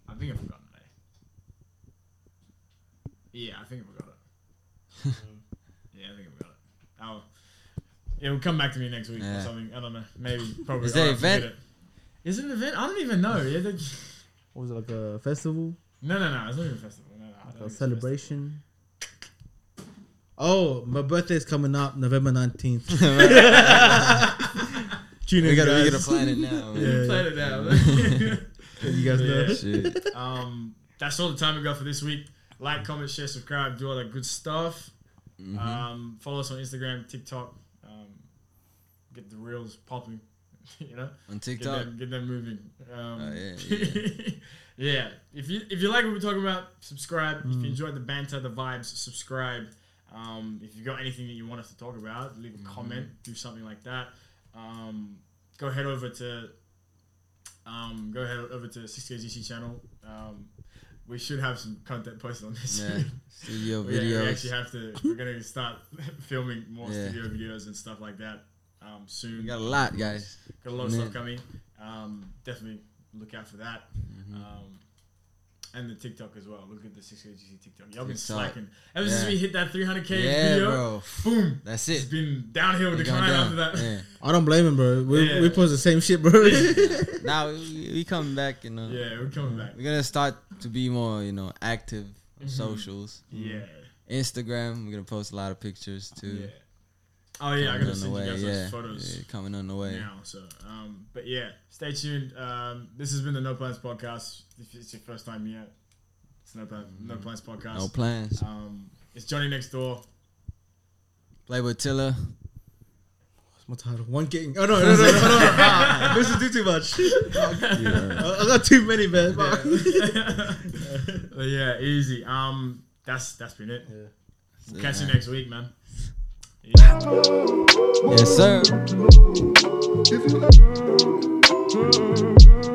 [SPEAKER 2] I think I've forgotten it. eh? Yeah, I think I forgot it. yeah, I think I forgot it. Oh, it'll come back to me next week
[SPEAKER 1] Yeah.
[SPEAKER 2] or something. I don't know. Maybe. Probably.
[SPEAKER 1] Is there
[SPEAKER 2] I'll
[SPEAKER 1] an
[SPEAKER 2] have to get
[SPEAKER 1] event?
[SPEAKER 2] It. Is it an event? I don't even know. Yeah, they-
[SPEAKER 3] What was it like a festival,
[SPEAKER 2] no, no, no. It's not even a festival. No, no, I don't think
[SPEAKER 3] a
[SPEAKER 2] it's a
[SPEAKER 3] celebration? Oh, my birthday's coming up November nineteenth. Tune in,
[SPEAKER 1] We gotta, we
[SPEAKER 3] guys.
[SPEAKER 1] gotta plan it now, man.
[SPEAKER 3] Yeah.
[SPEAKER 2] festival. Play it now.
[SPEAKER 3] you guys know.
[SPEAKER 2] Yeah.
[SPEAKER 1] Shit.
[SPEAKER 2] Um, that's all the time we got for this week. Like, comment, share, subscribe, do all that good stuff. Um, follow us on Instagram, TikTok. Um, get the reels popping. You know,
[SPEAKER 1] On
[SPEAKER 2] get
[SPEAKER 1] TikTok.
[SPEAKER 2] them, get them moving. Um,
[SPEAKER 1] Oh, yeah,
[SPEAKER 2] yeah, If you if you like what we're talking about, subscribe. If you enjoyed the banter, the vibes, subscribe. Um, if you got anything that you want us to talk about, leave a
[SPEAKER 1] Mm-hmm.
[SPEAKER 2] comment, do something like that. Um, go head over to um, go head over to 6KGC channel. Um, we should have some content posted on this.
[SPEAKER 1] Yeah. Studio
[SPEAKER 2] Oh, Yeah, we
[SPEAKER 1] videos.
[SPEAKER 2] actually have to. We're gonna start filming more
[SPEAKER 1] Yeah.
[SPEAKER 2] studio videos and stuff like that um, soon.
[SPEAKER 1] we got a lot, guys.
[SPEAKER 2] Got a lot of stuff
[SPEAKER 1] Man.
[SPEAKER 2] coming. Um, definitely look out for that.
[SPEAKER 1] Mm-hmm.
[SPEAKER 2] Um, and the TikTok as well. Look at the 6KGC TikTok. Y'all been
[SPEAKER 1] TikTok.
[SPEAKER 2] slacking. Ever since
[SPEAKER 1] Yeah.
[SPEAKER 2] we hit that 300K
[SPEAKER 1] Yeah,
[SPEAKER 2] video,
[SPEAKER 1] bro.
[SPEAKER 2] boom.
[SPEAKER 1] That's
[SPEAKER 2] It's
[SPEAKER 1] it.
[SPEAKER 2] been downhill
[SPEAKER 1] We're going
[SPEAKER 2] decline after
[SPEAKER 1] down.
[SPEAKER 2] that.
[SPEAKER 1] Yeah.
[SPEAKER 3] I don't blame him, bro. We
[SPEAKER 2] Yeah.
[SPEAKER 3] we post the same shit, bro.
[SPEAKER 1] Now we, we coming back, you know.
[SPEAKER 2] Yeah, we're coming back.
[SPEAKER 1] We're gonna start to be more, you know, active on socials.
[SPEAKER 2] Mm-hmm. Yeah.
[SPEAKER 1] Instagram, we're gonna post a lot of pictures
[SPEAKER 2] Yeah.
[SPEAKER 1] too.
[SPEAKER 2] Oh yeah, I
[SPEAKER 1] Coming
[SPEAKER 2] gotta
[SPEAKER 1] on the
[SPEAKER 2] send you
[SPEAKER 1] way,
[SPEAKER 2] guys
[SPEAKER 1] yeah.
[SPEAKER 2] those photos.
[SPEAKER 1] Yeah, coming on the way.
[SPEAKER 2] now. So, um, but yeah, stay tuned. Um, this has been the No Plans podcast. If it's your first time here, it's No, Plan, no Plans podcast.
[SPEAKER 1] Mm-hmm. No plans.
[SPEAKER 2] Um, it's Johnny next door.
[SPEAKER 1] Playboy Tiller.
[SPEAKER 3] What's my title? One king. Oh no, no, no, no, no. no. Ah, this is do too much. I I got too many, man. Fuck.
[SPEAKER 2] But Oh, yeah, easy. Um, that's that's been it. We'll catch you
[SPEAKER 1] Yeah.
[SPEAKER 2] next week, man.
[SPEAKER 1] Yes, sir.
[SPEAKER 9] If you let-